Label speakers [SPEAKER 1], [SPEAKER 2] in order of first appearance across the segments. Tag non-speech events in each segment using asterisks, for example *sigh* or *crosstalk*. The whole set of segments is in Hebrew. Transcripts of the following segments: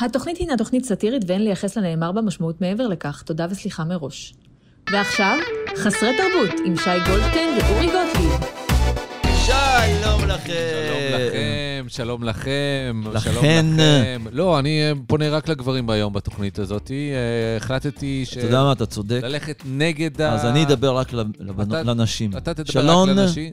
[SPEAKER 1] התוכנית הינה תוכנית סאטירית ואין לייחס לנאמר בה משמעות מעבר לכך. תודה וסליחה מראש. ועכשיו, חסרי תרבות עם שי גולדטיין ואורי גוטליב.
[SPEAKER 2] שלום לכם.
[SPEAKER 3] שלום לכם, שלום לכם, שלום
[SPEAKER 2] אה, לכן-
[SPEAKER 3] לכם. לא, אני אה, פונה רק לגברים היום בתוכנית הזאת. אה, החלטתי ש...
[SPEAKER 2] אתה יודע מה, אתה צודק.
[SPEAKER 3] ללכת נגד ה...
[SPEAKER 2] אז אני אדבר רק לב- לבנות-
[SPEAKER 3] אתה-
[SPEAKER 2] לנשים.
[SPEAKER 3] אתה תדבר
[SPEAKER 2] שלום,
[SPEAKER 3] רק לנשים.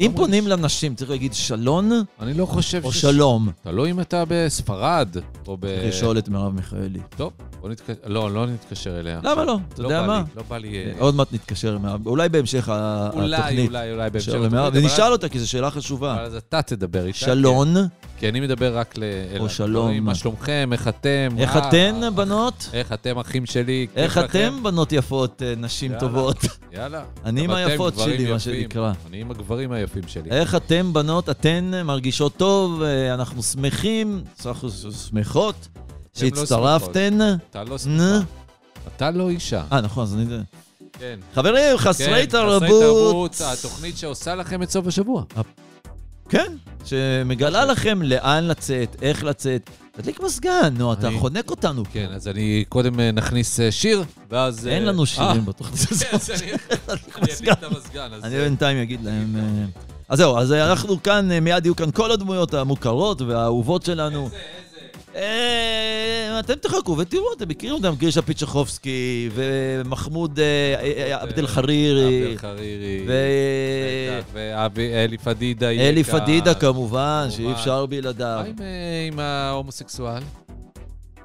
[SPEAKER 2] אם
[SPEAKER 3] לא
[SPEAKER 2] פונים לנשים, צריך להגיד שלון
[SPEAKER 3] אני לא חושב אה,
[SPEAKER 2] או שלום.
[SPEAKER 3] תלוי אם אתה בספרד או ב...
[SPEAKER 2] צריך לשאול את מרב מיכאלי.
[SPEAKER 3] טוב, בוא נתקשר... לא, לא נתקשר אליה.
[SPEAKER 2] למה לא? אתה יודע
[SPEAKER 3] בא
[SPEAKER 2] מה?
[SPEAKER 3] לי, לא בא לי... אה,
[SPEAKER 2] עוד מעט נתקשר עם מרב, אולי בהמשך ה-
[SPEAKER 3] אולי,
[SPEAKER 2] התוכנית.
[SPEAKER 3] אולי, אולי בהמשך.
[SPEAKER 2] נתקשר עם מרב,
[SPEAKER 3] התוכנית, אבל
[SPEAKER 2] ונשאל
[SPEAKER 3] אז-
[SPEAKER 2] אותה, כי זו שאלה
[SPEAKER 3] אבל
[SPEAKER 2] חשובה.
[SPEAKER 3] אז אתה תדבר איתה. כן.
[SPEAKER 2] שלון,
[SPEAKER 3] כי- כי אני מדבר רק ל... אל
[SPEAKER 2] שלום.
[SPEAKER 3] הגברים, מה שלומכם? איך אתם?
[SPEAKER 2] איך
[SPEAKER 3] אה, אה,
[SPEAKER 2] אתן, בנות?
[SPEAKER 3] איך אתם אחים שלי? כיף
[SPEAKER 2] איך
[SPEAKER 3] לכם?
[SPEAKER 2] אתם, בנות יפות, אה, נשים
[SPEAKER 3] יאללה.
[SPEAKER 2] טובות?
[SPEAKER 3] יאללה.
[SPEAKER 2] אני עם
[SPEAKER 3] גם אתם
[SPEAKER 2] היפות
[SPEAKER 3] גברים
[SPEAKER 2] שלי, מה
[SPEAKER 3] יפים.
[SPEAKER 2] שנקרא. אה?
[SPEAKER 3] אני עם הגברים היפים שלי.
[SPEAKER 2] איך אתם, בנות, אתן מרגישות טוב, אה, אנחנו שמחים, אנחנו שמחות
[SPEAKER 3] אתן לא
[SPEAKER 2] שהצטרפתן.
[SPEAKER 3] אתה לא
[SPEAKER 2] נו.
[SPEAKER 3] שמחה. אתה לא אישה.
[SPEAKER 2] אה, נכון, אז אני...
[SPEAKER 3] כן.
[SPEAKER 2] חברים,
[SPEAKER 3] כן, אה,
[SPEAKER 2] חסרי תרבות.
[SPEAKER 3] התוכנית שעושה לכם את סוף השבוע.
[SPEAKER 2] כן, שמגלה לכם לאן לצאת, איך לצאת. תדליק מזגן, נו, אתה
[SPEAKER 3] אני-
[SPEAKER 2] חונק אותנו.
[SPEAKER 3] כן, אז אני קודם אה, נכניס אה, שיר, ואז...
[SPEAKER 2] אין
[SPEAKER 3] אה,
[SPEAKER 2] לנו שירים
[SPEAKER 3] אה,
[SPEAKER 2] בתוכנית
[SPEAKER 3] *laughs* כן,
[SPEAKER 2] הזאת. *laughs*
[SPEAKER 3] אז אני אני אדליק את המזגן. אז,
[SPEAKER 2] אני
[SPEAKER 3] אה,
[SPEAKER 2] בינתיים אגיד להם... אה, אז זהו, אז אה, אנחנו כאן, אה, מיד יהיו כאן כל הדמויות המוכרות והאהובות שלנו. אה, אתם תחכו ותראו, אתם מכירים אותם, גירשה פיצ'חובסקי, ומחמוד אה, אה, אה, עבד אל חרירי,
[SPEAKER 3] עבד חרירי.
[SPEAKER 2] ואלי
[SPEAKER 3] ואבי, אלי פדידה. יהיה כאן.
[SPEAKER 2] פדידה כמובן, שאי
[SPEAKER 3] כמובן.
[SPEAKER 2] אפשר
[SPEAKER 3] מה
[SPEAKER 2] בלעדיו.
[SPEAKER 3] עם, אה, עם ההומוסקסואל?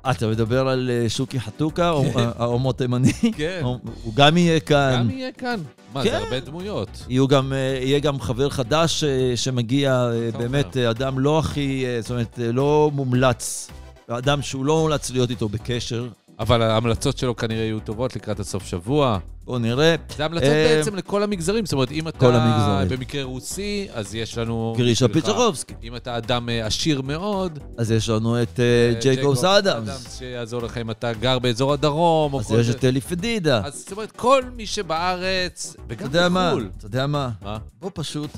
[SPEAKER 2] אה, אתה מדבר על אה, שוקי חתוקה, הא- ההומו תימני?
[SPEAKER 3] כן.
[SPEAKER 2] הוא הוא גם יהיה כאן.
[SPEAKER 3] גם יהיה כאן. מה,
[SPEAKER 2] כן.
[SPEAKER 3] זה הרבה דמויות.
[SPEAKER 2] יהיו גם, אה, יהיה גם חבר חדש אה, שמגיע, אה,
[SPEAKER 3] אתה
[SPEAKER 2] באמת
[SPEAKER 3] אומר.
[SPEAKER 2] אה, אדם לא הכי, אה, זאת אומרת, אה, לא מומלץ. אדם שהוא לא מומלץ להיות איתו בקשר.
[SPEAKER 3] אבל ההמלצות שלו כנראה יהיו טובות לקראת הסוף שבוע.
[SPEAKER 2] בואו נראה.
[SPEAKER 3] זה המלצות
[SPEAKER 2] אה,
[SPEAKER 3] בעצם לכל המגזרים. זאת אומרת, אם
[SPEAKER 2] כל
[SPEAKER 3] אתה
[SPEAKER 2] המגזרים.
[SPEAKER 3] במקרה רוסי, אז יש לנו...
[SPEAKER 2] גרישה
[SPEAKER 3] בשבילך.
[SPEAKER 2] פיצ'רובסקי.
[SPEAKER 3] אם אתה אדם אה, עשיר מאוד,
[SPEAKER 2] אז יש לנו את אה,
[SPEAKER 3] אה,
[SPEAKER 2] ג'ייקובס אדמס.
[SPEAKER 3] שיעזור לך אם אתה גר באזור הדרום, או
[SPEAKER 2] אז
[SPEAKER 3] כל
[SPEAKER 2] יש
[SPEAKER 3] זה.
[SPEAKER 2] את אלי פדידה.
[SPEAKER 3] אז זאת אומרת, כל מי שבארץ,
[SPEAKER 2] אתה
[SPEAKER 3] וגם
[SPEAKER 2] יודע מה?
[SPEAKER 3] בחו"ל.
[SPEAKER 2] אתה יודע מה?
[SPEAKER 3] מה?
[SPEAKER 2] בוא פשוט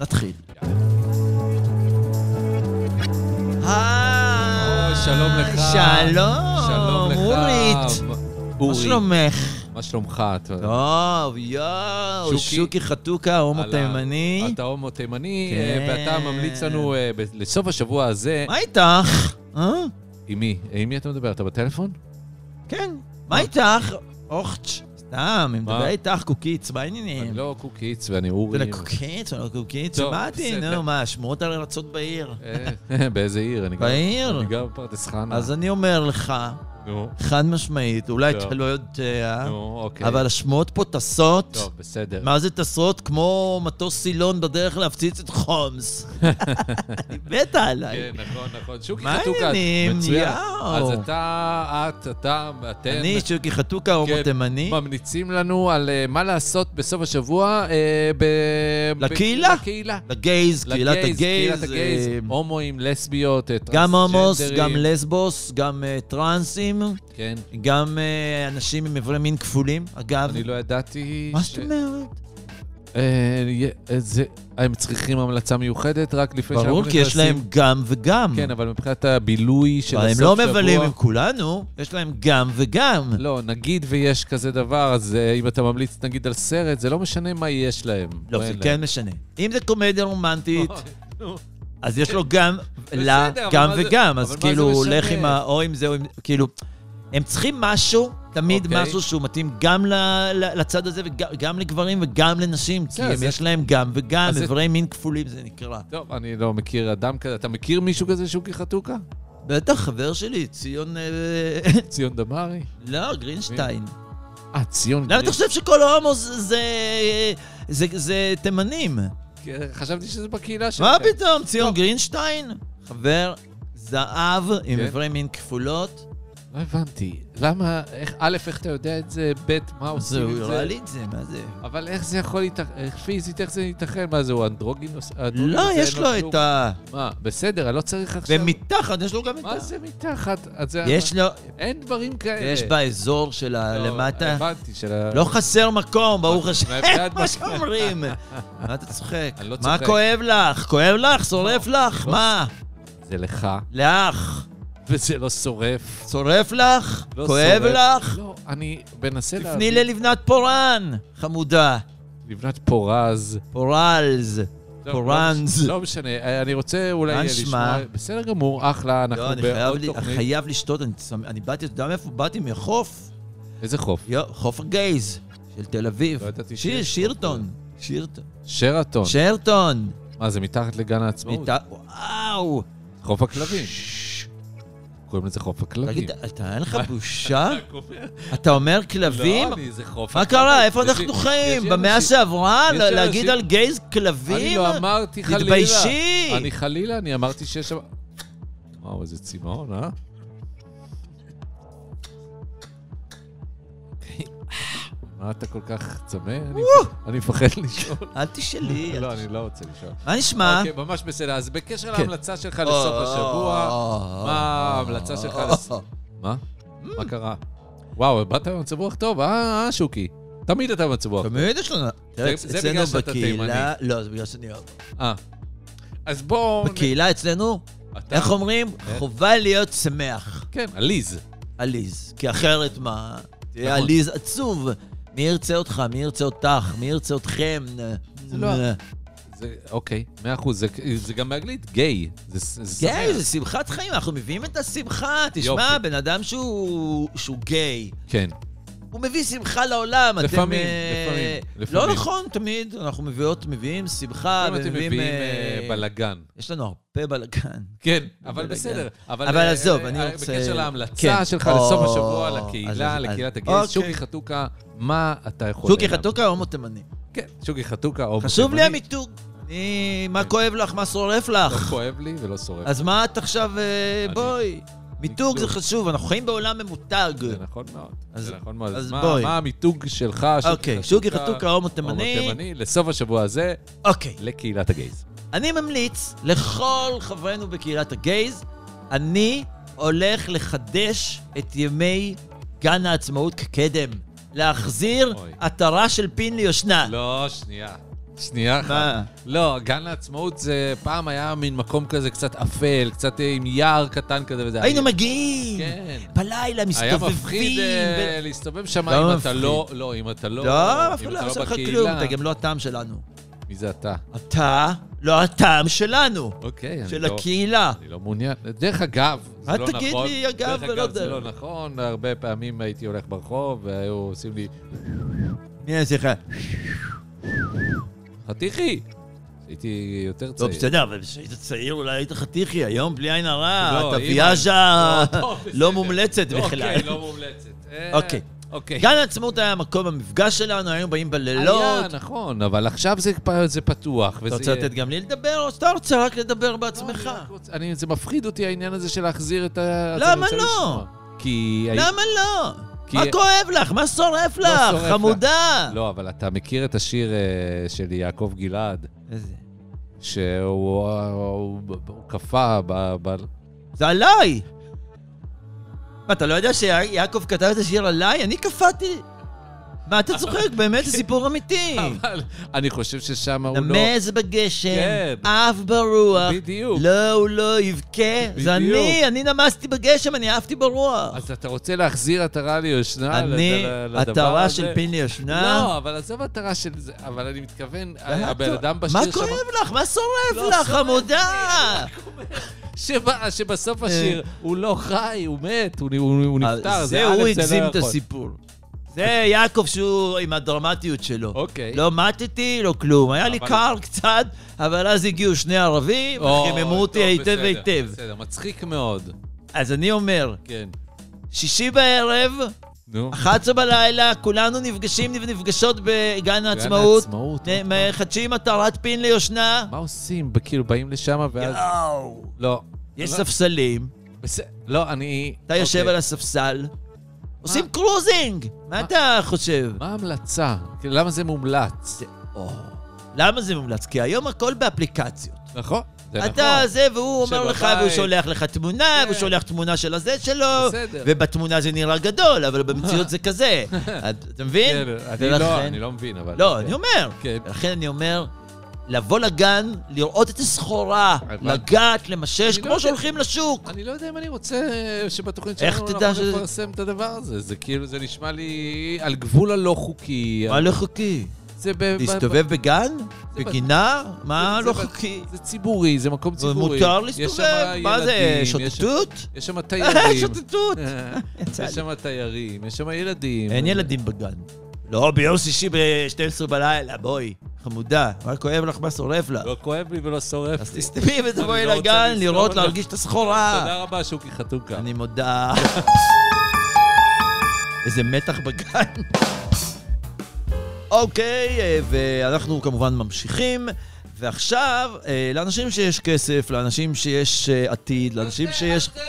[SPEAKER 2] נתחיל. היי,
[SPEAKER 3] אוי, שלום לך. שלום
[SPEAKER 2] שלום,
[SPEAKER 3] לך.
[SPEAKER 2] אורית. מה
[SPEAKER 3] אורי.
[SPEAKER 2] שלומך?
[SPEAKER 3] מה שלומך? אתה-
[SPEAKER 2] טוב, יואו,
[SPEAKER 3] שוקי.
[SPEAKER 2] שוקי חתוקה, ההומו
[SPEAKER 3] על ה-
[SPEAKER 2] תימני.
[SPEAKER 3] אתה הומו תימני,
[SPEAKER 2] כן.
[SPEAKER 3] אה, ואתה ממליץ לנו אה, ב- לסוף השבוע הזה...
[SPEAKER 2] מה איתך? אה?
[SPEAKER 3] עם מי? עם מי אתה מדבר? אתה בטלפון?
[SPEAKER 2] כן. מה איתך? אוכץ', סתם, אני
[SPEAKER 3] מה?
[SPEAKER 2] מדבר איתך קוקיץ, מה
[SPEAKER 3] אני
[SPEAKER 2] העניינים?
[SPEAKER 3] לא קוקיץ ואני אורי.
[SPEAKER 2] זה לקוקיץ, לא קוקיץ,
[SPEAKER 3] טוב,
[SPEAKER 2] מה אתי?
[SPEAKER 3] בסדר.
[SPEAKER 2] נו, מה, שמועות על ארצות בעיר.
[SPEAKER 3] אה, באיזה עיר? אני גר-
[SPEAKER 2] בעיר.
[SPEAKER 3] אני גר בפרדס חנה.
[SPEAKER 2] אז אני אומר לך,
[SPEAKER 3] נו,
[SPEAKER 2] חד משמעית, אולי
[SPEAKER 3] טוב.
[SPEAKER 2] אתה לא יודע,
[SPEAKER 3] נו, אוקיי.
[SPEAKER 2] אבל השמועות פה טסות.
[SPEAKER 3] טוב, בסדר.
[SPEAKER 2] מה זה טסות? כמו מטוס סילון בדרך להפציץ את
[SPEAKER 3] *laughs*
[SPEAKER 2] חומס. *laughs* אני מתה עליי.
[SPEAKER 3] כן, נכון, נכון. שוקי
[SPEAKER 2] מה
[SPEAKER 3] חתוקה,
[SPEAKER 2] העניינים?
[SPEAKER 3] מצוין.
[SPEAKER 2] יאו.
[SPEAKER 3] אז אתה, את, אתה, אתם...
[SPEAKER 2] אני, שוקי חתוקה, הומו
[SPEAKER 3] כן,
[SPEAKER 2] תימני.
[SPEAKER 3] ממליצים לנו על אה, מה לעשות בסוף השבוע אה, ב... ב-
[SPEAKER 2] לקהילה?
[SPEAKER 3] לקהילה.
[SPEAKER 2] לגייז, קהילת
[SPEAKER 3] לגייז, קהילת
[SPEAKER 2] הגייז,
[SPEAKER 3] הגייז,
[SPEAKER 2] אה,
[SPEAKER 3] הומואים, לסביות, אה,
[SPEAKER 2] גם הומוס,
[SPEAKER 3] טרנסג'נדרים.
[SPEAKER 2] גם לסבוס, גם אה, טרנסים,
[SPEAKER 3] כן.
[SPEAKER 2] גם אה, אנשים עם איברי מין כפולים, אגב.
[SPEAKER 3] אני לא ידעתי...
[SPEAKER 2] מה
[SPEAKER 3] ש-
[SPEAKER 2] זאת אומרת?
[SPEAKER 3] אה, יה- אה, זה- הם צריכים המלצה מיוחדת רק לפני
[SPEAKER 2] ברור,
[SPEAKER 3] שאנחנו
[SPEAKER 2] כי יש להם
[SPEAKER 3] נכנסים.
[SPEAKER 2] גם וגם.
[SPEAKER 3] כן, אבל מבחינת הבילוי של
[SPEAKER 2] אבל
[SPEAKER 3] הסוף
[SPEAKER 2] הם
[SPEAKER 3] שבוע...
[SPEAKER 2] לא מבלים עם כולנו, יש להם גם וגם.
[SPEAKER 3] לא, נגיד ויש כזה דבר, אז אה, אם אתה ממליץ נגיד על סרט, זה לא משנה מה יש להם.
[SPEAKER 2] לא,
[SPEAKER 3] מה
[SPEAKER 2] זה
[SPEAKER 3] אין להם. לא.
[SPEAKER 2] כן משנה. אם זה קומדיה
[SPEAKER 3] *laughs*
[SPEAKER 2] רומנטית,
[SPEAKER 3] נו,
[SPEAKER 2] אז יש לו גם,
[SPEAKER 3] בסדר,
[SPEAKER 2] לה,
[SPEAKER 3] אבל
[SPEAKER 2] גם
[SPEAKER 3] מה זה-
[SPEAKER 2] וגם,
[SPEAKER 3] אבל
[SPEAKER 2] אז
[SPEAKER 3] מה
[SPEAKER 2] כאילו
[SPEAKER 3] זה
[SPEAKER 2] הוא
[SPEAKER 3] משנה?
[SPEAKER 2] הולך עם ה... או עם זה או עם... כאילו, הם צריכים משהו, תמיד
[SPEAKER 3] אוקיי.
[SPEAKER 2] משהו שהוא מתאים גם ל, ל, לצד הזה, וגם לגברים וגם לנשים, כי
[SPEAKER 3] בסדר,
[SPEAKER 2] הם
[SPEAKER 3] כן, זה-
[SPEAKER 2] יש להם גם וגם,
[SPEAKER 3] אז זה-
[SPEAKER 2] איברי מין כפולים זה נקרא.
[SPEAKER 3] טוב, אני לא מכיר אדם כזה. אתה מכיר מישהו כזה שוקי חתוקה?
[SPEAKER 2] בטח, חבר שלי, ציון... אה, *laughs*
[SPEAKER 3] ציון דמארי?
[SPEAKER 2] לא, גרינשטיין.
[SPEAKER 3] אה, ציון
[SPEAKER 2] למה אתה
[SPEAKER 3] גרין.
[SPEAKER 2] חושב שכל ההומו זה, זה, זה, זה תימנים?
[SPEAKER 3] כן, חשבתי שזה בקהילה שלך.
[SPEAKER 2] מה פתאום, ציון גרינשטיין? חבר זהב עם
[SPEAKER 3] כן.
[SPEAKER 2] איברי מין כפולות.
[SPEAKER 3] לא הבנתי. למה, איך, א', איך אתה יודע את זה, ב', מה
[SPEAKER 2] זה,
[SPEAKER 3] עושים
[SPEAKER 2] הוא
[SPEAKER 3] את
[SPEAKER 2] הראה
[SPEAKER 3] זה?
[SPEAKER 2] לי את זה, מה זה?
[SPEAKER 3] אבל איך זה יכול להתאחד, פיזית, איך זה ייתכן? מה זה, הוא אנדרוגינוס? אנדרוגינוס,
[SPEAKER 2] לא,
[SPEAKER 3] אין
[SPEAKER 2] יש לו את
[SPEAKER 3] כלום.
[SPEAKER 2] ה...
[SPEAKER 3] מה, בסדר, אני לא צריך עכשיו...
[SPEAKER 2] ומתחת יש לו גם את ה...
[SPEAKER 3] מה זה אה. מתחת? אז זה-
[SPEAKER 2] יש לו...
[SPEAKER 3] אין דברים כאלה. לא,
[SPEAKER 2] יש באזור של הלמטה...
[SPEAKER 3] הבנתי, של ה...
[SPEAKER 2] לא חסר מקום, ברוך
[SPEAKER 3] מה-
[SPEAKER 2] השם,
[SPEAKER 3] מהבעד
[SPEAKER 2] *laughs* מה שאומרים. מה אתה צוחק?
[SPEAKER 3] אני לא
[SPEAKER 2] מה
[SPEAKER 3] צוחק.
[SPEAKER 2] כואב לך? כואב לך? שורף לך?
[SPEAKER 3] לא.
[SPEAKER 2] מה?
[SPEAKER 3] זה לך.
[SPEAKER 2] לאח.
[SPEAKER 3] וזה לא שורף.
[SPEAKER 2] צורף לך?
[SPEAKER 3] לא
[SPEAKER 2] כואב
[SPEAKER 3] שורף.
[SPEAKER 2] לך?
[SPEAKER 3] לא, אני מנסה
[SPEAKER 2] תפני
[SPEAKER 3] להבין.
[SPEAKER 2] ללבנת פורן, חמודה.
[SPEAKER 3] לבנת פורז.
[SPEAKER 2] פורלז.
[SPEAKER 3] לא,
[SPEAKER 2] פורנז.
[SPEAKER 3] לא משנה, אה, אני רוצה
[SPEAKER 2] מה
[SPEAKER 3] אולי
[SPEAKER 2] נשמע?
[SPEAKER 3] לשמוע... בסדר גמור, אחלה, אנחנו
[SPEAKER 2] לא, אני חייב,
[SPEAKER 3] בעוד
[SPEAKER 2] לי,
[SPEAKER 3] תוכנית.
[SPEAKER 2] חייב לשתות, אני, שמ- אני באתי, אתה יודע מאיפה באתי? מהחוף.
[SPEAKER 3] איזה חוף?
[SPEAKER 2] יו, חוף הגייז של תל אביב.
[SPEAKER 3] לא ידעתי
[SPEAKER 2] שיר,
[SPEAKER 3] שיש
[SPEAKER 2] שירטון. שירטון.
[SPEAKER 3] שרתון.
[SPEAKER 2] שרטון.
[SPEAKER 3] מה, זה מתחת לגן העצמאות?
[SPEAKER 2] מת- וואו.
[SPEAKER 3] חוף הכלבים. קוראים לזה חוף הכלבים.
[SPEAKER 2] תגיד, אתה אין לך
[SPEAKER 3] *laughs*
[SPEAKER 2] בושה? אתה אומר כלבים?
[SPEAKER 3] לא, אני- זה חוף
[SPEAKER 2] מה
[SPEAKER 3] הכלבים.
[SPEAKER 2] קרה? איפה
[SPEAKER 3] יש לי-
[SPEAKER 2] אנחנו
[SPEAKER 3] יש
[SPEAKER 2] חיים?
[SPEAKER 3] לי
[SPEAKER 2] במאה אה,
[SPEAKER 3] אנשים-
[SPEAKER 2] שעברה?
[SPEAKER 3] יש
[SPEAKER 2] לה-
[SPEAKER 3] לי
[SPEAKER 2] להגיד
[SPEAKER 3] אנשים-
[SPEAKER 2] על גייז כלבים?
[SPEAKER 3] אני לא אמרתי חלילה.
[SPEAKER 2] תתביישי.
[SPEAKER 3] אני חלילה, אני אמרתי שיש שם... וואו, איזה צמאון, אה? מה אתה כל כך צמא? אני- אני מפחד
[SPEAKER 2] *laughs*
[SPEAKER 3] לשאול.
[SPEAKER 2] אל תשאלי. אל
[SPEAKER 3] לא,
[SPEAKER 2] תשאלי.
[SPEAKER 3] אני לא רוצה לשאול.
[SPEAKER 2] מה נשמע?
[SPEAKER 3] אוקיי, ממש בסדר. אז בקשר
[SPEAKER 2] כן.
[SPEAKER 3] להמלצה שלך לסוף השבוע,
[SPEAKER 2] או-
[SPEAKER 3] מה ההמלצה
[SPEAKER 2] *laughs*
[SPEAKER 3] שלך לסוף... מה?
[SPEAKER 2] Mm.
[SPEAKER 3] מה קרה? וואו, באת במצב רוח טוב, אה, אה, שוקי. תמיד אתה במצב רוח.
[SPEAKER 2] תמיד יש לנו... תראה,
[SPEAKER 3] זה בגלל
[SPEAKER 2] אצלנו
[SPEAKER 3] שאתה
[SPEAKER 2] בקהילה... לא, זה בגלל שאני אוהב.
[SPEAKER 3] אה. אז בואו...
[SPEAKER 2] בקהילה אצלנו,
[SPEAKER 3] אתה-
[SPEAKER 2] איך אומרים?
[SPEAKER 3] אה?
[SPEAKER 2] חובה להיות שמח,
[SPEAKER 3] כן, עליז.
[SPEAKER 2] עליז. כי אחרת מה? תהיה
[SPEAKER 3] נכון.
[SPEAKER 2] עליז עצוב. מי ירצה אותך? מי ירצה אותך? מי ירצה אתכם? אה,
[SPEAKER 3] זה לא- זה, אוקיי, מאה אחוז. זה, זה גם באנגלית, גיי. זה, זה, זה
[SPEAKER 2] גיי,
[SPEAKER 3] שמח.
[SPEAKER 2] כן, זה שמחת חיים, אנחנו מביאים את השמחה. תשמע,
[SPEAKER 3] יופי.
[SPEAKER 2] בן אדם שהוא שהוא גיי,
[SPEAKER 3] כן.
[SPEAKER 2] הוא מביא שמחה לעולם. אתם,
[SPEAKER 3] לפעמים,
[SPEAKER 2] אה,
[SPEAKER 3] לפעמים, לפעמים.
[SPEAKER 2] לא נכון, תמיד. אנחנו מביאות, מביאים שמחה,
[SPEAKER 3] אם אתם
[SPEAKER 2] ומביאים...
[SPEAKER 3] מביאים
[SPEAKER 2] אה,
[SPEAKER 3] אה, בלאגן.
[SPEAKER 2] יש לנו הרבה בלאגן.
[SPEAKER 3] כן, אבל
[SPEAKER 2] בלאגן.
[SPEAKER 3] בסדר.
[SPEAKER 2] אבל
[SPEAKER 3] אה,
[SPEAKER 2] עזוב,
[SPEAKER 3] אה,
[SPEAKER 2] אני
[SPEAKER 3] אה,
[SPEAKER 2] רוצה-
[SPEAKER 3] בקשר להמלצה
[SPEAKER 2] כן.
[SPEAKER 3] שלך
[SPEAKER 2] או,
[SPEAKER 3] לסוף השבוע,
[SPEAKER 2] אז-
[SPEAKER 3] לקהילה,
[SPEAKER 2] אז-
[SPEAKER 3] לקהילת
[SPEAKER 2] אז-
[SPEAKER 3] הגייז,
[SPEAKER 2] אוקיי.
[SPEAKER 3] שוקי חתוקה, מה אתה יכול...
[SPEAKER 2] שוקי
[SPEAKER 3] להגיד?
[SPEAKER 2] חתוקה, הומו תימני.
[SPEAKER 3] כן, שוקי חתוקה, או...
[SPEAKER 2] חשוב לי
[SPEAKER 3] בתימנית.
[SPEAKER 2] המיתוג. אני- מה כואב לך? מה שורף לך?
[SPEAKER 3] לא כואב לי ולא שורף.
[SPEAKER 2] אז מה את עכשיו... אה,
[SPEAKER 3] אני-
[SPEAKER 2] בואי. מיתוג זה
[SPEAKER 3] מיתוג.
[SPEAKER 2] חשוב, אנחנו חיים בעולם ממותג.
[SPEAKER 3] זה נכון מאוד.
[SPEAKER 2] אז-
[SPEAKER 3] זה נכון מאוד.
[SPEAKER 2] אז
[SPEAKER 3] אז מה-
[SPEAKER 2] בואי.
[SPEAKER 3] מה המיתוג שלך, שוקי
[SPEAKER 2] אוקיי, שוקי חתוקה, הומו
[SPEAKER 3] הומו
[SPEAKER 2] תימני.
[SPEAKER 3] אה, תימני, לסוף השבוע הזה,
[SPEAKER 2] אוקיי.
[SPEAKER 3] לקהילת הגייז.
[SPEAKER 2] אני ממליץ לכל חברינו בקהילת הגייז, אני הולך לחדש את ימי גן העצמאות כקדם. להחזיר
[SPEAKER 3] אוי.
[SPEAKER 2] עטרה של פין ליושנה.
[SPEAKER 3] לא, שנייה. שנייה אחת.
[SPEAKER 2] מה?
[SPEAKER 3] לא, גן העצמאות זה פעם היה מין מקום כזה קצת אפל, קצת אה, עם יער קטן כזה וזה.
[SPEAKER 2] היינו
[SPEAKER 3] היה-
[SPEAKER 2] מגיעים,
[SPEAKER 3] לא. כן.
[SPEAKER 2] בלילה
[SPEAKER 3] היה
[SPEAKER 2] מסתובבים.
[SPEAKER 3] מפחיד אה,
[SPEAKER 2] ב-
[SPEAKER 3] להסתובב שם
[SPEAKER 2] לא
[SPEAKER 3] אם אתה
[SPEAKER 2] מפחיד.
[SPEAKER 3] לא... לא, אם אתה לא...
[SPEAKER 2] לא,
[SPEAKER 3] אם
[SPEAKER 2] אפילו
[SPEAKER 3] אתה
[SPEAKER 2] לא עושה לך
[SPEAKER 3] בקהילה.
[SPEAKER 2] כלום, אתה גם לא הטעם שלנו.
[SPEAKER 3] מי זה אתה?
[SPEAKER 2] אתה לא הטעם שלנו,
[SPEAKER 3] אוקיי, אני
[SPEAKER 2] של
[SPEAKER 3] לא...
[SPEAKER 2] הקהילה.
[SPEAKER 3] אני לא מעוניין. דרך אגב, זה
[SPEAKER 2] אל
[SPEAKER 3] לא
[SPEAKER 2] תגיד
[SPEAKER 3] נכון.
[SPEAKER 2] לי אגב
[SPEAKER 3] דרך
[SPEAKER 2] ולא
[SPEAKER 3] אגב, זה
[SPEAKER 2] דרך.
[SPEAKER 3] לא נכון. הרבה פעמים הייתי הולך ברחוב והיו עושים לי,
[SPEAKER 2] מי יעשה לך?
[SPEAKER 3] חתיכי! הייתי יותר
[SPEAKER 2] לא,
[SPEAKER 3] צעיר.
[SPEAKER 2] בסדר, אבל כשהיית צעיר אולי היית חתיכי, היום בלי עין הרע,
[SPEAKER 3] לא,
[SPEAKER 2] אתה
[SPEAKER 3] אם-
[SPEAKER 2] ויאז'ה
[SPEAKER 3] לא, טוב, בסדר.
[SPEAKER 2] לא *laughs* מומלצת בכלל.
[SPEAKER 3] אוקיי, לא מומלצת. אה,
[SPEAKER 2] אוקיי.
[SPEAKER 3] אוקיי.
[SPEAKER 2] גן העצמות היה מקום המפגש שלנו, היינו באים בלילות.
[SPEAKER 3] היה, נכון, אבל עכשיו זה פ- זה פתוח.
[SPEAKER 2] לא- אתה
[SPEAKER 3] וזה
[SPEAKER 2] רוצה
[SPEAKER 3] יהיה-
[SPEAKER 2] לתת גם לי לדבר, או שאתה רוצה רק לדבר
[SPEAKER 3] לא,
[SPEAKER 2] בעצמך?
[SPEAKER 3] אני רק רוצה- אני- זה מפחיד אותי העניין הזה של להחזיר את ה...
[SPEAKER 2] למה
[SPEAKER 3] אני רוצה
[SPEAKER 2] לא?
[SPEAKER 3] לשמוע. כי... הי-
[SPEAKER 2] למה לא?
[SPEAKER 3] כי- לא
[SPEAKER 2] מה כואב לך? מה שורף לך?
[SPEAKER 3] שורף לך.
[SPEAKER 2] חמודה.
[SPEAKER 3] לא, אבל אתה מכיר את השיר אה, של יעקב גלעד,
[SPEAKER 2] איזה-
[SPEAKER 3] שהוא הוא- הוא קפא ב... ב-
[SPEAKER 2] זה עליי! מה, אתה לא יודע שיעקב כתב את השיר עליי? אני קפאתי. מה,
[SPEAKER 3] *laughs*
[SPEAKER 2] אתה צוחק? באמת, זה סיפור אמיתי.
[SPEAKER 3] אבל אני חושב ששם הוא לא...
[SPEAKER 2] נמז בגשם,
[SPEAKER 3] כן.
[SPEAKER 2] עף ברוח.
[SPEAKER 3] בדיוק.
[SPEAKER 2] לא, הוא לא יבכה. זה
[SPEAKER 3] בדיוק.
[SPEAKER 2] אני, אני נמסתי בגשם, אני עפתי ברוח.
[SPEAKER 3] אז אתה רוצה להחזיר עטרה ליושנה? לד-
[SPEAKER 2] אני
[SPEAKER 3] ל- לדבר
[SPEAKER 2] עטרה
[SPEAKER 3] הזה?
[SPEAKER 2] של פיני ישנה.
[SPEAKER 3] לא, אבל עזוב עטרה של זה, אבל אני מתכוון,
[SPEAKER 2] מה
[SPEAKER 3] הבן
[SPEAKER 2] אתה-
[SPEAKER 3] אדם
[SPEAKER 2] מה
[SPEAKER 3] בשיר שם...
[SPEAKER 2] כואב לך? מה שורף
[SPEAKER 3] לא,
[SPEAKER 2] לך,
[SPEAKER 3] שורף לי.
[SPEAKER 2] חמודה?
[SPEAKER 3] שבא- שבסוף השיר הוא לא חי, הוא מת, הוא נ- הוא הוא
[SPEAKER 2] אה,
[SPEAKER 3] נפטר,
[SPEAKER 2] זה
[SPEAKER 3] אלף,
[SPEAKER 2] הוא
[SPEAKER 3] לא
[SPEAKER 2] הגזים את
[SPEAKER 3] יכול.
[SPEAKER 2] הסיפור. זה יעקב שהוא עם הדרמטיות שלו.
[SPEAKER 3] אוקיי.
[SPEAKER 2] לא מתתי, לא כלום. היה לי
[SPEAKER 3] אבל-
[SPEAKER 2] קר קצת, אבל אז הגיעו שני ערבים,
[SPEAKER 3] או,
[SPEAKER 2] חיממו אותי
[SPEAKER 3] טוב,
[SPEAKER 2] היטב
[SPEAKER 3] בסדר,
[SPEAKER 2] היטב.
[SPEAKER 3] בסדר, מצחיק מאוד.
[SPEAKER 2] אז אני אומר,
[SPEAKER 3] כן.
[SPEAKER 2] שישי בערב,
[SPEAKER 3] נו.
[SPEAKER 2] 11 בלילה, כולנו נפגשים ונפגשות בגן העצמאות.
[SPEAKER 3] העצמאות,
[SPEAKER 2] נ- מחדשים עטרת פין ליושנה.
[SPEAKER 3] מה עושים? כאילו, באים לשם ואז...
[SPEAKER 2] יואו.
[SPEAKER 3] לא.
[SPEAKER 2] יש
[SPEAKER 3] לא,
[SPEAKER 2] ספסלים,
[SPEAKER 3] בסדר, לא, אני...
[SPEAKER 2] אתה יושב
[SPEAKER 3] אוקיי.
[SPEAKER 2] על הספסל, עושים קרוזינג! מה אתה חושב?
[SPEAKER 3] מה ההמלצה? כאילו, למה זה מומלץ?
[SPEAKER 2] או, למה זה מומלץ? כי היום הכל באפליקציות.
[SPEAKER 3] נכון. זה
[SPEAKER 2] אתה
[SPEAKER 3] נכון.
[SPEAKER 2] זה, והוא אומר
[SPEAKER 3] שבבית-
[SPEAKER 2] לך, והוא שולח לך תמונה, והוא
[SPEAKER 3] כן.
[SPEAKER 2] שולח תמונה של הזה שלו,
[SPEAKER 3] בסדר.
[SPEAKER 2] ובתמונה זה נראה גדול, אבל במציאות זה
[SPEAKER 3] *laughs*
[SPEAKER 2] כזה. את- אתה מבין?
[SPEAKER 3] כן, אני לא-
[SPEAKER 2] ולכן-
[SPEAKER 3] אני לא מבין, אבל...
[SPEAKER 2] לא, אני אומר.
[SPEAKER 3] כן.
[SPEAKER 2] ולכן אני אומר, לבוא לגן, לראות את הסחורה,
[SPEAKER 3] הבנתי.
[SPEAKER 2] לגעת, למשש,
[SPEAKER 3] אני לא
[SPEAKER 2] כמו
[SPEAKER 3] יודע.
[SPEAKER 2] שהולכים לשוק.
[SPEAKER 3] אני לא יודע אם אני רוצה שבתוכנית
[SPEAKER 2] איך
[SPEAKER 3] שלנו
[SPEAKER 2] תדע
[SPEAKER 3] אנחנו
[SPEAKER 2] שזה-
[SPEAKER 3] נפרסם את הדבר הזה. זה כאילו, זה נשמע לי על גבול הלא חוקי.
[SPEAKER 2] מה לא חוקי?
[SPEAKER 3] כן. זה ב- ב-
[SPEAKER 2] להסתובב בגן?
[SPEAKER 3] זה
[SPEAKER 2] בגינה? מה
[SPEAKER 3] זה-
[SPEAKER 2] לא
[SPEAKER 3] זה-
[SPEAKER 2] חוקי?
[SPEAKER 3] זה ציבורי, זה מקום ציבורי.
[SPEAKER 2] מותר
[SPEAKER 3] יש שם
[SPEAKER 2] להסתובב? מה זה,
[SPEAKER 3] ילדים, יש שם-
[SPEAKER 2] שוטטות?
[SPEAKER 3] *laughs* יש שם
[SPEAKER 2] *laughs*
[SPEAKER 3] תיירים.
[SPEAKER 2] שוטטות. יצא לי.
[SPEAKER 3] יש שם תיירים, יש שם ילדים.
[SPEAKER 2] אין ילדים בגן. לא, ביום שישי ב-12 בלילה, בואי, חמודה, מה כואב לך, מה שורף לך?
[SPEAKER 3] לא כואב לי ולא שורף.
[SPEAKER 2] אז
[SPEAKER 3] לי.
[SPEAKER 2] תסתמי ותבואי
[SPEAKER 3] אני לא רוצה
[SPEAKER 2] לגן,
[SPEAKER 3] לסלוח
[SPEAKER 2] לראות,
[SPEAKER 3] לך.
[SPEAKER 2] להרגיש את הסחורה.
[SPEAKER 3] תודה רבה, שוקי חתוקה.
[SPEAKER 2] אני מודה. איזה מתח בגן. אוקיי, אה, ואנחנו כמובן ממשיכים. ועכשיו, אה, לאנשים שיש כסף, לאנשים שיש אה, עתיד, לאנשים שיש...
[SPEAKER 3] תשלם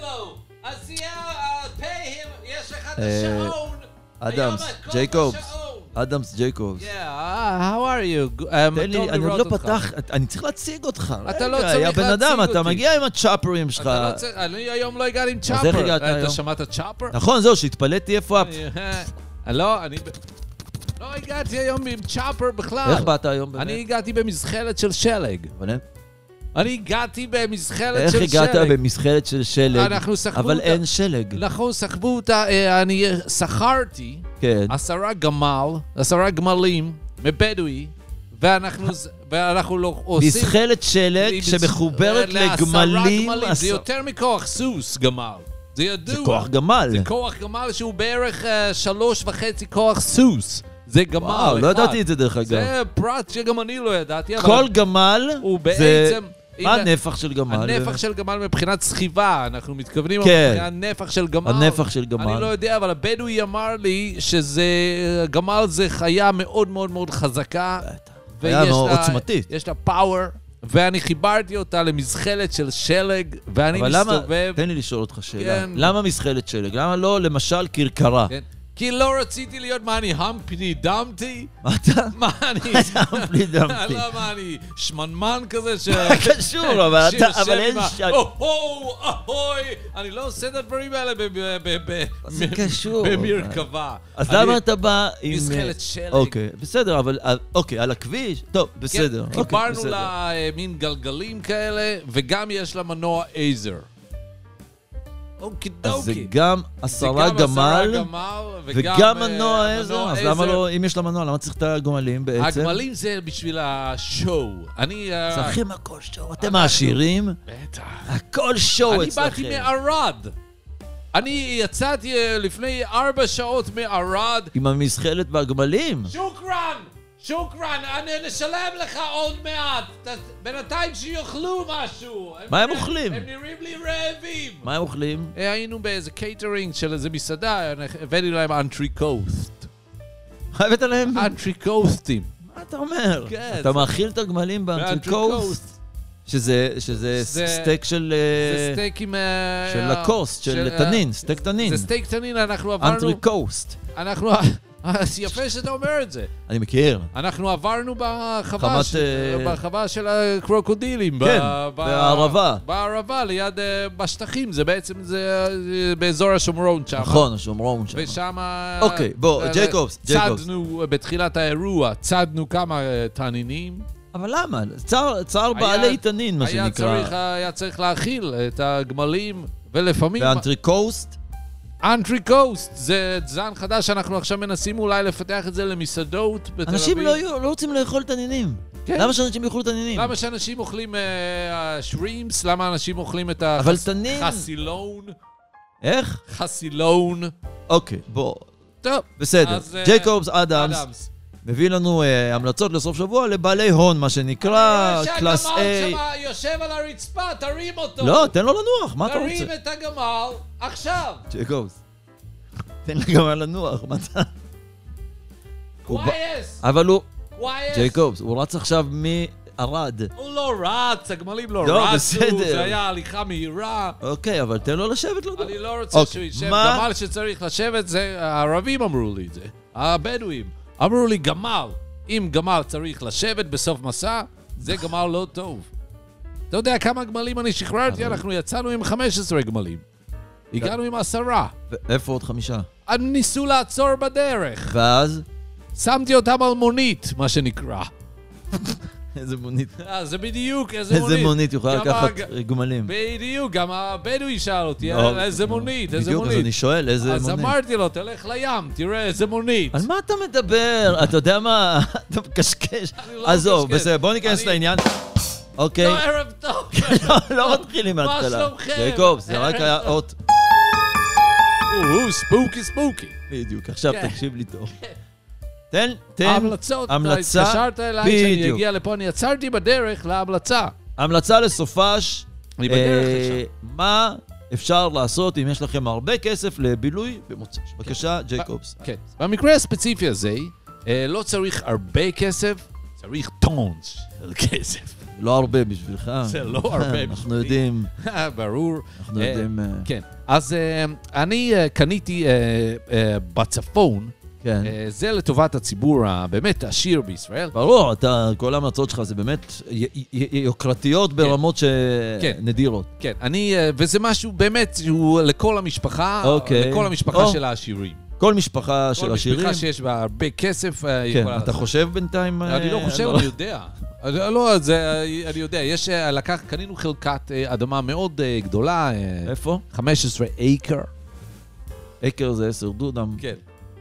[SPEAKER 3] לו! אז יהיה, אה, pay him, יש לך את
[SPEAKER 2] אה,
[SPEAKER 3] השעון.
[SPEAKER 2] אדמס,
[SPEAKER 3] היום הכל
[SPEAKER 2] ג'ייקובס.
[SPEAKER 3] בשעון.
[SPEAKER 2] אדמס ג'ייקובס.
[SPEAKER 3] Yeah, uh, how are you? um,
[SPEAKER 2] תן לי, אני עוד לא פתח, אני צריך להציג אותך.
[SPEAKER 3] אתה לא
[SPEAKER 2] רגע,
[SPEAKER 3] צריך
[SPEAKER 2] יא בן אדם,
[SPEAKER 3] להציג
[SPEAKER 2] אתה
[SPEAKER 3] אותי.
[SPEAKER 2] מגיע עם הצ'אפרים שלך.
[SPEAKER 3] אתה לא צריך, אני היום לא הגעתי עם צ'אפר.
[SPEAKER 2] איך הגעת
[SPEAKER 3] אה,
[SPEAKER 2] היום?
[SPEAKER 3] אתה שמעת צ'אפר?
[SPEAKER 2] נכון, זהו, שהתפלאתי איפה אפ.
[SPEAKER 3] אה, לא, אני... ב- לא הגעתי היום עם צ'אפר בכלל.
[SPEAKER 2] איך באת היום באמת?
[SPEAKER 3] אה, אני הגעתי במזחלת של שלג.
[SPEAKER 2] באמת?
[SPEAKER 3] אני הגעתי במזחלת
[SPEAKER 2] איך
[SPEAKER 3] של שלג.
[SPEAKER 2] הגעת במזחלת של שלג,
[SPEAKER 3] אנחנו סחבו
[SPEAKER 2] אבל
[SPEAKER 3] אותה.
[SPEAKER 2] אין שלג?
[SPEAKER 3] נכון, סחבו אותה, אה, אני שכרתי
[SPEAKER 2] כן.
[SPEAKER 3] עשרה גמל, עשרה גמלים מבדואי, ואנחנו ז- ואנחנו לא עושים...
[SPEAKER 2] מזחלת שלג
[SPEAKER 3] היא
[SPEAKER 2] שמחוברת
[SPEAKER 3] מצ- לעשרה
[SPEAKER 2] לגמלים.
[SPEAKER 3] זה
[SPEAKER 2] עשר-
[SPEAKER 3] יותר מכוח סוס גמל. זה ידוע.
[SPEAKER 2] זה כוח גמל.
[SPEAKER 3] זה כוח גמל שהוא בערך אה, שלוש וחצי כוח סוס. זה גמל
[SPEAKER 2] וואו,
[SPEAKER 3] אחד.
[SPEAKER 2] לא ידעתי את זה דרך אגב.
[SPEAKER 3] זה פרט שגם אני לא ידעתי, אבל...
[SPEAKER 2] כל גמל
[SPEAKER 3] הוא
[SPEAKER 2] זה...
[SPEAKER 3] בעצם...
[SPEAKER 2] מה
[SPEAKER 3] הנה,
[SPEAKER 2] הנפח של גמל?
[SPEAKER 3] הנפח של גמל מבחינת סחיבה, אנחנו מתכוונים
[SPEAKER 2] כן.
[SPEAKER 3] אבל מבחינת הנפח של גמל.
[SPEAKER 2] הנפח של גמל.
[SPEAKER 3] אני לא יודע, אבל הבדואי אמר לי שזה... גמל זה חיה מאוד מאוד מאוד חזקה.
[SPEAKER 2] חיה
[SPEAKER 3] ויש
[SPEAKER 2] מאוד
[SPEAKER 3] לה-
[SPEAKER 2] עוצמתית.
[SPEAKER 3] יש לה פאוור, ואני חיברתי אותה למזחלת של שלג, ואני
[SPEAKER 2] אבל למה,
[SPEAKER 3] מסתובב...
[SPEAKER 2] תן לי לשאול אותך שאלה.
[SPEAKER 3] כן.
[SPEAKER 2] למה מזחלת שלג? למה לא למשל כרכרה?
[SPEAKER 3] כן. כי לא רציתי להיות מה אני המפני דמתי?
[SPEAKER 2] מה *laughs* אתה?
[SPEAKER 3] מה
[SPEAKER 2] *laughs*
[SPEAKER 3] אני...
[SPEAKER 2] בלי
[SPEAKER 3] *laughs*
[SPEAKER 2] דמתי.
[SPEAKER 3] לא, מה אני שמנמן כזה ש...
[SPEAKER 2] קשור, אבל אתה-
[SPEAKER 3] שיושב
[SPEAKER 2] אבל
[SPEAKER 3] עם
[SPEAKER 2] אין
[SPEAKER 3] ה-
[SPEAKER 2] ש...
[SPEAKER 3] אוהו, אהוי, אני לא עושה את הדברים האלה ב- ב- ב- ב-
[SPEAKER 2] זה
[SPEAKER 3] ב-
[SPEAKER 2] קשור. אה,
[SPEAKER 3] במרכבה.
[SPEAKER 2] אז
[SPEAKER 3] אני-
[SPEAKER 2] למה אתה בא עם... אה,
[SPEAKER 3] מזחלת שלג.
[SPEAKER 2] אוקיי, בסדר, אבל... אה, אוקיי, על הכביש? טוב,
[SPEAKER 3] כן,
[SPEAKER 2] בסדר. אוקיי,
[SPEAKER 3] חיברנו
[SPEAKER 2] בסדר.
[SPEAKER 3] לה אה, מין גלגלים כאלה, וגם יש לה מנוע עזר.
[SPEAKER 2] אז זה
[SPEAKER 3] אוקידוקי.
[SPEAKER 2] גם
[SPEAKER 3] אוקיי. זה
[SPEAKER 2] עשרה
[SPEAKER 3] גם עשרה
[SPEAKER 2] גמל,
[SPEAKER 3] גמל,
[SPEAKER 2] וגם
[SPEAKER 3] אה,
[SPEAKER 2] מנוע עזר. אז למה לא... אם יש לה מנוע, למה צריך את הגמלים בעצם?
[SPEAKER 3] הגמלים זה בשביל השואו. אני... אה,
[SPEAKER 2] צריכים הכל שואו. אתם העשירים,
[SPEAKER 3] בטח.
[SPEAKER 2] הכל שואו
[SPEAKER 3] אני
[SPEAKER 2] אצלכם.
[SPEAKER 3] באתי מערד. אני יצאתי אה, לפני ארבע שעות מערד.
[SPEAKER 2] עם המזחלת והגמלים.
[SPEAKER 3] שוקרן! שוקרן, אני נשלם לך עוד מעט. ת- בינתיים שיאכלו משהו.
[SPEAKER 2] מה הם
[SPEAKER 3] נראים-
[SPEAKER 2] אוכלים?
[SPEAKER 3] הם נראים לי רעבים.
[SPEAKER 2] מה הם אוכלים?
[SPEAKER 3] אה, היינו באיזה קייטרינג של איזה מסעדה, אני- הבאתי להם אנטריקוסט.
[SPEAKER 2] מה הבאת להם?
[SPEAKER 3] אנטריקוסטים.
[SPEAKER 2] מה אתה אומר?
[SPEAKER 3] אה, כן,
[SPEAKER 2] אתה
[SPEAKER 3] זה-
[SPEAKER 2] מאכיל את הגמלים באנטריקוסט? שזה, שזה
[SPEAKER 3] זה-
[SPEAKER 2] סטייק של...
[SPEAKER 3] זה
[SPEAKER 2] אה,
[SPEAKER 3] סטייק עם... אה,
[SPEAKER 2] של לקוסט, של
[SPEAKER 3] אה,
[SPEAKER 2] תנין, סטייק תנין.
[SPEAKER 3] זה סטייק תנין, אנחנו עברנו...
[SPEAKER 2] אנטריקוסט.
[SPEAKER 3] אנחנו... *laughs* אז יפה שאתה אומר את זה.
[SPEAKER 2] אני מכיר.
[SPEAKER 3] אנחנו עברנו בחווה,
[SPEAKER 2] חמת,
[SPEAKER 3] ש...
[SPEAKER 2] אה,
[SPEAKER 3] בחווה של הקרוקודילים. ב-
[SPEAKER 2] כן,
[SPEAKER 3] ב-
[SPEAKER 2] בערבה.
[SPEAKER 3] בערבה, ליד... אה, בשטחים, זה בעצם, זה אה, באזור השומרון שם.
[SPEAKER 2] נכון, השומרון שם.
[SPEAKER 3] ושם...
[SPEAKER 2] אוקיי, בוא,
[SPEAKER 3] אה,
[SPEAKER 2] ג'ייקובס, ג'ייקובס.
[SPEAKER 3] צדנו אה, בתחילת האירוע, צדנו כמה אה, תנינים.
[SPEAKER 2] אבל למה? צער, צער
[SPEAKER 3] היה-
[SPEAKER 2] בעלי תנין, מה
[SPEAKER 3] היה צריך, אה,
[SPEAKER 2] שנקרא.
[SPEAKER 3] היה צריך להאכיל את הגמלים, ולפעמים...
[SPEAKER 2] באנטריקוסט?
[SPEAKER 3] אנטריקוסט, זה זן חדש, אנחנו עכשיו מנסים אולי לפתח את זה למסעדות בתל אביב.
[SPEAKER 2] אנשים לא, יהיו- לא רוצים לאכול תנינים.
[SPEAKER 3] כן.
[SPEAKER 2] למה שאנשים יאכלו תנינים?
[SPEAKER 3] למה שאנשים אוכלים שרימפס? למה אנשים אוכלים את
[SPEAKER 2] אבל
[SPEAKER 3] החס-
[SPEAKER 2] תנין...
[SPEAKER 3] חסילון?
[SPEAKER 2] איך?
[SPEAKER 3] חסילון.
[SPEAKER 2] אוקיי, בוא.
[SPEAKER 3] טוב.
[SPEAKER 2] בסדר.
[SPEAKER 3] אז, אה,
[SPEAKER 2] ג'ייקובס אדמס
[SPEAKER 3] אדמס.
[SPEAKER 2] מביא לנו אה, המלצות לסוף שבוע לבעלי הון, מה שנקרא, אה, קלאס A.
[SPEAKER 3] אני רואה אה, שהגמל שם יושב על הרצפה, תרים לא- אותו.
[SPEAKER 2] לא, תן לו לנוח, מה אתה
[SPEAKER 3] תרים
[SPEAKER 2] רוצה?
[SPEAKER 3] את הגמל עכשיו.
[SPEAKER 2] ג'ייקובס. תן לגמל לנוח, מה אתה... הוא בא-
[SPEAKER 3] וואייס,
[SPEAKER 2] אבל הוא...
[SPEAKER 3] וואייס.
[SPEAKER 2] ג'ייקובס, הוא רץ עכשיו מערד.
[SPEAKER 3] הוא לא רץ, הגמלים לא
[SPEAKER 2] לא,
[SPEAKER 3] רצו,
[SPEAKER 2] בסדר.
[SPEAKER 3] זה היה הליכה מהירה.
[SPEAKER 2] אוקיי, אבל תן לו לשבת לדוח.
[SPEAKER 3] אני לא רוצה
[SPEAKER 2] אוקיי,
[SPEAKER 3] שהוא יישב.
[SPEAKER 2] מה-
[SPEAKER 3] גמל שצריך לשבת, זה הערבים אמרו לי את זה. הבדואים. אמרו לי, גמל, אם גמל צריך לשבת בסוף מסע, זה גמל לא טוב. אתה יודע כמה גמלים אני שחררתי? אנחנו יצאנו עם 15 גמלים.
[SPEAKER 2] כן.
[SPEAKER 3] הגענו עם עשרה.
[SPEAKER 2] איפה עוד חמישה?
[SPEAKER 3] הם ניסו לעצור בדרך.
[SPEAKER 2] ואז?
[SPEAKER 3] שמתי אותם על מונית, מה שנקרא.
[SPEAKER 2] איזה מונית.
[SPEAKER 3] אה, זה בדיוק, איזה מונית.
[SPEAKER 2] איזה מונית יכולה
[SPEAKER 3] גם
[SPEAKER 2] לקחת
[SPEAKER 3] הג-
[SPEAKER 2] גמלים.
[SPEAKER 3] בדיוק, גם הבדואי שאל אותי,
[SPEAKER 2] לא,
[SPEAKER 3] "אה, איזה מונית, איזה
[SPEAKER 2] בדיוק, אז אני
[SPEAKER 3] מונית.
[SPEAKER 2] שואל, איזה
[SPEAKER 3] אז
[SPEAKER 2] מונית.
[SPEAKER 3] אמרתי לו, תלך לים, תראה איזה מונית.
[SPEAKER 2] על מה אתה מדבר? אתה יודע מה? *laughs* אתה מקשקש.
[SPEAKER 3] אני לא
[SPEAKER 2] עזוב,
[SPEAKER 3] מקשקש.
[SPEAKER 2] בסדר, בוא ניכנס
[SPEAKER 3] אני-
[SPEAKER 2] לעניין. אוקיי.
[SPEAKER 3] לא, ערב
[SPEAKER 2] *laughs*
[SPEAKER 3] טוב.
[SPEAKER 2] לא, לא מתחילים
[SPEAKER 3] מה
[SPEAKER 2] מההתחלה.
[SPEAKER 3] שלומכם? אה,
[SPEAKER 2] יעקב, זה רק היה אות.
[SPEAKER 3] או, ספוקי ספוקי.
[SPEAKER 2] בדיוק, עכשיו
[SPEAKER 3] כן.
[SPEAKER 2] תקשיב לי טוב. תן, תן
[SPEAKER 3] ההמלצות,
[SPEAKER 2] כן, המלצה,
[SPEAKER 3] אתה התקשרת אליי שאני
[SPEAKER 2] בדיוק.
[SPEAKER 3] אגיע לפה, אני עצרתי בדרך להמלצה.
[SPEAKER 2] המלצה לסופש.
[SPEAKER 3] אני בדרך
[SPEAKER 2] אה,
[SPEAKER 3] לשם.
[SPEAKER 2] מה אפשר לעשות אם יש לכם הרבה כסף לבילוי במוצ"ש? בבקשה, ג'ייקובס.
[SPEAKER 3] כן. במקרה הספציפי הזה, אה, לא צריך הרבה כסף, צריך טונס של כסף. *laughs*
[SPEAKER 2] לא הרבה בשבילך. אה,
[SPEAKER 3] זה לא הרבה
[SPEAKER 2] אנחנו
[SPEAKER 3] בשבילי.
[SPEAKER 2] יודעים,
[SPEAKER 3] ברור.
[SPEAKER 2] אנחנו
[SPEAKER 3] אה,
[SPEAKER 2] יודעים... אה,
[SPEAKER 3] כן. אז אה, אני אה, קניתי אה, אה, בצפון,
[SPEAKER 2] כן.
[SPEAKER 3] אה, זה לטובת הציבור הבאמת עשיר בישראל.
[SPEAKER 2] ברור, אתה, כל ההמלצות שלך זה באמת י- י- י- יוקרתיות ברמות
[SPEAKER 3] כן.
[SPEAKER 2] שנדירות.
[SPEAKER 3] כן, אני, אה, וזה משהו באמת שהוא לכל המשפחה,
[SPEAKER 2] אוקיי.
[SPEAKER 3] לכל המשפחה
[SPEAKER 2] או.
[SPEAKER 3] של העשירים.
[SPEAKER 2] כל משפחה של
[SPEAKER 3] כל
[SPEAKER 2] עשירים.
[SPEAKER 3] משפחה שיש בה הרבה כסף, אה, היא
[SPEAKER 2] כן,
[SPEAKER 3] יכולה
[SPEAKER 2] אתה
[SPEAKER 3] לעשות.
[SPEAKER 2] חושב בינתיים...
[SPEAKER 3] אני לא
[SPEAKER 2] אה,
[SPEAKER 3] חושב, אני יודע. אז, אה, לא, זה, אה, אני יודע, יש, אה, לקח, קנינו חלקת אה, אדמה מאוד אה, גדולה, אה,
[SPEAKER 2] איפה?
[SPEAKER 3] 15 אייקר.
[SPEAKER 2] אקר זה 10 דונם,
[SPEAKER 3] כן.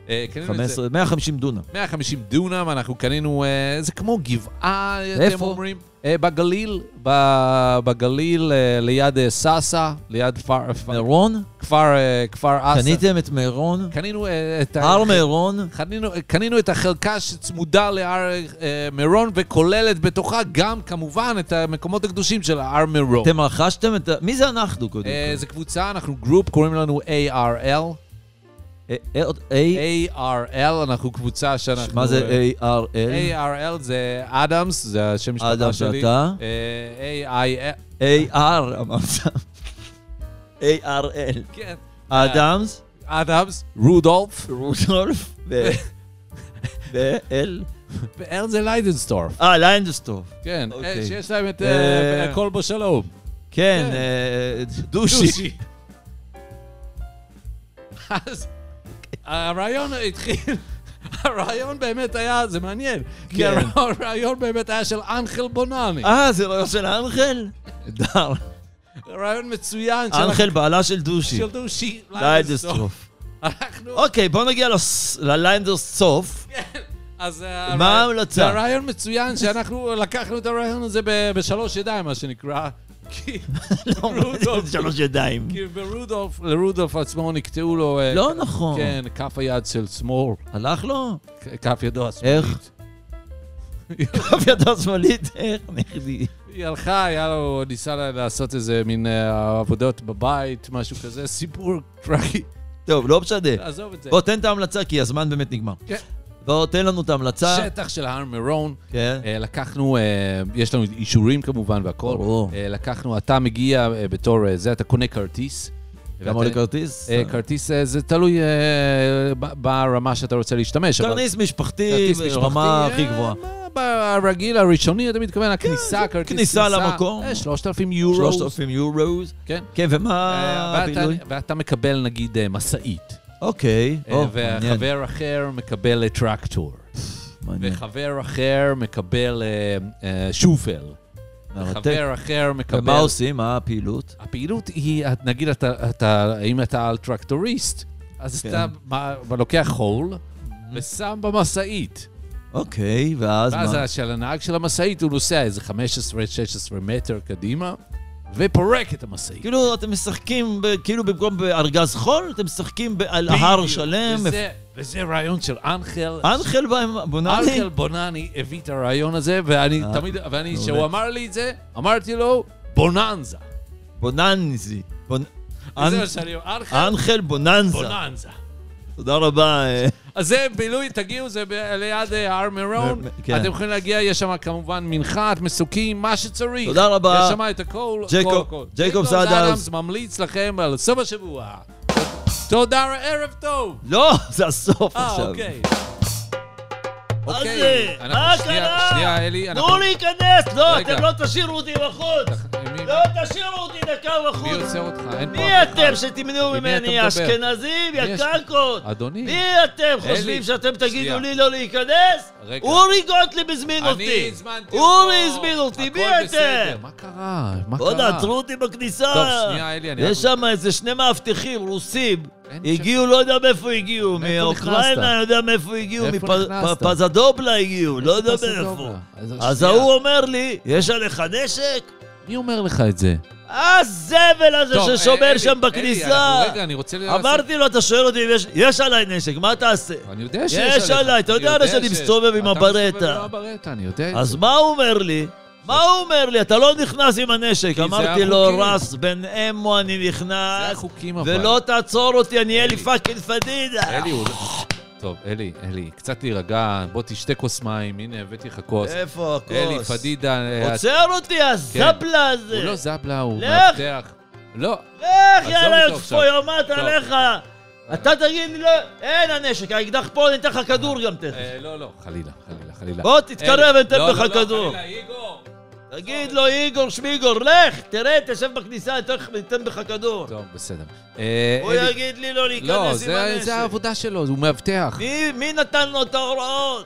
[SPEAKER 3] אה, קנינו את זה.
[SPEAKER 2] 15, 150 דונם.
[SPEAKER 3] 150 דונם, אנחנו קנינו, אה, זה כמו גבעה, אתם
[SPEAKER 2] איפה?
[SPEAKER 3] אומרים. אה, בגליל, ב- בגליל, אה, ליד אה, סאסא, ליד כפר-
[SPEAKER 2] מירון?
[SPEAKER 3] כפר אה, כפר אסא.
[SPEAKER 2] קניתם את מירון?
[SPEAKER 3] קנינו אה, את ה-
[SPEAKER 2] הר מירון?
[SPEAKER 3] קנינו, קנינו את החלקה שצמודה להר אה, מירון וכוללת בתוכה גם כמובן את המקומות הקדושים של ההר מירון.
[SPEAKER 2] אתם רכשתם את ה... מי זה אנחנו קודם?
[SPEAKER 3] אה, זו קבוצה, אנחנו גרופ, קוראים לנו ARL.
[SPEAKER 2] אה, אה, אה,
[SPEAKER 3] ARL, אנחנו קבוצה שאנחנו...
[SPEAKER 2] מה
[SPEAKER 3] אה,
[SPEAKER 2] זה ARL?
[SPEAKER 3] ARL זה אדמס, זה השם של
[SPEAKER 2] אדם
[SPEAKER 3] המשפחה שלי.
[SPEAKER 2] ואתה?
[SPEAKER 3] אה, AIL,
[SPEAKER 2] AR אמרת. *laughs* ARL.
[SPEAKER 3] כן.
[SPEAKER 2] אדמס,
[SPEAKER 3] אדמס, רודולף,
[SPEAKER 2] רודולף ו... ואל...
[SPEAKER 3] ואל זה ליידנסטורף.
[SPEAKER 2] אה, ליינדסטוב.
[SPEAKER 3] כן, אה,
[SPEAKER 2] אוקיי.
[SPEAKER 3] שיש להם את
[SPEAKER 2] אה,
[SPEAKER 3] אה, הכל בשלום.
[SPEAKER 2] כן,
[SPEAKER 3] כן.
[SPEAKER 2] אה, דושי.
[SPEAKER 3] אז הרעיון התחיל, הרעיון באמת היה, זה מעניין, כי
[SPEAKER 2] כן.
[SPEAKER 3] הרעיון באמת היה של אנחל בונני.
[SPEAKER 2] אה, זה רעיון של אנחל? נהדר.
[SPEAKER 3] רעיון מצוין של-
[SPEAKER 2] *laughs* אנחל בעלה של דושי.
[SPEAKER 3] של דושי ליידסטור.
[SPEAKER 2] ליינדסטרוף.
[SPEAKER 3] אנחנו...
[SPEAKER 2] אוקיי, בוא נגיע לס-
[SPEAKER 3] *laughs*
[SPEAKER 2] לליינדסטרוף.
[SPEAKER 3] כן, אז אה,
[SPEAKER 2] מה
[SPEAKER 3] הרעיון-
[SPEAKER 2] ההמלצה?
[SPEAKER 3] זה רעיון מצוין שאנחנו לקחנו את הרעיון הזה ב- בשלוש ידיים, מה שנקרא.
[SPEAKER 2] *laughs*
[SPEAKER 3] כי רודולף-
[SPEAKER 2] לא, שלוש ידיים.
[SPEAKER 3] כי ברודולף, לרודולף עצמו נקטעו לו... אה,
[SPEAKER 2] לא נכון.
[SPEAKER 3] כן, כף היד של שמאל,
[SPEAKER 2] הלך לו?
[SPEAKER 3] כ- כף ידו השמאלית.
[SPEAKER 2] איך? כף ידו השמאלית, איך? נכדי.
[SPEAKER 3] היא הלכה, היה לו, ניסה לה- לעשות איזה מין אה, עבודות בבית, משהו כזה, סיפור טרגי.
[SPEAKER 2] טוב, לא משנה.
[SPEAKER 3] עזוב את זה.
[SPEAKER 2] בוא, תן את ההמלצה, כי הזמן באמת נגמר.
[SPEAKER 3] אה, כן.
[SPEAKER 2] בוא, תן לנו את ההמלצה.
[SPEAKER 3] שטח של הר מירון,
[SPEAKER 2] כן.
[SPEAKER 3] אה, לקחנו, אה, יש לנו אישורים כמובן והכל.
[SPEAKER 2] ברור.
[SPEAKER 3] אה, לקחנו, אתה מגיע אה, בתור אה, זה, אתה קונה כרטיס. ואתה-
[SPEAKER 2] כמה עולה כרטיס?
[SPEAKER 3] אה, כרטיס, אה, זה תלוי אה, ב- ברמה שאתה רוצה להשתמש. אבל-
[SPEAKER 2] כרטיס משפחתי,
[SPEAKER 3] כרטיס משפחתי,
[SPEAKER 2] רמה
[SPEAKER 3] אה,
[SPEAKER 2] הכי גבוהה. כן,
[SPEAKER 3] מה, ברגיל הראשוני, אתה מתכוון, הכניסה, כרטיס
[SPEAKER 2] כניסה למקום.
[SPEAKER 3] אה, 3,000 יורו.
[SPEAKER 2] 3,000 יורוס.
[SPEAKER 3] כן.
[SPEAKER 2] כן, ומה
[SPEAKER 3] אה, ואתה-
[SPEAKER 2] הבילוי?
[SPEAKER 3] ואתה מקבל נגיד אה, משאית,
[SPEAKER 2] אוקיי.
[SPEAKER 3] אה,
[SPEAKER 2] או, מעניין,
[SPEAKER 3] וחבר אחר מקבל אה, טרקטור,
[SPEAKER 2] מעניין.
[SPEAKER 3] וחבר אחר מקבל אה, אה, שופל,
[SPEAKER 2] מרתק.
[SPEAKER 3] חבר אחר מקבל...
[SPEAKER 2] ומה עושים? מה הפעילות?
[SPEAKER 3] הפעילות היא, את- נגיד, אתה- אתה- אם אתה על טרקטוריסט, אז
[SPEAKER 2] כן.
[SPEAKER 3] אתה מה- לוקח חול ושם במשאית.
[SPEAKER 2] אוקיי, ואז
[SPEAKER 3] ואז
[SPEAKER 2] מה?
[SPEAKER 3] של הנהג של המשאית הוא נוסע איזה 15-16 מטר קדימה, ופורק את המשאית.
[SPEAKER 2] כאילו, אתם משחקים, ב- כאילו במקום בארגז חול, אתם משחקים ב- על
[SPEAKER 3] בדיוק.
[SPEAKER 2] הר כאילו, שלם.
[SPEAKER 3] וזה- וזה רעיון של אנחל.
[SPEAKER 2] אנחל בהם, בונני?
[SPEAKER 3] אנחל בונני הביא את הרעיון הזה, ואני
[SPEAKER 2] אה,
[SPEAKER 3] תמיד, ואני,
[SPEAKER 2] מעולה.
[SPEAKER 3] כשהוא אמר לי את זה, אמרתי לו, בוננזה.
[SPEAKER 2] בוננזי. בונ-
[SPEAKER 3] זה
[SPEAKER 2] אנ-
[SPEAKER 3] מה שאני אומר, אנחל
[SPEAKER 2] אנחל בוננזה.
[SPEAKER 3] בוננזה.
[SPEAKER 2] תודה רבה. אה,
[SPEAKER 3] אז זה בילוי, תגיעו, זה ב- ליד אה, הר מירון.
[SPEAKER 2] מ- מ- כן.
[SPEAKER 3] אתם יכולים להגיע, יש שם כמובן מנחת, מסוקים, מה שצריך.
[SPEAKER 2] תודה רבה.
[SPEAKER 3] יש שם את הכל,
[SPEAKER 2] ג'ייקוב-
[SPEAKER 3] הכל, הכל.
[SPEAKER 2] ג'ייקוב
[SPEAKER 3] ג'ייקוב
[SPEAKER 2] סעדאוס.
[SPEAKER 3] אדמס ממליץ לכם על סוף השבוע. תודה, ערב טוב.
[SPEAKER 2] לא, *laughs* זה הסוף
[SPEAKER 3] אה,
[SPEAKER 2] עכשיו.
[SPEAKER 3] אוקיי.
[SPEAKER 2] מה
[SPEAKER 3] אוקיי,
[SPEAKER 2] זה?
[SPEAKER 3] אנחנו-
[SPEAKER 2] מה
[SPEAKER 3] שנייה,
[SPEAKER 2] קרה?
[SPEAKER 3] שנייה, אלי, אנחנו...
[SPEAKER 2] תנו להיכנס! לא,
[SPEAKER 3] רגע.
[SPEAKER 2] אתם לא תשאירו אותי בחוץ!
[SPEAKER 3] אה, מי- שניים.
[SPEAKER 2] לא, תשאירו אותי דקה
[SPEAKER 3] מי
[SPEAKER 2] בחוץ.
[SPEAKER 3] עוצר אותך? אין פה
[SPEAKER 2] נכון. מי
[SPEAKER 3] אף אחד.
[SPEAKER 2] אתם שתמנעו
[SPEAKER 3] עם מי אתה
[SPEAKER 2] ממני,
[SPEAKER 3] מדבר?
[SPEAKER 2] האשכנזים,
[SPEAKER 3] מי יש-
[SPEAKER 2] יקרקות?
[SPEAKER 3] אדוני.
[SPEAKER 2] מי אתם חושבים
[SPEAKER 3] אלי,
[SPEAKER 2] שאתם תגידו
[SPEAKER 3] שנייה.
[SPEAKER 2] לי לא להיכנס?
[SPEAKER 3] רגע.
[SPEAKER 2] אורי גוטליב הזמין אותי.
[SPEAKER 3] אני הזמנתי אותו.
[SPEAKER 2] אורי הזמין אותי,
[SPEAKER 3] הכל
[SPEAKER 2] מי
[SPEAKER 3] בסדר,
[SPEAKER 2] אתם?
[SPEAKER 3] מה קרה? מה קרה?
[SPEAKER 2] בואנה, עצרו אותי בכניסה.
[SPEAKER 3] טוב, שנייה, אלי, אני רק-
[SPEAKER 2] יש שם איזה שני מאבטחים רוסים.
[SPEAKER 3] אין
[SPEAKER 2] הגיעו, לא יודע מאיפה הגיעו.
[SPEAKER 3] מאיפה
[SPEAKER 2] מאוקראינה,
[SPEAKER 3] נכנסת?
[SPEAKER 2] אני יודע מאיפה הגיעו.
[SPEAKER 3] מאיפה נכנסת?
[SPEAKER 2] מפזדובלה הגיעו, לא יודע
[SPEAKER 3] פסדובלה?
[SPEAKER 2] מאיפה.
[SPEAKER 3] אז
[SPEAKER 2] אז
[SPEAKER 3] שנייה,
[SPEAKER 2] ההוא אומר לי, יש עליך נשק?
[SPEAKER 3] מי אומר לך את זה?
[SPEAKER 2] הזבל הזה
[SPEAKER 3] טוב, אה,
[SPEAKER 2] ששומר
[SPEAKER 3] אלי,
[SPEAKER 2] שם
[SPEAKER 3] אלי,
[SPEAKER 2] בכניסה.
[SPEAKER 3] אנחנו- רגע, אני רוצה... אוקיי. לעשות-
[SPEAKER 2] אמרתי לו, אתה שואל אותי אם יש- יש עליי נשק, מה תעשה?
[SPEAKER 3] אני יודע שיש
[SPEAKER 2] יש עליי, אתה
[SPEAKER 3] אני
[SPEAKER 2] יודע הרי שאני
[SPEAKER 3] שיש.
[SPEAKER 2] מסתובב עם
[SPEAKER 3] אתה מסתובב עם
[SPEAKER 2] הברטה.
[SPEAKER 3] הברטה, אני יודע את
[SPEAKER 2] אז
[SPEAKER 3] זה.
[SPEAKER 2] מה הוא אומר לי? מה הוא אומר לי? אתה לא נכנס עם הנשק.
[SPEAKER 3] כי זה
[SPEAKER 2] אמרתי לו,
[SPEAKER 3] החוקים.
[SPEAKER 2] רס, בן אמו אני
[SPEAKER 3] זה
[SPEAKER 2] נכנס,
[SPEAKER 3] החוקים אבל.
[SPEAKER 2] ולא תעצור אותי, אני אהיה לי
[SPEAKER 3] אלי.
[SPEAKER 2] פאקינג פדידה.
[SPEAKER 3] אלי, הוא... טוב, אלי, אלי, קצת תירגע, בוא תשתה כוס מים, הנה הבאתי לך כוס.
[SPEAKER 2] איפה הכוס?
[SPEAKER 3] אלי, פדידה, אה,
[SPEAKER 2] עוצר אותי, הזבלה הזה.
[SPEAKER 3] הוא לא זבלה, הוא
[SPEAKER 2] לך.
[SPEAKER 3] מאבטח. לא,
[SPEAKER 2] לך,
[SPEAKER 3] עזוב
[SPEAKER 2] יאללה,
[SPEAKER 3] אותו
[SPEAKER 2] יוצפו
[SPEAKER 3] עכשיו.
[SPEAKER 2] יומת
[SPEAKER 3] טוב.
[SPEAKER 2] עליך. אתה תגיד לי, לא, אין הנשק, האקדח פה, אני אתן לך כדור גם תכף.
[SPEAKER 3] אה, לא, לא, חלילה, חלילה, חלילה.
[SPEAKER 2] בוא, תתקרב,
[SPEAKER 3] אלי,
[SPEAKER 2] אתן
[SPEAKER 3] לא,
[SPEAKER 2] לך
[SPEAKER 3] לא, לא,
[SPEAKER 2] כדור.
[SPEAKER 3] חלילה, איגור.
[SPEAKER 2] תגיד לו, איגור שמיגור, לך, תראה, תשב בכניסה, אני אתן לך- אתן בך כדור.
[SPEAKER 3] טוב, בסדר. אה,
[SPEAKER 2] הוא
[SPEAKER 3] אלי-
[SPEAKER 2] יגיד לי לא להיכנס
[SPEAKER 3] לא,
[SPEAKER 2] עם
[SPEAKER 3] זה-
[SPEAKER 2] הנשק.
[SPEAKER 3] זה העבודה שלו, הוא מאבטח.
[SPEAKER 2] מי, מי נתן לו את ההוראות?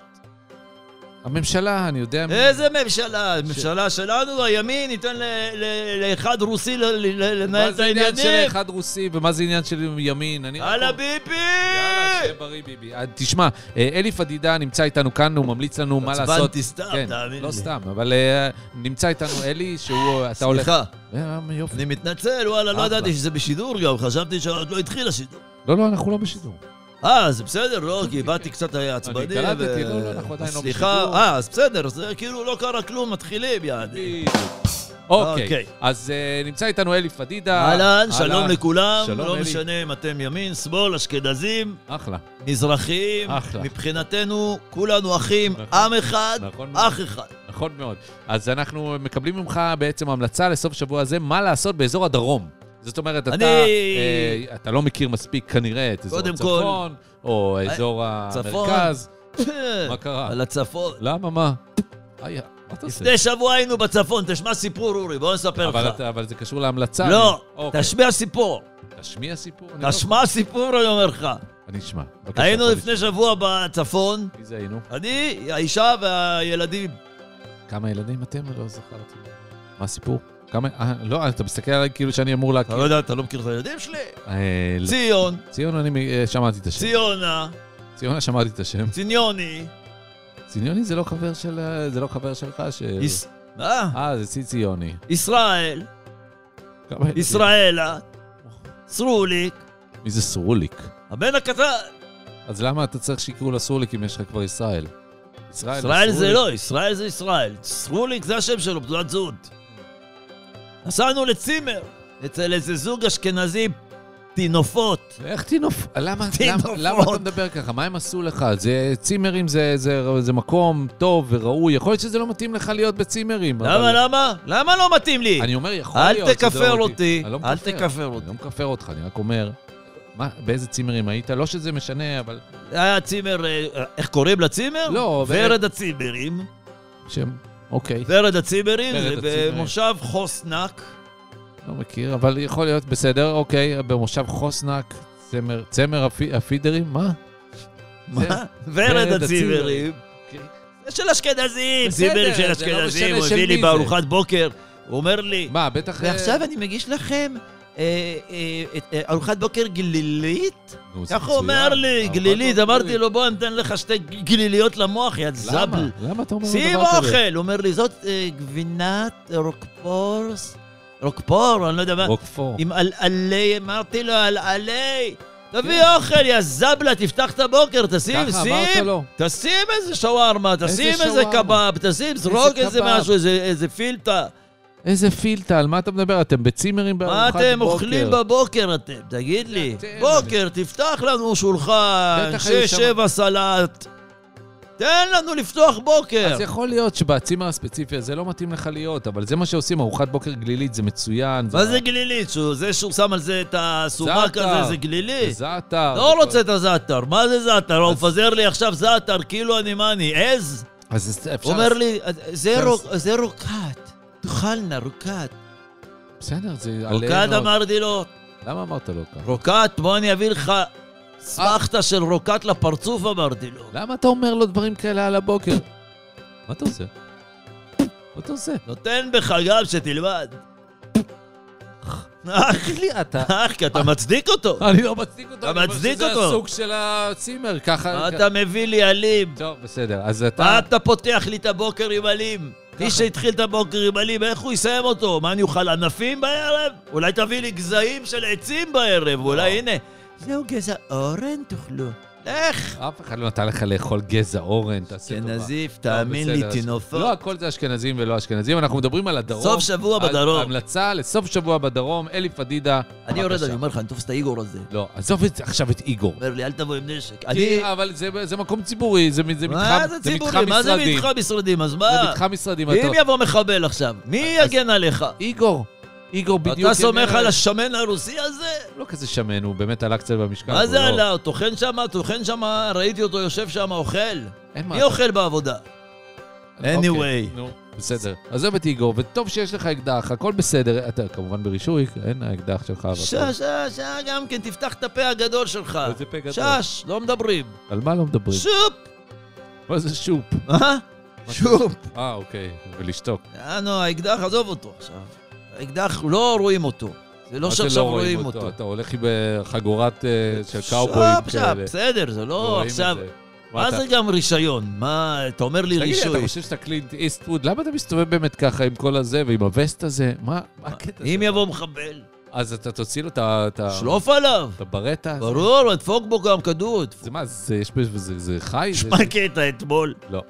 [SPEAKER 3] הממשלה, אני יודע... מי-
[SPEAKER 2] איזה ממשלה? הממשלה שלנו, הימין, ייתן ל- ל- לאחד רוסי ל- ל- ל- לנהל
[SPEAKER 3] מה
[SPEAKER 2] את
[SPEAKER 3] זה עניין של
[SPEAKER 2] העניינים?
[SPEAKER 3] אחד רוסי, ומה זה עניין של ימין? אני...
[SPEAKER 2] הלאה
[SPEAKER 3] הכל-
[SPEAKER 2] ביבי!
[SPEAKER 3] יאללה, שיהיה בריא, ביבי. אה, תשמע, אה, אלי פדידה נמצא איתנו כאן, הוא ממליץ לנו מה
[SPEAKER 2] עצבנתי
[SPEAKER 3] לעשות.
[SPEAKER 2] סתם,
[SPEAKER 3] כן,
[SPEAKER 2] תאמין
[SPEAKER 3] לא
[SPEAKER 2] לי.
[SPEAKER 3] סתם, אבל אה, נמצא איתנו אלי, שהוא... אתה הולך...
[SPEAKER 2] סליחה,
[SPEAKER 3] אה, יופי.
[SPEAKER 2] אני מתנצל, וואלה, לא
[SPEAKER 3] אחלה.
[SPEAKER 2] ידעתי שזה בשידור גם, חשבתי שעוד לא התחיל השידור.
[SPEAKER 3] לא, לא, אנחנו לא בשידור.
[SPEAKER 2] אה, זה בסדר, לא, כי באתי קצת עצבני.
[SPEAKER 3] אני קלטתי,
[SPEAKER 2] ו-
[SPEAKER 3] לא, לא, אנחנו עדיין לא
[SPEAKER 2] סליחה,
[SPEAKER 3] בשידור.
[SPEAKER 2] אה, אז בסדר, זה כאילו לא קרה כלום, מתחילים, יעני. אוקיי.
[SPEAKER 3] אוקיי, אז אה, נמצא איתנו אלי פדידה.
[SPEAKER 2] אהלן, שלום לכולם,
[SPEAKER 3] אה, שלום,
[SPEAKER 2] לא
[SPEAKER 3] אלי.
[SPEAKER 2] משנה אם אתם ימין, שמאל, אשכנזים,
[SPEAKER 3] אחלה.
[SPEAKER 2] מזרחים,
[SPEAKER 3] אחלה.
[SPEAKER 2] מבחינתנו כולנו אחים,
[SPEAKER 3] נכון.
[SPEAKER 2] עם אחד,
[SPEAKER 3] נכון מאוד.
[SPEAKER 2] אח אחד.
[SPEAKER 3] נכון מאוד. אז אנחנו מקבלים ממך בעצם המלצה לסוף שבוע הזה, מה לעשות באזור הדרום. זאת אומרת, אתה,
[SPEAKER 2] אני-
[SPEAKER 3] אה, אתה לא מכיר מספיק כנראה את אזור
[SPEAKER 2] קודם אה,
[SPEAKER 3] הצפון, או אזור
[SPEAKER 2] צפון. אה,
[SPEAKER 3] המרכז. מה קרה?
[SPEAKER 2] כן. על הצפון.
[SPEAKER 3] למה, מה? איי, מה אתה עושה?
[SPEAKER 2] לפני שבוע היינו בצפון, תשמע סיפור, אורי, בוא נספר
[SPEAKER 3] אבל,
[SPEAKER 2] לך.
[SPEAKER 3] אתה, אבל זה קשור להמלצה.
[SPEAKER 2] לא,
[SPEAKER 3] אני- אוקיי.
[SPEAKER 2] תשמיע סיפור.
[SPEAKER 3] תשמיע סיפור. אני לא-
[SPEAKER 2] תשמע סיפור, אני אומר לך.
[SPEAKER 3] אני אשמע. בבקשה,
[SPEAKER 2] היינו
[SPEAKER 3] בוא
[SPEAKER 2] לפני שבוע בצפון,
[SPEAKER 3] נשמע. מי זה היינו?
[SPEAKER 2] אני, האישה והילדים.
[SPEAKER 3] כמה ילדים אתם? לא זכרתי. מה הסיפור? כמה... אה, לא, אתה מסתכל עליי כאילו שאני אמור
[SPEAKER 2] אתה
[SPEAKER 3] להכיר.
[SPEAKER 2] לא יודע, אתה לא מכיר את הילדים שלי?
[SPEAKER 3] אה, לא.
[SPEAKER 2] ציון,
[SPEAKER 3] ציון, אני מ- אה, שמעתי את השם.
[SPEAKER 2] ציונה,
[SPEAKER 3] ציונה, שמעתי את השם.
[SPEAKER 2] ציניוני.
[SPEAKER 3] ציוני זה לא חבר של... אה, זה לא חבר שלך ש...
[SPEAKER 2] יש- אה,
[SPEAKER 3] אה, זה צי ציוני.
[SPEAKER 2] ישראל,
[SPEAKER 3] כן. כמה ילדים?
[SPEAKER 2] ישראלה, סרוליק,
[SPEAKER 3] מי זה סרוליק?
[SPEAKER 2] הבן הקטן.
[SPEAKER 3] אז למה אתה צריך שיקראו לה סרוליק אם יש לך כבר ישראל? ישראל,
[SPEAKER 2] ישראל זה
[SPEAKER 3] סרוליק.
[SPEAKER 2] לא, ישראל זה ישראל. סרוליק זה השם שלו, בתעודת זהות. נסענו לצימר, אצל איזה זוג אשכנזי טינופות.
[SPEAKER 3] איך תינוף? למה, למה,
[SPEAKER 2] לא- תינופות.
[SPEAKER 3] למה אתה מדבר ככה? מה הם עשו לך? זה צימרים זה, זה, זה מקום טוב וראוי. יכול להיות שזה לא מתאים לך להיות בצימרים.
[SPEAKER 2] למה,
[SPEAKER 3] אבל-
[SPEAKER 2] למה? למה לא מתאים לי?
[SPEAKER 3] אני אומר, יכול
[SPEAKER 2] אל
[SPEAKER 3] להיות. זה
[SPEAKER 2] תכפר
[SPEAKER 3] לא
[SPEAKER 2] אותי,
[SPEAKER 3] אני לא
[SPEAKER 2] אל
[SPEAKER 3] מכפר.
[SPEAKER 2] תכפר
[SPEAKER 3] אני
[SPEAKER 2] אותי.
[SPEAKER 3] לא מכפר אותך, אני רק אומר, מה, באיזה צימרים היית? לא שזה משנה, אבל...
[SPEAKER 2] היה צימר, אה, איך קוראים לצימר?
[SPEAKER 3] לא, ו-
[SPEAKER 2] ורד הצימרים.
[SPEAKER 3] שם, אוקיי,
[SPEAKER 2] ורד הצימרים זה
[SPEAKER 3] ורד הצימרים.
[SPEAKER 2] במושב
[SPEAKER 3] *laughs*
[SPEAKER 2] חוסנק.
[SPEAKER 3] לא מכיר, אבל יכול להיות, בסדר, אוקיי, במושב חוסנק, צמר, צמר הפי- הפידרים, מה?
[SPEAKER 2] מה?
[SPEAKER 3] ורד
[SPEAKER 2] ורד
[SPEAKER 3] הצימרים.
[SPEAKER 2] הצימרים. זה של אשכנזים,
[SPEAKER 3] בסדר,
[SPEAKER 2] צימרים
[SPEAKER 3] זה
[SPEAKER 2] של
[SPEAKER 3] לא
[SPEAKER 2] אשכנזים.
[SPEAKER 3] משנה
[SPEAKER 2] הוא
[SPEAKER 3] של
[SPEAKER 2] הביא
[SPEAKER 3] מי
[SPEAKER 2] לי
[SPEAKER 3] זה.
[SPEAKER 2] בארוחת בוקר, הוא אומר לי,
[SPEAKER 3] מה, בטח... אה,
[SPEAKER 2] כן. ועכשיו אני מגיש לכם אה, אה, את- אה, ארוחת בוקר גלילית.
[SPEAKER 3] נו, זה
[SPEAKER 2] ככה הוא
[SPEAKER 3] מצוין.
[SPEAKER 2] אומר לי,
[SPEAKER 3] ארוחת
[SPEAKER 2] גלילית.
[SPEAKER 3] בוקר.
[SPEAKER 2] אמרתי לו, בוא, אני אתן לך שתי גליליות למוח, יא
[SPEAKER 3] למה?
[SPEAKER 2] זבל.
[SPEAKER 3] למה אתה אומר
[SPEAKER 2] שים
[SPEAKER 3] דבר כזה?
[SPEAKER 2] אוכל! הוא אומר לי, זאת אה, גבינת רוקפורס, רוקפור, אני לא יודע מה,
[SPEAKER 3] רוקפור.
[SPEAKER 2] עם אלעלי, אמרתי לו, אלעלי, תביא אוכל, יא זבלה, תפתח את הבוקר, תשים,
[SPEAKER 3] כן. ככה אמרת
[SPEAKER 2] שים,
[SPEAKER 3] לו.
[SPEAKER 2] תשים איזה שווארמה, תשים איזה
[SPEAKER 3] שווארמה?
[SPEAKER 2] קבב, תשים, זרוק איזה
[SPEAKER 3] קבב?
[SPEAKER 2] משהו, איזה- איזה פילטה.
[SPEAKER 3] איזה פילטה, על מה אתה מדבר? אתם בצימרים
[SPEAKER 2] מה
[SPEAKER 3] בארוחת בוקר.
[SPEAKER 2] אתם אוכלים בבוקר אתם? תגיד לי.
[SPEAKER 3] אתם.
[SPEAKER 2] בוקר, תפתח לנו שולחן,
[SPEAKER 3] כן, בטח היו
[SPEAKER 2] שש,
[SPEAKER 3] שם-
[SPEAKER 2] שבע סלט. תן לנו לפתוח בוקר.
[SPEAKER 3] אז יכול להיות שבצימר הספציפי הזה לא מתאים לך להיות, אבל זה מה שעושים, ארוחת בוקר גלילית, זה מצוין.
[SPEAKER 2] מה זה גלילית? שהוא- זה שהוא שם על זה את הסומק
[SPEAKER 3] זעתר.
[SPEAKER 2] הזה, זה גלילי.
[SPEAKER 3] זעתר.
[SPEAKER 2] לא רוצה את הזעתר, מה זה זעתר? הוא מפזר לי עכשיו זעתר, כאילו אני מה אני, עז?
[SPEAKER 3] אז אפשר...
[SPEAKER 2] הוא אומר לי, "זה
[SPEAKER 3] אפשר
[SPEAKER 2] רוק- זה רוקט, תאכלנה רוקט.
[SPEAKER 3] בסדר, זה
[SPEAKER 2] רוקד
[SPEAKER 3] עלינו.
[SPEAKER 2] אמרתי לו,
[SPEAKER 3] למה אמרת לו ככה?
[SPEAKER 2] רוקד, בוא אני אביא לך סבכתה של רוקד לפרצוף, אמרתי לו.
[SPEAKER 3] למה אתה אומר לו דברים כאלה על הבוקר? מה אתה עושה? מה אתה עושה?
[SPEAKER 2] נותן בך גם שתלמד. אח,
[SPEAKER 3] לי אתה...
[SPEAKER 2] אח, כי אתה מצדיק אותו.
[SPEAKER 3] אני לא מצדיק אותו.
[SPEAKER 2] אתה
[SPEAKER 3] אני אומר
[SPEAKER 2] מצדיק
[SPEAKER 3] שזה
[SPEAKER 2] אותו.
[SPEAKER 3] הסוג של הצימר, ככה...
[SPEAKER 2] מה אתה מביא לי אלים?
[SPEAKER 3] טוב, בסדר. אז אתה...
[SPEAKER 2] מה אתה פותח לי את הבוקר עם אלים? מי שהתחיל את הבוקר עם אלים, איך הוא יסיים אותו? מה, אני אוכל ענפים בערב? אולי תביא לי גזעים של עצים בערב, אולי הנה. זהו גזע אורן, תאכלו. לך!
[SPEAKER 3] אף אחד לא נתן לך לאכול גזע אורן, תעשה טובה.
[SPEAKER 2] אשכנזיף,
[SPEAKER 3] טוב,
[SPEAKER 2] תאמין לי,
[SPEAKER 3] בסדר.
[SPEAKER 2] טינופות.
[SPEAKER 3] לא, אה, הכל זה אשכנזים ולא אשכנזים. אנחנו מדברים על הדרום.
[SPEAKER 2] סוף שבוע
[SPEAKER 3] אז
[SPEAKER 2] בדרום.
[SPEAKER 3] המלצה לסוף שבוע בדרום, אלי פדידה.
[SPEAKER 2] אני יורד,
[SPEAKER 3] אה, בבקשה.
[SPEAKER 2] אני אומר לך, אני תופס את האיגור הזה.
[SPEAKER 3] לא, עזוב את- עכשיו את איגור.
[SPEAKER 2] אומר לי, אל תבוא עם נשק. אני...
[SPEAKER 3] כי- אבל זה זה מקום ציבורי, זה מ- זה מתחם
[SPEAKER 2] מה
[SPEAKER 3] משרדים.
[SPEAKER 2] זה ציבורי? מה זה מתחם משרדים? אז
[SPEAKER 3] זה
[SPEAKER 2] מה?
[SPEAKER 3] מתחם משרדים.
[SPEAKER 2] אם
[SPEAKER 3] אתה-
[SPEAKER 2] יבוא מחבל עכשיו, מי
[SPEAKER 3] אז-
[SPEAKER 2] יגן עליך?
[SPEAKER 3] איגור, איגור בדיוק...
[SPEAKER 2] אתה סומך
[SPEAKER 3] ימר-
[SPEAKER 2] על השמן הרוסי הזה?
[SPEAKER 3] הוא לא כזה שמן, הוא באמת עלה קצת במשקל.
[SPEAKER 2] מה
[SPEAKER 3] הוא
[SPEAKER 2] זה
[SPEAKER 3] לא-
[SPEAKER 2] עלה? הוא טוחן שם, טוחן שם, ראיתי אותו יושב שם, אוכל.
[SPEAKER 3] אין מה.
[SPEAKER 2] מי אוכל בעבודה?
[SPEAKER 3] אוקיי,
[SPEAKER 2] anyway.
[SPEAKER 3] נו, בסדר. עזוב את איגור, וטוב שיש לך אקדח, הכל בסדר. אתה כמובן ברישוי, אין האקדח שלך. אבל-
[SPEAKER 2] שש, שש, שש, גם כן, תפתח את הפה הגדול שלך.
[SPEAKER 3] איזה פה גדול.
[SPEAKER 2] שש, לא מדברים.
[SPEAKER 3] על מה לא מדברים?
[SPEAKER 2] שופ!
[SPEAKER 3] מה זה שופ?
[SPEAKER 2] אה? שופ.
[SPEAKER 3] אה, אוקיי, ולשתוק.
[SPEAKER 2] יענו, האקדח, עזוב אותו עכשיו. האקדח, לא רואים אותו. זה לא
[SPEAKER 3] מה זה
[SPEAKER 2] שעכשיו רואים אותו.
[SPEAKER 3] אתה הולך עם אה, חגורת אה, של
[SPEAKER 2] שופ,
[SPEAKER 3] קאובויים
[SPEAKER 2] שופ,
[SPEAKER 3] כאלה.
[SPEAKER 2] בסדר, זה
[SPEAKER 3] לא
[SPEAKER 2] לא
[SPEAKER 3] רואים את
[SPEAKER 2] עכשיו...
[SPEAKER 3] זה.
[SPEAKER 2] מה
[SPEAKER 3] אתה-
[SPEAKER 2] זה גם רישיון? מה, אתה אומר לי
[SPEAKER 3] תגיד לי, אתה
[SPEAKER 2] רישוי.
[SPEAKER 3] חושב שאתה קלינט איסטווד? למה אתה מסתובב באמת ככה עם כל הזה ועם הווסט הזה? מה מה הקטע הזה?
[SPEAKER 2] אם יבוא מחבל,
[SPEAKER 3] אז אתה תוציא לו את ה... את ה-
[SPEAKER 2] שלוף עליו.
[SPEAKER 3] את הברטה? הזה?
[SPEAKER 2] ברור, דפוק בו גם כדור. דפוק.
[SPEAKER 3] זה מה, זה יש בזה, זה חי? זה-
[SPEAKER 2] שמע קטע אתמול.
[SPEAKER 3] לא.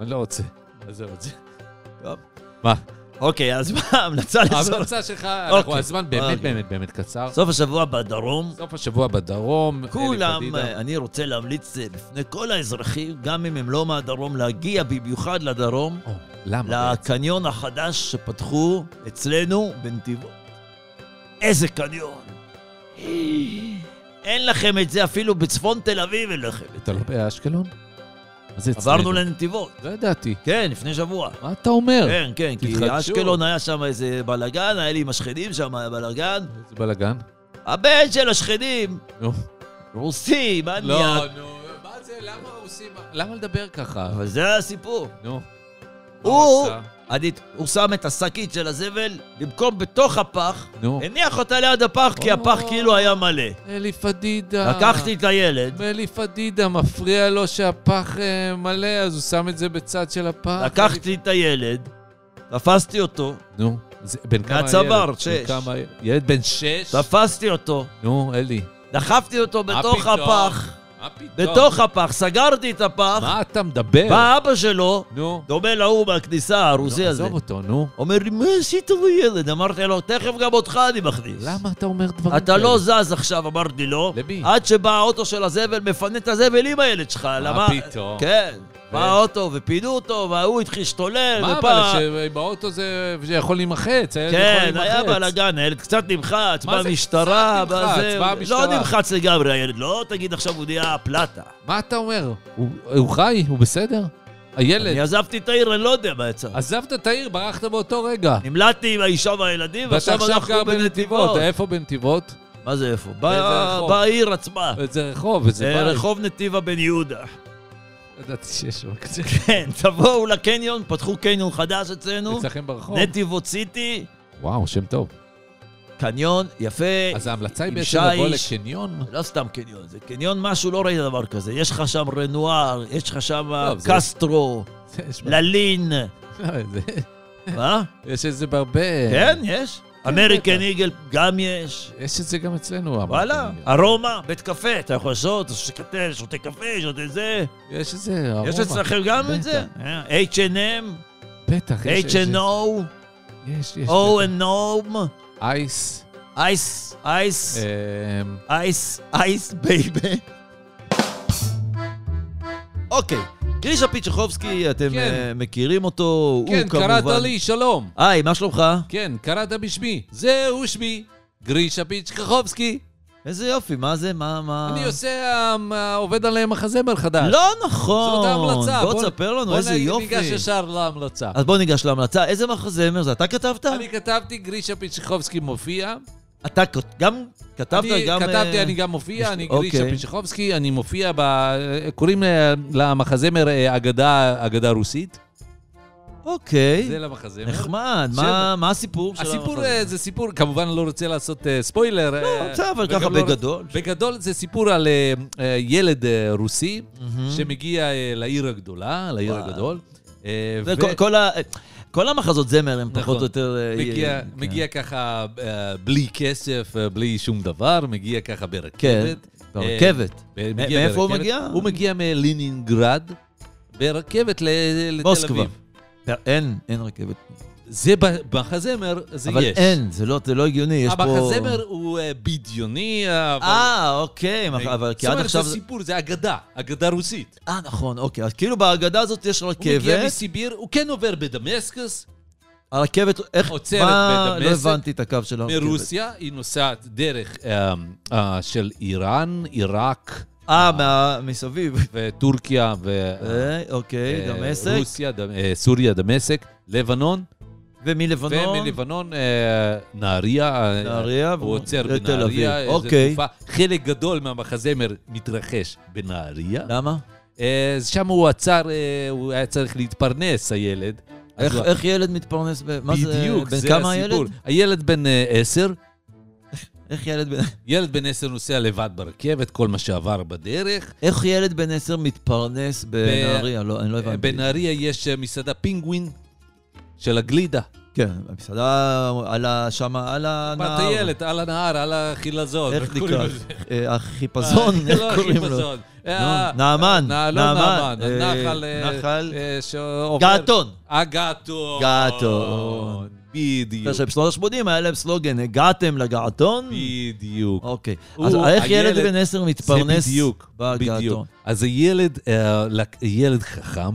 [SPEAKER 3] אני לא רוצה. עזוב את זה.
[SPEAKER 2] *laughs* טוב.
[SPEAKER 3] מה?
[SPEAKER 2] אוקיי, אז מה *laughs*
[SPEAKER 3] אה,
[SPEAKER 2] ההמלצה לסוף?
[SPEAKER 3] ההמלצה שלך, אנחנו-
[SPEAKER 2] אוקיי.
[SPEAKER 3] הזמן באמת
[SPEAKER 2] אוקיי.
[SPEAKER 3] באמת באמת קצר.
[SPEAKER 2] סוף השבוע בדרום,
[SPEAKER 3] סוף השבוע בדרום. אה, אלי
[SPEAKER 2] כולם,
[SPEAKER 3] פדידה.
[SPEAKER 2] אה, אני רוצה להמליץ אה, בפני כל האזרחים, גם אם הם לא מהדרום, להגיע במיוחד לדרום,
[SPEAKER 3] או, אה, למה?
[SPEAKER 2] לקניון החדש שפתחו אצלנו בנתיבות. איזה קניון!
[SPEAKER 3] אה.
[SPEAKER 2] אין לכם את זה אפילו בצפון תל אביב אין לכם את
[SPEAKER 3] אתה
[SPEAKER 2] זה.
[SPEAKER 3] לא באשקלון? מה זה אצלנו?
[SPEAKER 2] עברנו לנתיבות.
[SPEAKER 3] לא ידעתי.
[SPEAKER 2] כן, לפני שבוע.
[SPEAKER 3] מה אתה אומר?
[SPEAKER 2] כן, כן, כי
[SPEAKER 3] תתחדשו.
[SPEAKER 2] אשקלון היה שם איזה בלאגן, היה לי עם השכנים שם היה בלאגן.
[SPEAKER 3] איזה בלאגן.
[SPEAKER 2] הבן של השכנים,
[SPEAKER 3] נו.
[SPEAKER 2] רוסי, מניאק.
[SPEAKER 3] לא, נו, מה זה, למה עושים... למה לדבר ככה?
[SPEAKER 2] אבל זה הסיפור.
[SPEAKER 3] נו.
[SPEAKER 2] הוא,
[SPEAKER 3] מה
[SPEAKER 2] אני, הוא שם את השקית של הזבל, במקום בתוך הפח,
[SPEAKER 3] עשה? נו.
[SPEAKER 2] הניח אותה ליד הפח, כי הפח
[SPEAKER 3] או. אה.
[SPEAKER 2] כאילו היה מלא.
[SPEAKER 3] אלי פדידה.
[SPEAKER 2] לקחתי את הילד,
[SPEAKER 3] ואלי פדידה, מפריע לו שהפח אה, מלא, אז הוא שם את זה בצד של הפח.
[SPEAKER 2] לקחתי את הילד, תפסתי אותו,
[SPEAKER 3] נו, זה- בן כמה הילד?
[SPEAKER 2] מהצוואר,
[SPEAKER 3] בן
[SPEAKER 2] שש.
[SPEAKER 3] כמה הילד? ילד בן שש?
[SPEAKER 2] תפסתי אותו,
[SPEAKER 3] נו, אלי.
[SPEAKER 2] דחפתי אותו
[SPEAKER 3] מה
[SPEAKER 2] בתוך
[SPEAKER 3] פתאום?
[SPEAKER 2] הפח,
[SPEAKER 3] מה פתאום?
[SPEAKER 2] בתוך הפח, סגרתי את הפח,
[SPEAKER 3] מה אתה מדבר?
[SPEAKER 2] בא אבא שלו,
[SPEAKER 3] נו.
[SPEAKER 2] דומה להוא מהכניסה,
[SPEAKER 3] נו,
[SPEAKER 2] הרוסי הזה.
[SPEAKER 3] לא, עזוב אותו, נו.
[SPEAKER 2] אומר לי, מה עשית לילד? אמרתי לו, תכף גם אותך אני מכניס.
[SPEAKER 3] למה אתה אומר דברים כאלה?
[SPEAKER 2] אתה לא זז עכשיו, אמרתי לו.
[SPEAKER 3] למי?
[SPEAKER 2] עד שבא האוטו של הזבל, מפנה את הזבל עם הילד שלך. למה?
[SPEAKER 3] פתאום?
[SPEAKER 2] כן.
[SPEAKER 3] ו-
[SPEAKER 2] בא האוטו, ופינו אותו, וההוא התחיל להשתולל,
[SPEAKER 3] מה,
[SPEAKER 2] ובא...
[SPEAKER 3] אבל שבאוטו זה זה יכול להימחץ, הילד יכול
[SPEAKER 2] כן,
[SPEAKER 3] להימחץ.
[SPEAKER 2] היה בלאגן, הילד קצת נמחץ,
[SPEAKER 3] מה זה
[SPEAKER 2] במשטרה,
[SPEAKER 3] קצת נמחץ?
[SPEAKER 2] בזה...
[SPEAKER 3] בא
[SPEAKER 2] לא
[SPEAKER 3] המשטרה.
[SPEAKER 2] נמחץ לגמרי הילד, לא תגיד עכשיו הוא נהיה פלטה.
[SPEAKER 3] מה אתה אומר? הוא הוא חי? הוא בסדר?
[SPEAKER 2] אני
[SPEAKER 3] הילד,
[SPEAKER 2] עזבתי את העיר, אני לא יודע מה יצא.
[SPEAKER 3] עזבת את העיר, ברחת באותו רגע.
[SPEAKER 2] נמלטתי עם האישה והילדים,
[SPEAKER 3] ואתה
[SPEAKER 2] ועכשיו
[SPEAKER 3] עכשיו
[SPEAKER 2] אנחנו
[SPEAKER 3] גר בנתיבות.
[SPEAKER 2] בנתיבות.
[SPEAKER 3] איפה בנתיבות?
[SPEAKER 2] מה זה איפה?
[SPEAKER 3] באיזה
[SPEAKER 2] בא-
[SPEAKER 3] רחוב?
[SPEAKER 2] בעיר עצמה.
[SPEAKER 3] איזה רחוב, איזה
[SPEAKER 2] אה,
[SPEAKER 3] בית.
[SPEAKER 2] רחוב נתיבה בן יהודה.
[SPEAKER 3] ידעתי שיש שם
[SPEAKER 2] *laughs*
[SPEAKER 3] כזה.
[SPEAKER 2] כן, תבואו לקניון, פתחו קניון חדש אצלנו.
[SPEAKER 3] אצלכם ברחוב.
[SPEAKER 2] נתיבות סיטי,
[SPEAKER 3] וואו, שם טוב.
[SPEAKER 2] קניון יפה.
[SPEAKER 3] אז ההמלצה היא
[SPEAKER 2] אה, עם
[SPEAKER 3] בעצם לבוא
[SPEAKER 2] שיש.
[SPEAKER 3] לקניון? *laughs*
[SPEAKER 2] לא סתם קניון, זה קניון משהו, לא ראיתי דבר כזה. יש לך שם רנואר, יש לך שם
[SPEAKER 3] טוב, לא, זה- כן.
[SPEAKER 2] קסטרו,
[SPEAKER 3] זה יש בה-
[SPEAKER 2] ללין,
[SPEAKER 3] לא, זה-
[SPEAKER 2] מה?
[SPEAKER 3] יש את זה בהרבה...
[SPEAKER 2] כן, יש. אמריקן
[SPEAKER 3] כן. בטח.
[SPEAKER 2] איגל גם יש.
[SPEAKER 3] יש את זה גם אצלנו.
[SPEAKER 2] וואלה,
[SPEAKER 3] אמרתם.
[SPEAKER 2] ארומה, בית קפה, אתה יכול לעשות, אתה שותה קפה, שותה קפה, שותה זה.
[SPEAKER 3] יש את זה, ארומה.
[SPEAKER 2] יש אצלכם גם את
[SPEAKER 3] בטח.
[SPEAKER 2] זה? אה, H&M,
[SPEAKER 3] בטח, יש- יש-
[SPEAKER 2] H&O,
[SPEAKER 3] יש, יש.
[SPEAKER 2] O&O,
[SPEAKER 3] אייס.
[SPEAKER 2] אייס, אייס,
[SPEAKER 3] אמ,
[SPEAKER 2] אייס, אייס בייבי. אוקיי, קרישה פיצ'חובסקי, אתם
[SPEAKER 3] כן.
[SPEAKER 2] אה, מכירים אותו, הוא
[SPEAKER 3] כן,
[SPEAKER 2] כמובן...
[SPEAKER 3] קראת לי, שלום.
[SPEAKER 2] היי, מה שלומך?
[SPEAKER 3] כן, קראת בשמי. זהו שמי. גרישה פיצ'קחובסקי.
[SPEAKER 2] איזה יופי, מה זה? מה, מה...
[SPEAKER 3] אני עושה, אה, עובד עליהם מחזמר חדש.
[SPEAKER 2] לא נכון.
[SPEAKER 3] זאת ההמלצה.
[SPEAKER 2] בוא תספר לנו, איזה
[SPEAKER 3] בוא
[SPEAKER 2] יופי.
[SPEAKER 3] נ- ניגש ישר להמלצה.
[SPEAKER 2] אז בוא ניגש להמלצה. איזה מחזמר זה? אתה כתבת?
[SPEAKER 3] אני כתבתי, גרישה פיצ'יחובסקי מופיע.
[SPEAKER 2] אתה כ- גם כתבת
[SPEAKER 3] אני
[SPEAKER 2] גם...
[SPEAKER 3] כתבתי,
[SPEAKER 2] אה,
[SPEAKER 3] אני גם מופיע,
[SPEAKER 2] יש-
[SPEAKER 3] אני גרישה
[SPEAKER 2] אוקיי.
[SPEAKER 3] פיצ'יחובסקי, אני מופיע ב... קוראים אה, למחזמר אה, אגדה, אגדה רוסית.
[SPEAKER 2] אוקיי.
[SPEAKER 3] זה למחזמר.
[SPEAKER 2] נחמד.
[SPEAKER 3] שבע.
[SPEAKER 2] מה- מה הסיפור של
[SPEAKER 3] הסיפור
[SPEAKER 2] המחזמר?
[SPEAKER 3] אה, זה סיפור, כמובן לא רוצה לעשות אה, ספוילר. אה,
[SPEAKER 2] בסדר, אבל
[SPEAKER 3] וגם
[SPEAKER 2] ככה
[SPEAKER 3] לא-
[SPEAKER 2] בגדול.
[SPEAKER 3] בגדול זה סיפור על אה, אה, ילד אה, רוסי
[SPEAKER 2] מהמם.
[SPEAKER 3] שמגיע אה, לעיר הגדולה, לעיר
[SPEAKER 2] וואו.
[SPEAKER 3] הגדול. אה,
[SPEAKER 2] זה
[SPEAKER 3] ו-
[SPEAKER 2] כל- כל ה- כל המחזות זמר הם פחות
[SPEAKER 3] נכון.
[SPEAKER 2] או יותר... אה,
[SPEAKER 3] מגיע,
[SPEAKER 2] אה, כן.
[SPEAKER 3] מגיע ככה אה, בלי כסף, אה, בלי שום דבר, מגיע ככה
[SPEAKER 2] כן.
[SPEAKER 3] ברכבת.
[SPEAKER 2] לא, ברכבת.
[SPEAKER 3] אה,
[SPEAKER 2] מ-
[SPEAKER 3] מגיע
[SPEAKER 2] מאיפה הוא
[SPEAKER 3] ברכבת.
[SPEAKER 2] מגיע?
[SPEAKER 3] הוא מגיע מלינינגרד, ברכבת ל- לתל
[SPEAKER 2] מוסקבה.
[SPEAKER 3] אביב.
[SPEAKER 2] אין, אין רכבת.
[SPEAKER 3] זה ב- בחזמר, זה
[SPEAKER 2] אבל
[SPEAKER 3] יש.
[SPEAKER 2] אין, זה לא- זה לא הגיוני, יש פה...
[SPEAKER 3] המחזמר הוא אה, בדיוני, אה, אבל...
[SPEAKER 2] אה, אוקיי, מח- אבל כי
[SPEAKER 3] זאת
[SPEAKER 2] עד
[SPEAKER 3] אומרת,
[SPEAKER 2] עכשיו...
[SPEAKER 3] זה סיפור, זה אגדה, אגדה רוסית.
[SPEAKER 2] אה, נכון, אוקיי. אז כאילו בהגדה הזאת יש
[SPEAKER 3] הוא מגיע
[SPEAKER 2] רכבת,
[SPEAKER 3] מסיביר, הוא כן עובר בדמשקס,
[SPEAKER 2] הרכבת, איך...
[SPEAKER 3] עוצרת
[SPEAKER 2] מה- לא
[SPEAKER 3] בדמשק,
[SPEAKER 2] הבנתי את הקו של הרכבת.
[SPEAKER 3] מרוסיה, היא נוסעת דרך אה, אה, של איראן, עיראק,
[SPEAKER 2] אה, מה- מסביב.
[SPEAKER 3] וטורקיה ו...
[SPEAKER 2] אה, אוקיי,
[SPEAKER 3] אה,
[SPEAKER 2] דמשק,
[SPEAKER 3] רוסיה, ד- אה, סוריה, דמשק, לבנון,
[SPEAKER 2] ומלבנון,
[SPEAKER 3] ומלבנון אה, נהריה, אה,
[SPEAKER 2] נהריה,
[SPEAKER 3] הוא עוצר
[SPEAKER 2] לתל אביב.
[SPEAKER 3] בנהריה, איזה
[SPEAKER 2] אוקיי.
[SPEAKER 3] תקופה. חלק גדול מהמחזמר מתרחש בנהריה.
[SPEAKER 2] למה?
[SPEAKER 3] אה, אז שם הוא עצר, אה, הוא היה צריך להתפרנס, הילד. אז
[SPEAKER 2] איך-
[SPEAKER 3] הוא-
[SPEAKER 2] איך ילד מתפרנס ב... מה לא. זה,
[SPEAKER 3] בדיוק,
[SPEAKER 2] בן
[SPEAKER 3] זה
[SPEAKER 2] כמה
[SPEAKER 3] הסיפור.
[SPEAKER 2] הילד?
[SPEAKER 3] הילד בן אה, עשר,
[SPEAKER 2] איך ילד בן...
[SPEAKER 3] ילד בן עשר נוסע לבד ברכבת, כל מה שעבר בדרך.
[SPEAKER 2] איך ילד בן עשר מתפרנס בנהריה? לא, אני לא הבנתי.
[SPEAKER 3] בנהריה יש אה, מסעדה פינגווין של הגלידה.
[SPEAKER 2] כן, המסעדה על ה... שמה, על הנהר.
[SPEAKER 3] פעם טיילת, על הנהר, על החילזון.
[SPEAKER 2] איך
[SPEAKER 3] קוראים
[SPEAKER 2] נקרא?
[SPEAKER 3] לזה?
[SPEAKER 2] אה, החיפזון, איך
[SPEAKER 3] לא,
[SPEAKER 2] קוראים לו?
[SPEAKER 3] חיפזון. אה,
[SPEAKER 2] נעמן,
[SPEAKER 3] נע- לא
[SPEAKER 2] נעמן,
[SPEAKER 3] נעמן,
[SPEAKER 2] אה,
[SPEAKER 3] נחל, אה,
[SPEAKER 2] נחל-
[SPEAKER 3] אה, שעובר...
[SPEAKER 2] געתון.
[SPEAKER 3] הגעתון.
[SPEAKER 2] געתון.
[SPEAKER 3] בדיוק.
[SPEAKER 2] עכשיו, בשנות ה-80 היה להם סלוגן, הגעתם לגעתון?
[SPEAKER 3] בדיוק.
[SPEAKER 2] אוקיי.
[SPEAKER 3] הוא-
[SPEAKER 2] אז איך ילד
[SPEAKER 3] הילד-
[SPEAKER 2] בן עשר מתפרנס
[SPEAKER 3] זה בדיוק,
[SPEAKER 2] בגעתון?
[SPEAKER 3] בדיוק. אז הילד, אה, לק- ילד חכם,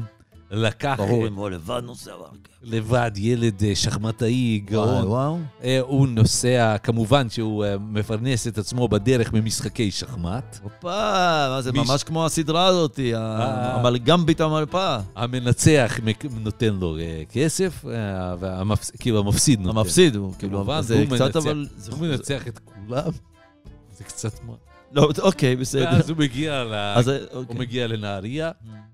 [SPEAKER 3] לקח
[SPEAKER 2] ברור,
[SPEAKER 3] אה,
[SPEAKER 2] אם הוא לבד נוסע ברכב.
[SPEAKER 3] לבד ילד אה, שחמטאי,
[SPEAKER 2] וואו,
[SPEAKER 3] גאון.
[SPEAKER 2] וואו.
[SPEAKER 3] אה, הוא נוסע, כמובן שהוא אה, מפרנס את עצמו בדרך ממשחקי שחמט.
[SPEAKER 2] הופה, מה זה
[SPEAKER 3] מיש-
[SPEAKER 2] ממש כמו הסדרה הזאת, ה-
[SPEAKER 3] אה. אוקיי.
[SPEAKER 2] המלגמבית המלפאה.
[SPEAKER 3] המנצח מק- נותן לו אה, כסף, אה, והמפס- כאילו המפסיד נותן.
[SPEAKER 2] המפסיד הוא, כאילו,
[SPEAKER 3] כמובן,
[SPEAKER 2] אבל זה
[SPEAKER 3] והוא
[SPEAKER 2] קצת,
[SPEAKER 3] מנצח.
[SPEAKER 2] אבל... זה-
[SPEAKER 3] הוא מנצח את כולם. זה קצת מה.
[SPEAKER 2] לא, אוקיי, בסדר.
[SPEAKER 3] ואז הוא מגיע ל...
[SPEAKER 2] אז
[SPEAKER 3] הוא
[SPEAKER 2] אוקיי.
[SPEAKER 3] מגיע לנהריה,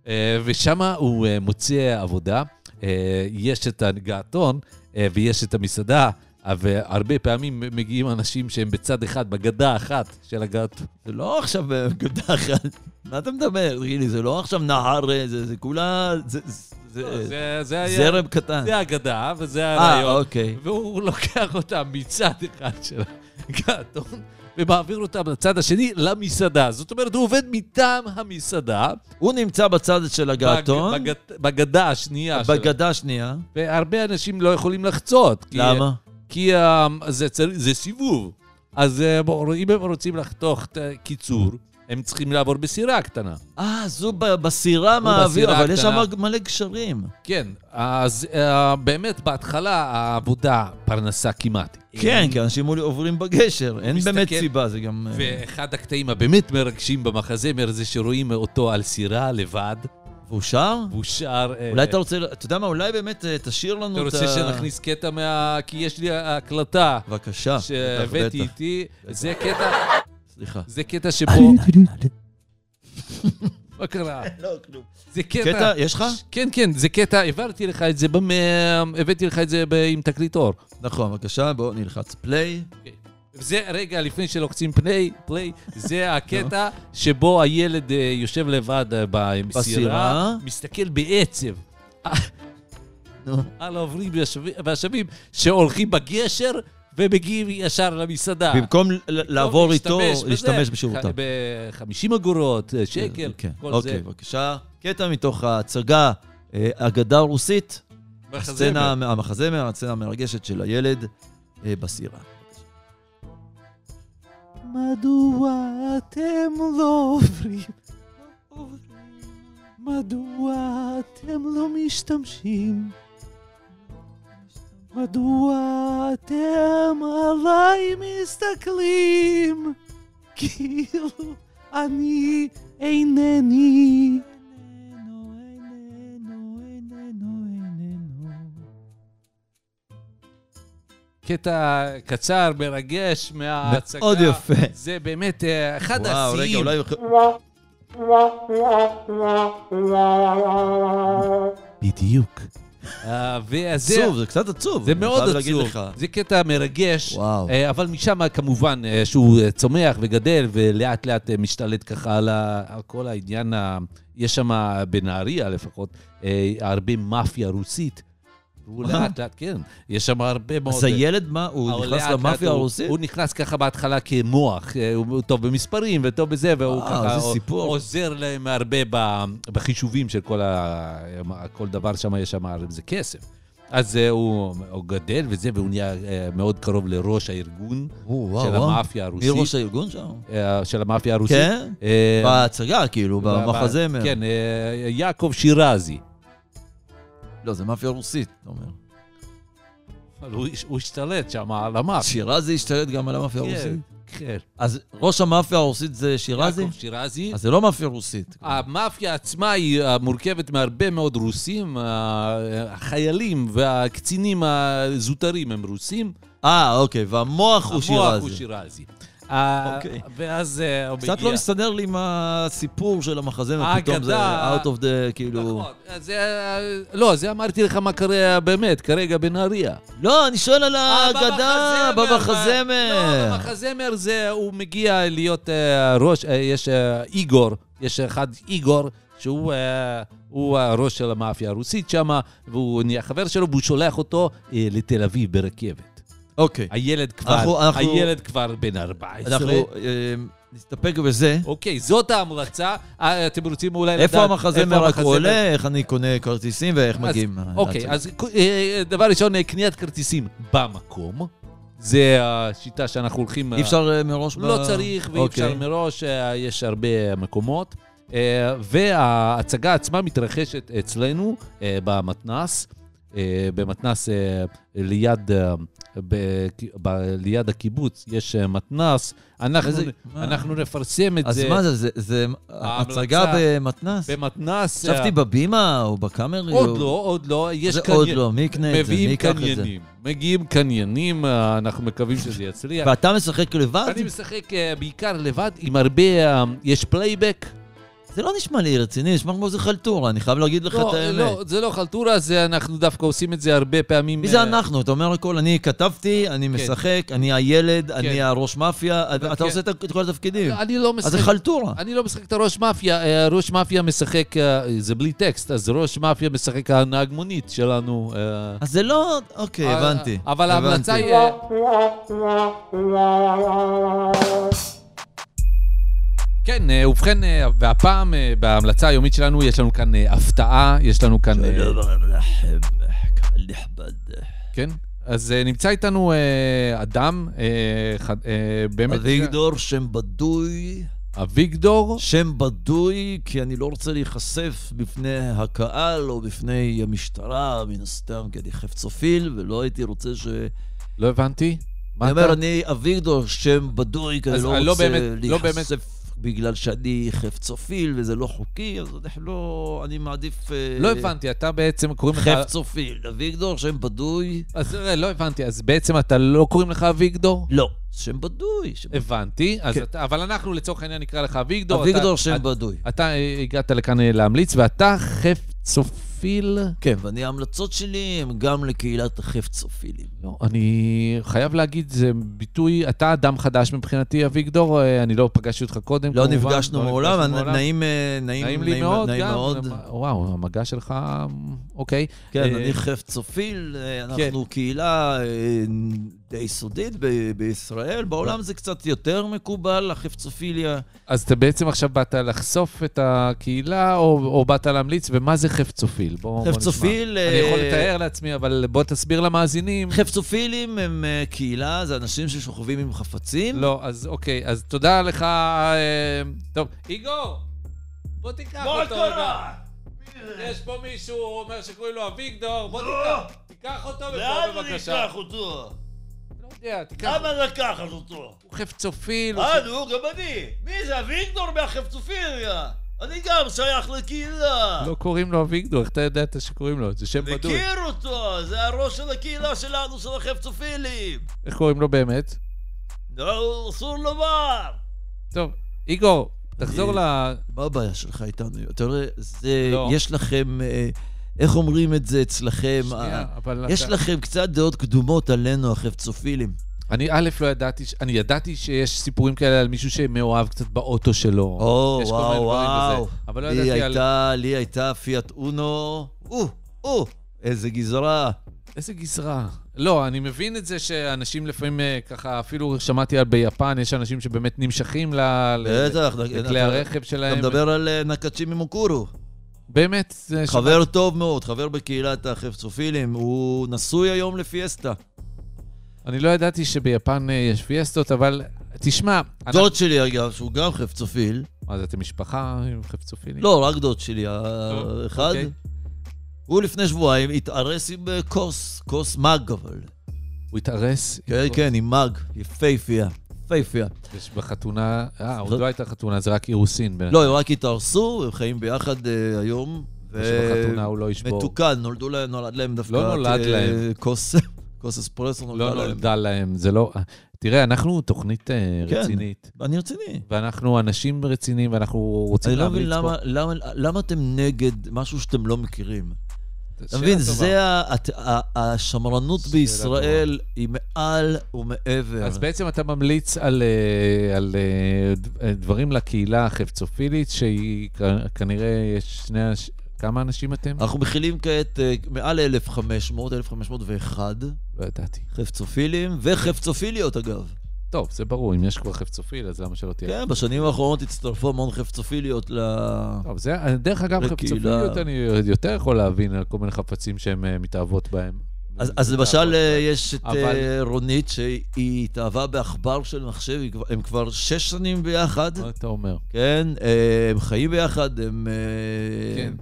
[SPEAKER 3] אה, ושם הוא אה, מוצא עבודה. אה, יש את הגעתון אה, ויש את המסעדה, אה, והרבה פעמים מגיעים אנשים שהם בצד אחד, בגדה אחת של הגעתון.
[SPEAKER 2] זה לא עכשיו גדה אחת. מה אתה מדבר? גילי, זה לא עכשיו נהר, אה, זה זה כולה... זה- זה- זה
[SPEAKER 3] לא, זה- זה היה-
[SPEAKER 2] זרם קטן.
[SPEAKER 3] זה הגדה, וזה
[SPEAKER 2] אה,
[SPEAKER 3] הרעיון.
[SPEAKER 2] אוקיי.
[SPEAKER 3] והוא לוקח אותה מצד אחד של הגעתון, ומעביר אותה לצד השני למסעדה. זאת אומרת, הוא עובד מטעם המסעדה,
[SPEAKER 2] הוא נמצא בצד של הגעתון,
[SPEAKER 3] בג- בגד- בגדה השנייה שלה.
[SPEAKER 2] בגדה השנייה.
[SPEAKER 3] והרבה אנשים לא יכולים לחצות. כי-
[SPEAKER 2] למה?
[SPEAKER 3] כי אה, זה, צר- זה סיבוב. אז אה, בוא, אם הם רוצים לחתוך את הקיצור, הם צריכים לעבור בסירה קטנה.
[SPEAKER 2] אה, זו ב- בסירה מהאוויר,
[SPEAKER 3] בסירה
[SPEAKER 2] אבל יש שם
[SPEAKER 3] הקטנה.
[SPEAKER 2] מלא גשרים.
[SPEAKER 3] כן, אז אה, באמת בהתחלה העבודה פרנסה כמעט.
[SPEAKER 2] כן, כי אנשים עוברים בגשר, אין
[SPEAKER 3] מסתכל-
[SPEAKER 2] באמת סיבה, זה גם... אה,
[SPEAKER 3] ואחד הקטעים הבאמת מרגשים במחזמר זה שרואים אותו על סירה לבד,
[SPEAKER 2] והוא שר?
[SPEAKER 3] והוא שר... אה,
[SPEAKER 2] אולי אתה רוצה, אתה יודע מה, אולי באמת אה, תשאיר לנו
[SPEAKER 3] אתה
[SPEAKER 2] את ה...
[SPEAKER 3] רוצה שנכניס קטע מה... כי יש לי הקלטה
[SPEAKER 2] בבקשה. בטח,
[SPEAKER 3] שהבאתי
[SPEAKER 2] אה, בטח. אה,
[SPEAKER 3] איתי. זה קטע,
[SPEAKER 2] סליחה.
[SPEAKER 3] זה קטע שבו... מה קרה?
[SPEAKER 2] לא, כלום.
[SPEAKER 3] זה קטע...
[SPEAKER 2] קטע, יש לך?
[SPEAKER 3] כן, כן, זה קטע, העברתי לך את זה, במ... הבאתי לך את זה ב... עם תקליטור.
[SPEAKER 2] נכון, בבקשה, בואו נלחץ פליי.
[SPEAKER 3] זה, רגע, לפני שלוחצים פליי, פליי, זה הקטע שבו הילד אה, יושב לבד אה,
[SPEAKER 2] בסירה.
[SPEAKER 3] בסירה, מסתכל בעצב
[SPEAKER 2] נו.
[SPEAKER 3] על העוברים והשבים- והשבים שהולכים בגשר ומגיעים ישר למסעדה. לא
[SPEAKER 2] במקום ל- לעבור איתו,
[SPEAKER 3] אה. להשתמש בזה,
[SPEAKER 2] להשתמש בשירותיו.
[SPEAKER 3] ח- ב-50 אגורות, אה, שקל,
[SPEAKER 2] כן,
[SPEAKER 3] כל
[SPEAKER 2] אוקיי,
[SPEAKER 3] זה.
[SPEAKER 2] בבקשה. קטע מתוך ההצגה, אה, אגדה רוסית, הסצנה, המחזמר, הסצנה המרגשת של הילד אה, בסירה.
[SPEAKER 3] מדוע אתם לא עוברים? מדוע אתם לא משתמשים? מדוע אתם עליי מסתכלים?
[SPEAKER 4] כאילו אני אינני.
[SPEAKER 3] קטע קצר, מרגש מההצגה.
[SPEAKER 2] מאוד יפה.
[SPEAKER 3] זה באמת אה, אחד
[SPEAKER 2] וואו, רגע,
[SPEAKER 3] השיאים.
[SPEAKER 2] אולי...
[SPEAKER 4] בדיוק.
[SPEAKER 3] אה, וזה-
[SPEAKER 2] עצוב, זה קצת עצוב.
[SPEAKER 3] זה
[SPEAKER 2] אני
[SPEAKER 3] מאוד
[SPEAKER 2] חייב להגיד
[SPEAKER 3] עצוב.
[SPEAKER 2] לך.
[SPEAKER 3] זה קטע מרגש.
[SPEAKER 2] וואו.
[SPEAKER 3] אה, אבל משם כמובן אה, שהוא אה, צומח וגדל ולאט לאט אה, משתלט ככה על ה- על כל העניין, ה- יש שם בנהריה לפחות אה, הרבה מאפיה רוסית. והוא
[SPEAKER 2] וואו.
[SPEAKER 3] לאט לאט, כן, יש שם הרבה מאוד... אה,
[SPEAKER 2] אז הילד, מה, הוא
[SPEAKER 3] אבל
[SPEAKER 2] נכנס
[SPEAKER 3] לאט לאט
[SPEAKER 2] למאפיה
[SPEAKER 3] הוא-
[SPEAKER 2] הרוסית?
[SPEAKER 3] הוא נכנס ככה בהתחלה כמוח, אה, הוא טוב במספרים וטוב בזה, והוא
[SPEAKER 2] וואו,
[SPEAKER 3] ככה
[SPEAKER 2] אה, זה
[SPEAKER 3] הוא-
[SPEAKER 2] סיפור.
[SPEAKER 3] עוזר להם הרבה ב- בחישובים של כל ה- כל דבר שם, יש שם הרי זה כסף. אז אה, הוא הוא גדל וזה, והוא נהיה אה, מאוד קרוב לראש הארגון
[SPEAKER 2] או, וואו,
[SPEAKER 3] של
[SPEAKER 2] וואו.
[SPEAKER 3] המאפיה
[SPEAKER 2] מי ראש
[SPEAKER 3] הרוסית.
[SPEAKER 2] הארגון שם?
[SPEAKER 3] אה, של המאפיה הרוסית.
[SPEAKER 2] כן?
[SPEAKER 3] אה,
[SPEAKER 2] בהצגה, כאילו,
[SPEAKER 3] ב-
[SPEAKER 2] במחזמר.
[SPEAKER 3] כן, אה, יעקב שירזי.
[SPEAKER 2] לא, זה מאפיה רוסית, אתה אומר.
[SPEAKER 3] אבל הוא הוא השתלט שם על המאפיה.
[SPEAKER 2] שירזי השתלט גם על המאפיה
[SPEAKER 3] כן,
[SPEAKER 2] הרוסית.
[SPEAKER 3] כן.
[SPEAKER 2] אז ראש המאפיה הרוסית זה שירזי?
[SPEAKER 3] יעקב שירזי.
[SPEAKER 2] אז זה לא מאפיה רוסית.
[SPEAKER 3] המאפיה עצמה היא אה, מורכבת מהרבה מאוד רוסים, אה, החיילים והקצינים הזוטרים הם רוסים,
[SPEAKER 2] אה, אוקיי, והמוח הוא
[SPEAKER 3] המוח הוא
[SPEAKER 2] שירזי.
[SPEAKER 3] שירזי. אה,
[SPEAKER 2] אוקיי.
[SPEAKER 3] ואז אה, הוא מגיע.
[SPEAKER 2] קצת לא מסתדר לי עם הסיפור של המחזמר, פתאום זה
[SPEAKER 3] האגדה.
[SPEAKER 2] out of the, כאילו...
[SPEAKER 3] אה, נכון, אה, זה, אה, לא, זה אמרתי לך מה קרה באמת, כרגע בנהריה.
[SPEAKER 2] לא, אני שואל על
[SPEAKER 3] אה,
[SPEAKER 2] ההגדה,
[SPEAKER 3] במחזמר, לא,
[SPEAKER 2] במחזמר.
[SPEAKER 3] במחזמר זה, הוא מגיע להיות אה, ראש, אה, יש אה, איגור, יש אחד איגור, שהוא אה, הוא הראש של המאפיה הרוסית שם, והוא נהיה חבר שלו, והוא שולח אותו אה, לתל אביב ברכבת.
[SPEAKER 2] אוקיי,
[SPEAKER 3] הילד
[SPEAKER 2] אנחנו-
[SPEAKER 3] כבר,
[SPEAKER 2] אנחנו-
[SPEAKER 3] הילד כבר בן 14.
[SPEAKER 2] אנחנו אה, נסתפק בזה.
[SPEAKER 3] אוקיי, זאת ההמלצה. אה, אתם רוצים אולי לדעת...
[SPEAKER 2] איפה המחזמר רק
[SPEAKER 3] המחזמר-
[SPEAKER 2] עולה, איך אני קונה כרטיסים ואיך
[SPEAKER 3] אז-
[SPEAKER 2] מגיעים.
[SPEAKER 3] אוקיי,
[SPEAKER 2] להצגה.
[SPEAKER 3] אז אה, דבר ראשון, אה, קניית כרטיסים במקום. זה השיטה שאנחנו הולכים...
[SPEAKER 2] אי אפשר אה, מראש ב...
[SPEAKER 3] לא צריך ואי אפשר
[SPEAKER 2] אוקיי.
[SPEAKER 3] מראש, אה, יש הרבה מקומות. אה, וההצגה עצמה מתרחשת אצלנו אה, במתנ"ס, אה, במתנ"ס אה, ליד, אה, ב- ב- ליד הקיבוץ יש אה, מתנ"ס, אנחנו,
[SPEAKER 2] איזה- מה?
[SPEAKER 3] אנחנו נפרסם את
[SPEAKER 2] אז
[SPEAKER 3] זה
[SPEAKER 2] מה זה, זה- זה הצגה במתנ"ס?
[SPEAKER 3] במתנ"ס. אה,
[SPEAKER 2] חשבתי בבימה או בקאמרי?
[SPEAKER 3] עוד
[SPEAKER 2] או-
[SPEAKER 3] לא, עוד לא, יש
[SPEAKER 2] זה
[SPEAKER 3] קני-
[SPEAKER 2] עוד לא, מי יקנה את זה? מי
[SPEAKER 3] מביאים
[SPEAKER 2] ייקח את זה?
[SPEAKER 3] קניינים, מגיעים קניינים, אה, אנחנו מקווים שזה
[SPEAKER 2] *laughs*
[SPEAKER 3] יצליח.
[SPEAKER 2] ואתה משחק לבד?
[SPEAKER 3] אני משחק אה, בעיקר לבד עם הרבה, אה, יש פלייבק.
[SPEAKER 2] זה לא נשמע לי רציני, נשמע כמו איזה חלטורה, אני חייב להגיד לך את
[SPEAKER 3] לא,
[SPEAKER 2] האמת.
[SPEAKER 3] לא, זה לא חלטורה, זה אנחנו דווקא עושים את זה הרבה פעמים.
[SPEAKER 2] מי זה
[SPEAKER 3] אה,
[SPEAKER 2] אנחנו? אתה אומר הכל, אני כתבתי, אני משחק, אני הילד, אני הראש מאפיה, אתה- אתה
[SPEAKER 3] כן.
[SPEAKER 2] עושה את את כל התפקידים.
[SPEAKER 3] אני לא
[SPEAKER 2] אז זה
[SPEAKER 3] משחק.
[SPEAKER 2] חלטורה.
[SPEAKER 3] אני לא משחק את הראש מאפיה, אה, ראש מאפיה משחק, אה, זה בלי טקסט, אז ראש מאפיה משחק הנהג מונית שלנו. אה,
[SPEAKER 2] אז זה לא... אוקיי,
[SPEAKER 3] אה,
[SPEAKER 2] הבנתי.
[SPEAKER 3] אבל
[SPEAKER 2] הבנתי.
[SPEAKER 3] ההמלצה היא... אה, כן, אה, ובכן, אה, והפעם אה, בהמלצה היומית שלנו יש לנו כאן אה, הפתעה, יש לנו כאן... אה, כן. אז אה, נמצא איתנו אה, אדם, אה, ח- אה, באמת...
[SPEAKER 2] אביגדור שם בדוי,
[SPEAKER 3] אביגדור.
[SPEAKER 2] שם בדוי, כי אני לא רוצה להיחשף בפני הקהל או בפני המשטרה, מן הסתם, כי אני חפצופיל, ולא הייתי רוצה ש...
[SPEAKER 3] לא הבנתי.
[SPEAKER 2] אני
[SPEAKER 3] מה אתה?
[SPEAKER 2] אומר, אני אביגדור שם בדוי, כי אני
[SPEAKER 3] אז אני
[SPEAKER 2] לא
[SPEAKER 3] לא
[SPEAKER 2] רוצה
[SPEAKER 3] באמת- לא באמת-
[SPEAKER 2] להיחשף בגלל שאני חפצופיל וזה לא חוקי, אז אנחנו לא... אני מעדיף... אה,
[SPEAKER 3] לא הבנתי, אתה בעצם קוראים לך...
[SPEAKER 2] חפצופיל. אביגדור שם בדוי?
[SPEAKER 3] אז אה, לא הבנתי, אז בעצם אתה לא קוראים לך אביגדור?
[SPEAKER 2] לא. שם בדוי. שם-
[SPEAKER 3] הבנתי, אז
[SPEAKER 2] כן.
[SPEAKER 3] אתה, אבל אנחנו לצורך העניין נקרא לך אביגדור.
[SPEAKER 2] אביגדור
[SPEAKER 3] אתה-
[SPEAKER 2] שם
[SPEAKER 3] אתה-
[SPEAKER 2] בדוי.
[SPEAKER 3] אתה אה, הגעת לכאן אה, להמליץ, ואתה חפצופיל...
[SPEAKER 2] כן, ואני, ההמלצות שלי הן גם לקהילת החפצופילים.
[SPEAKER 3] לא, אני חייב להגיד, זה ביטוי, אתה אדם חדש מבחינתי, אביגדור, אה, אני לא פגשתי אותך קודם,
[SPEAKER 2] לא
[SPEAKER 3] כמובן,
[SPEAKER 2] נפגשנו מעולם,
[SPEAKER 3] נפגשנו
[SPEAKER 2] נעים
[SPEAKER 3] מעולם.
[SPEAKER 2] נעים, אה, נעים
[SPEAKER 3] נעים לי מאוד,
[SPEAKER 2] נעים
[SPEAKER 3] גם.
[SPEAKER 2] מאוד.
[SPEAKER 3] וואו, המגע שלך, אוקיי.
[SPEAKER 2] כן,
[SPEAKER 3] אה, כן.
[SPEAKER 2] אני חפצופיל, אה, אנחנו קהילה אה, די יסודית ב- בישראל, בעולם זה קצת יותר מקובל, החפצופיליה.
[SPEAKER 3] אז אתה בעצם עכשיו באת לחשוף את הקהילה, או, או באת להמליץ, ומה זה חפצופיל? בוא,
[SPEAKER 2] חפצופיל,
[SPEAKER 3] בוא נשמע. אני יכול
[SPEAKER 2] אה,
[SPEAKER 3] לתאר לעצמי, אבל בוא תסביר למאזינים.
[SPEAKER 2] חפצופילים הם אה, קהילה, זה אנשים ששוכבים עם חפצים.
[SPEAKER 3] לא, אז אוקיי, אז תודה לך. אה, טוב, איגור, בוא תיקח אותו. רגע. יש פה מישהו, הוא אומר שקוראים לו אביגדור, בוא
[SPEAKER 2] לא.
[SPEAKER 3] תיקח. תיקח אותו
[SPEAKER 2] לאן
[SPEAKER 3] לפה
[SPEAKER 2] הוא
[SPEAKER 3] בבקשה.
[SPEAKER 2] אותו?
[SPEAKER 3] לא שנייה, תיקח.
[SPEAKER 2] למה לקחת אותו?
[SPEAKER 3] הוא חפצופיל. הוא
[SPEAKER 2] אה, נו, גם אני. מי זה אביגדור מהחפצופיליה? אני גם שייך לקהילה.
[SPEAKER 3] לא קוראים לו אביגדור, איך אתה יודע את שקוראים לו? זה שם בדוי.
[SPEAKER 2] מכיר אותו, זה הראש של הקהילה שלנו, של החפצופילים.
[SPEAKER 3] איך קוראים לו באמת?
[SPEAKER 2] לא, אסור לומר.
[SPEAKER 3] טוב, איגור, תחזור ל...
[SPEAKER 2] מה הבעיה שלך איתנו? אתה רואה, זה,
[SPEAKER 3] לא.
[SPEAKER 2] יש לכם, אה, איך אומרים את זה אצלכם?
[SPEAKER 3] שנייה,
[SPEAKER 2] אה,
[SPEAKER 3] אבל
[SPEAKER 2] יש
[SPEAKER 3] אתה-
[SPEAKER 2] לכם קצת דעות קדומות עלינו, החפצופילים.
[SPEAKER 3] אני א', לא ידעתי, ש- אני ידעתי שיש סיפורים כאלה על מישהו שמאוהב קצת באוטו שלו.
[SPEAKER 2] או,
[SPEAKER 3] יש כל מיני
[SPEAKER 2] וואו,
[SPEAKER 3] דברים
[SPEAKER 2] וואו.
[SPEAKER 3] וזה, אבל לא
[SPEAKER 2] לי
[SPEAKER 3] ידעתי על...
[SPEAKER 2] הייתה, לי הייתה פיאט אונו. או, או, איזה גזרה.
[SPEAKER 3] איזה גזרה. לא, אני מבין את זה שאנשים לפעמים אה, ככה, אפילו שמעתי על ביפן, יש אנשים שבאמת נמשכים ל- ל-
[SPEAKER 2] בטח.
[SPEAKER 3] לכלי הרכב
[SPEAKER 2] אתה
[SPEAKER 3] שלהם.
[SPEAKER 2] מדבר על אה, נקצ'י ממוקורו.
[SPEAKER 3] באמת, זה ש-
[SPEAKER 2] חבר טוב מאוד, חבר בקהילת החפצופילים. הוא נשוי היום לפיאסטה.
[SPEAKER 3] אני לא ידעתי שביפן אה, יש פיאסטות, אבל תשמע, אנחנו-
[SPEAKER 2] דוד שלי, אגב, שהוא גם חפצופיל.
[SPEAKER 3] מה זה, אתם משפחה עם חפצופילים?
[SPEAKER 2] לא, אה, רק דוד שלי, האחד.
[SPEAKER 3] אוקיי.
[SPEAKER 2] הוא לפני שבועיים התארס עם אה, כוס, כוס מאג
[SPEAKER 3] כן,
[SPEAKER 2] אבל.
[SPEAKER 3] הוא התארס?
[SPEAKER 2] כן, כן, עם מאג, יפייפייה, יפייפייה.
[SPEAKER 3] יש בחתונה, אה, עוד
[SPEAKER 2] זאת-
[SPEAKER 3] לא הייתה חתונה, זה רק אירוסין. בין-
[SPEAKER 2] לא, הם רק התארסו, הם חיים ביחד אה, היום. ו- אה,
[SPEAKER 3] שבחתונה הוא לא ישבור.
[SPEAKER 2] מתוקן, נולדו להם, נולד להם דווקא...
[SPEAKER 3] לא נולד
[SPEAKER 2] אה,
[SPEAKER 3] להם.
[SPEAKER 2] כוס, *laughs* כוס אספרסו
[SPEAKER 3] לא
[SPEAKER 2] נולדה להם.
[SPEAKER 3] נולדה להם, זה לא... תראה, אנחנו תוכנית אה,
[SPEAKER 2] כן.
[SPEAKER 3] רצינית,
[SPEAKER 2] אני רציני.
[SPEAKER 3] ואנחנו אנשים רציניים, ואנחנו רוצים
[SPEAKER 2] אני לא
[SPEAKER 3] להמליץ
[SPEAKER 2] מבין
[SPEAKER 3] פה.
[SPEAKER 2] למה- למה- למה אתם נגד משהו שאתם לא מכירים. אתה
[SPEAKER 3] שאלה
[SPEAKER 2] מבין,
[SPEAKER 3] טובה.
[SPEAKER 2] זה ה- הת- ה- השמרנות
[SPEAKER 3] שאלה
[SPEAKER 2] בישראל היא מעל ומעבר.
[SPEAKER 3] אז בעצם אתה ממליץ על, אה, על אה, ד- אה, דברים לקהילה החפצופילית, שהיא כ- כנראה יש שני... אנש- כמה אנשים אתם?
[SPEAKER 2] אנחנו מכילים כעת אה, מעל 1,500, 1,501
[SPEAKER 3] לא ידעתי.
[SPEAKER 2] חפצופילים וחפצופיליות, אגב.
[SPEAKER 3] טוב, זה ברור, אם יש כבר חפצופיל, אז למה שלא תהיה?
[SPEAKER 2] כן, בשנים האחרונות הצטרפו המון חפצופיליות ל...
[SPEAKER 3] טוב, זה, אה, דרך אגב,
[SPEAKER 2] לקהילה.
[SPEAKER 3] חפצופיליות אני יותר יכול להבין על כל מיני חפצים שהן אה, מתאהבות בהם.
[SPEAKER 2] אז, אז למשל אה, יש את
[SPEAKER 3] אבל-
[SPEAKER 2] אה, רונית, שהיא התאהבה בעכבר של מחשב, היא כבר- הם כבר שש שנים ביחד,
[SPEAKER 3] מה אתה אומר?
[SPEAKER 2] כן? אה, הם חיים ביחד, הם... אה,
[SPEAKER 3] כן.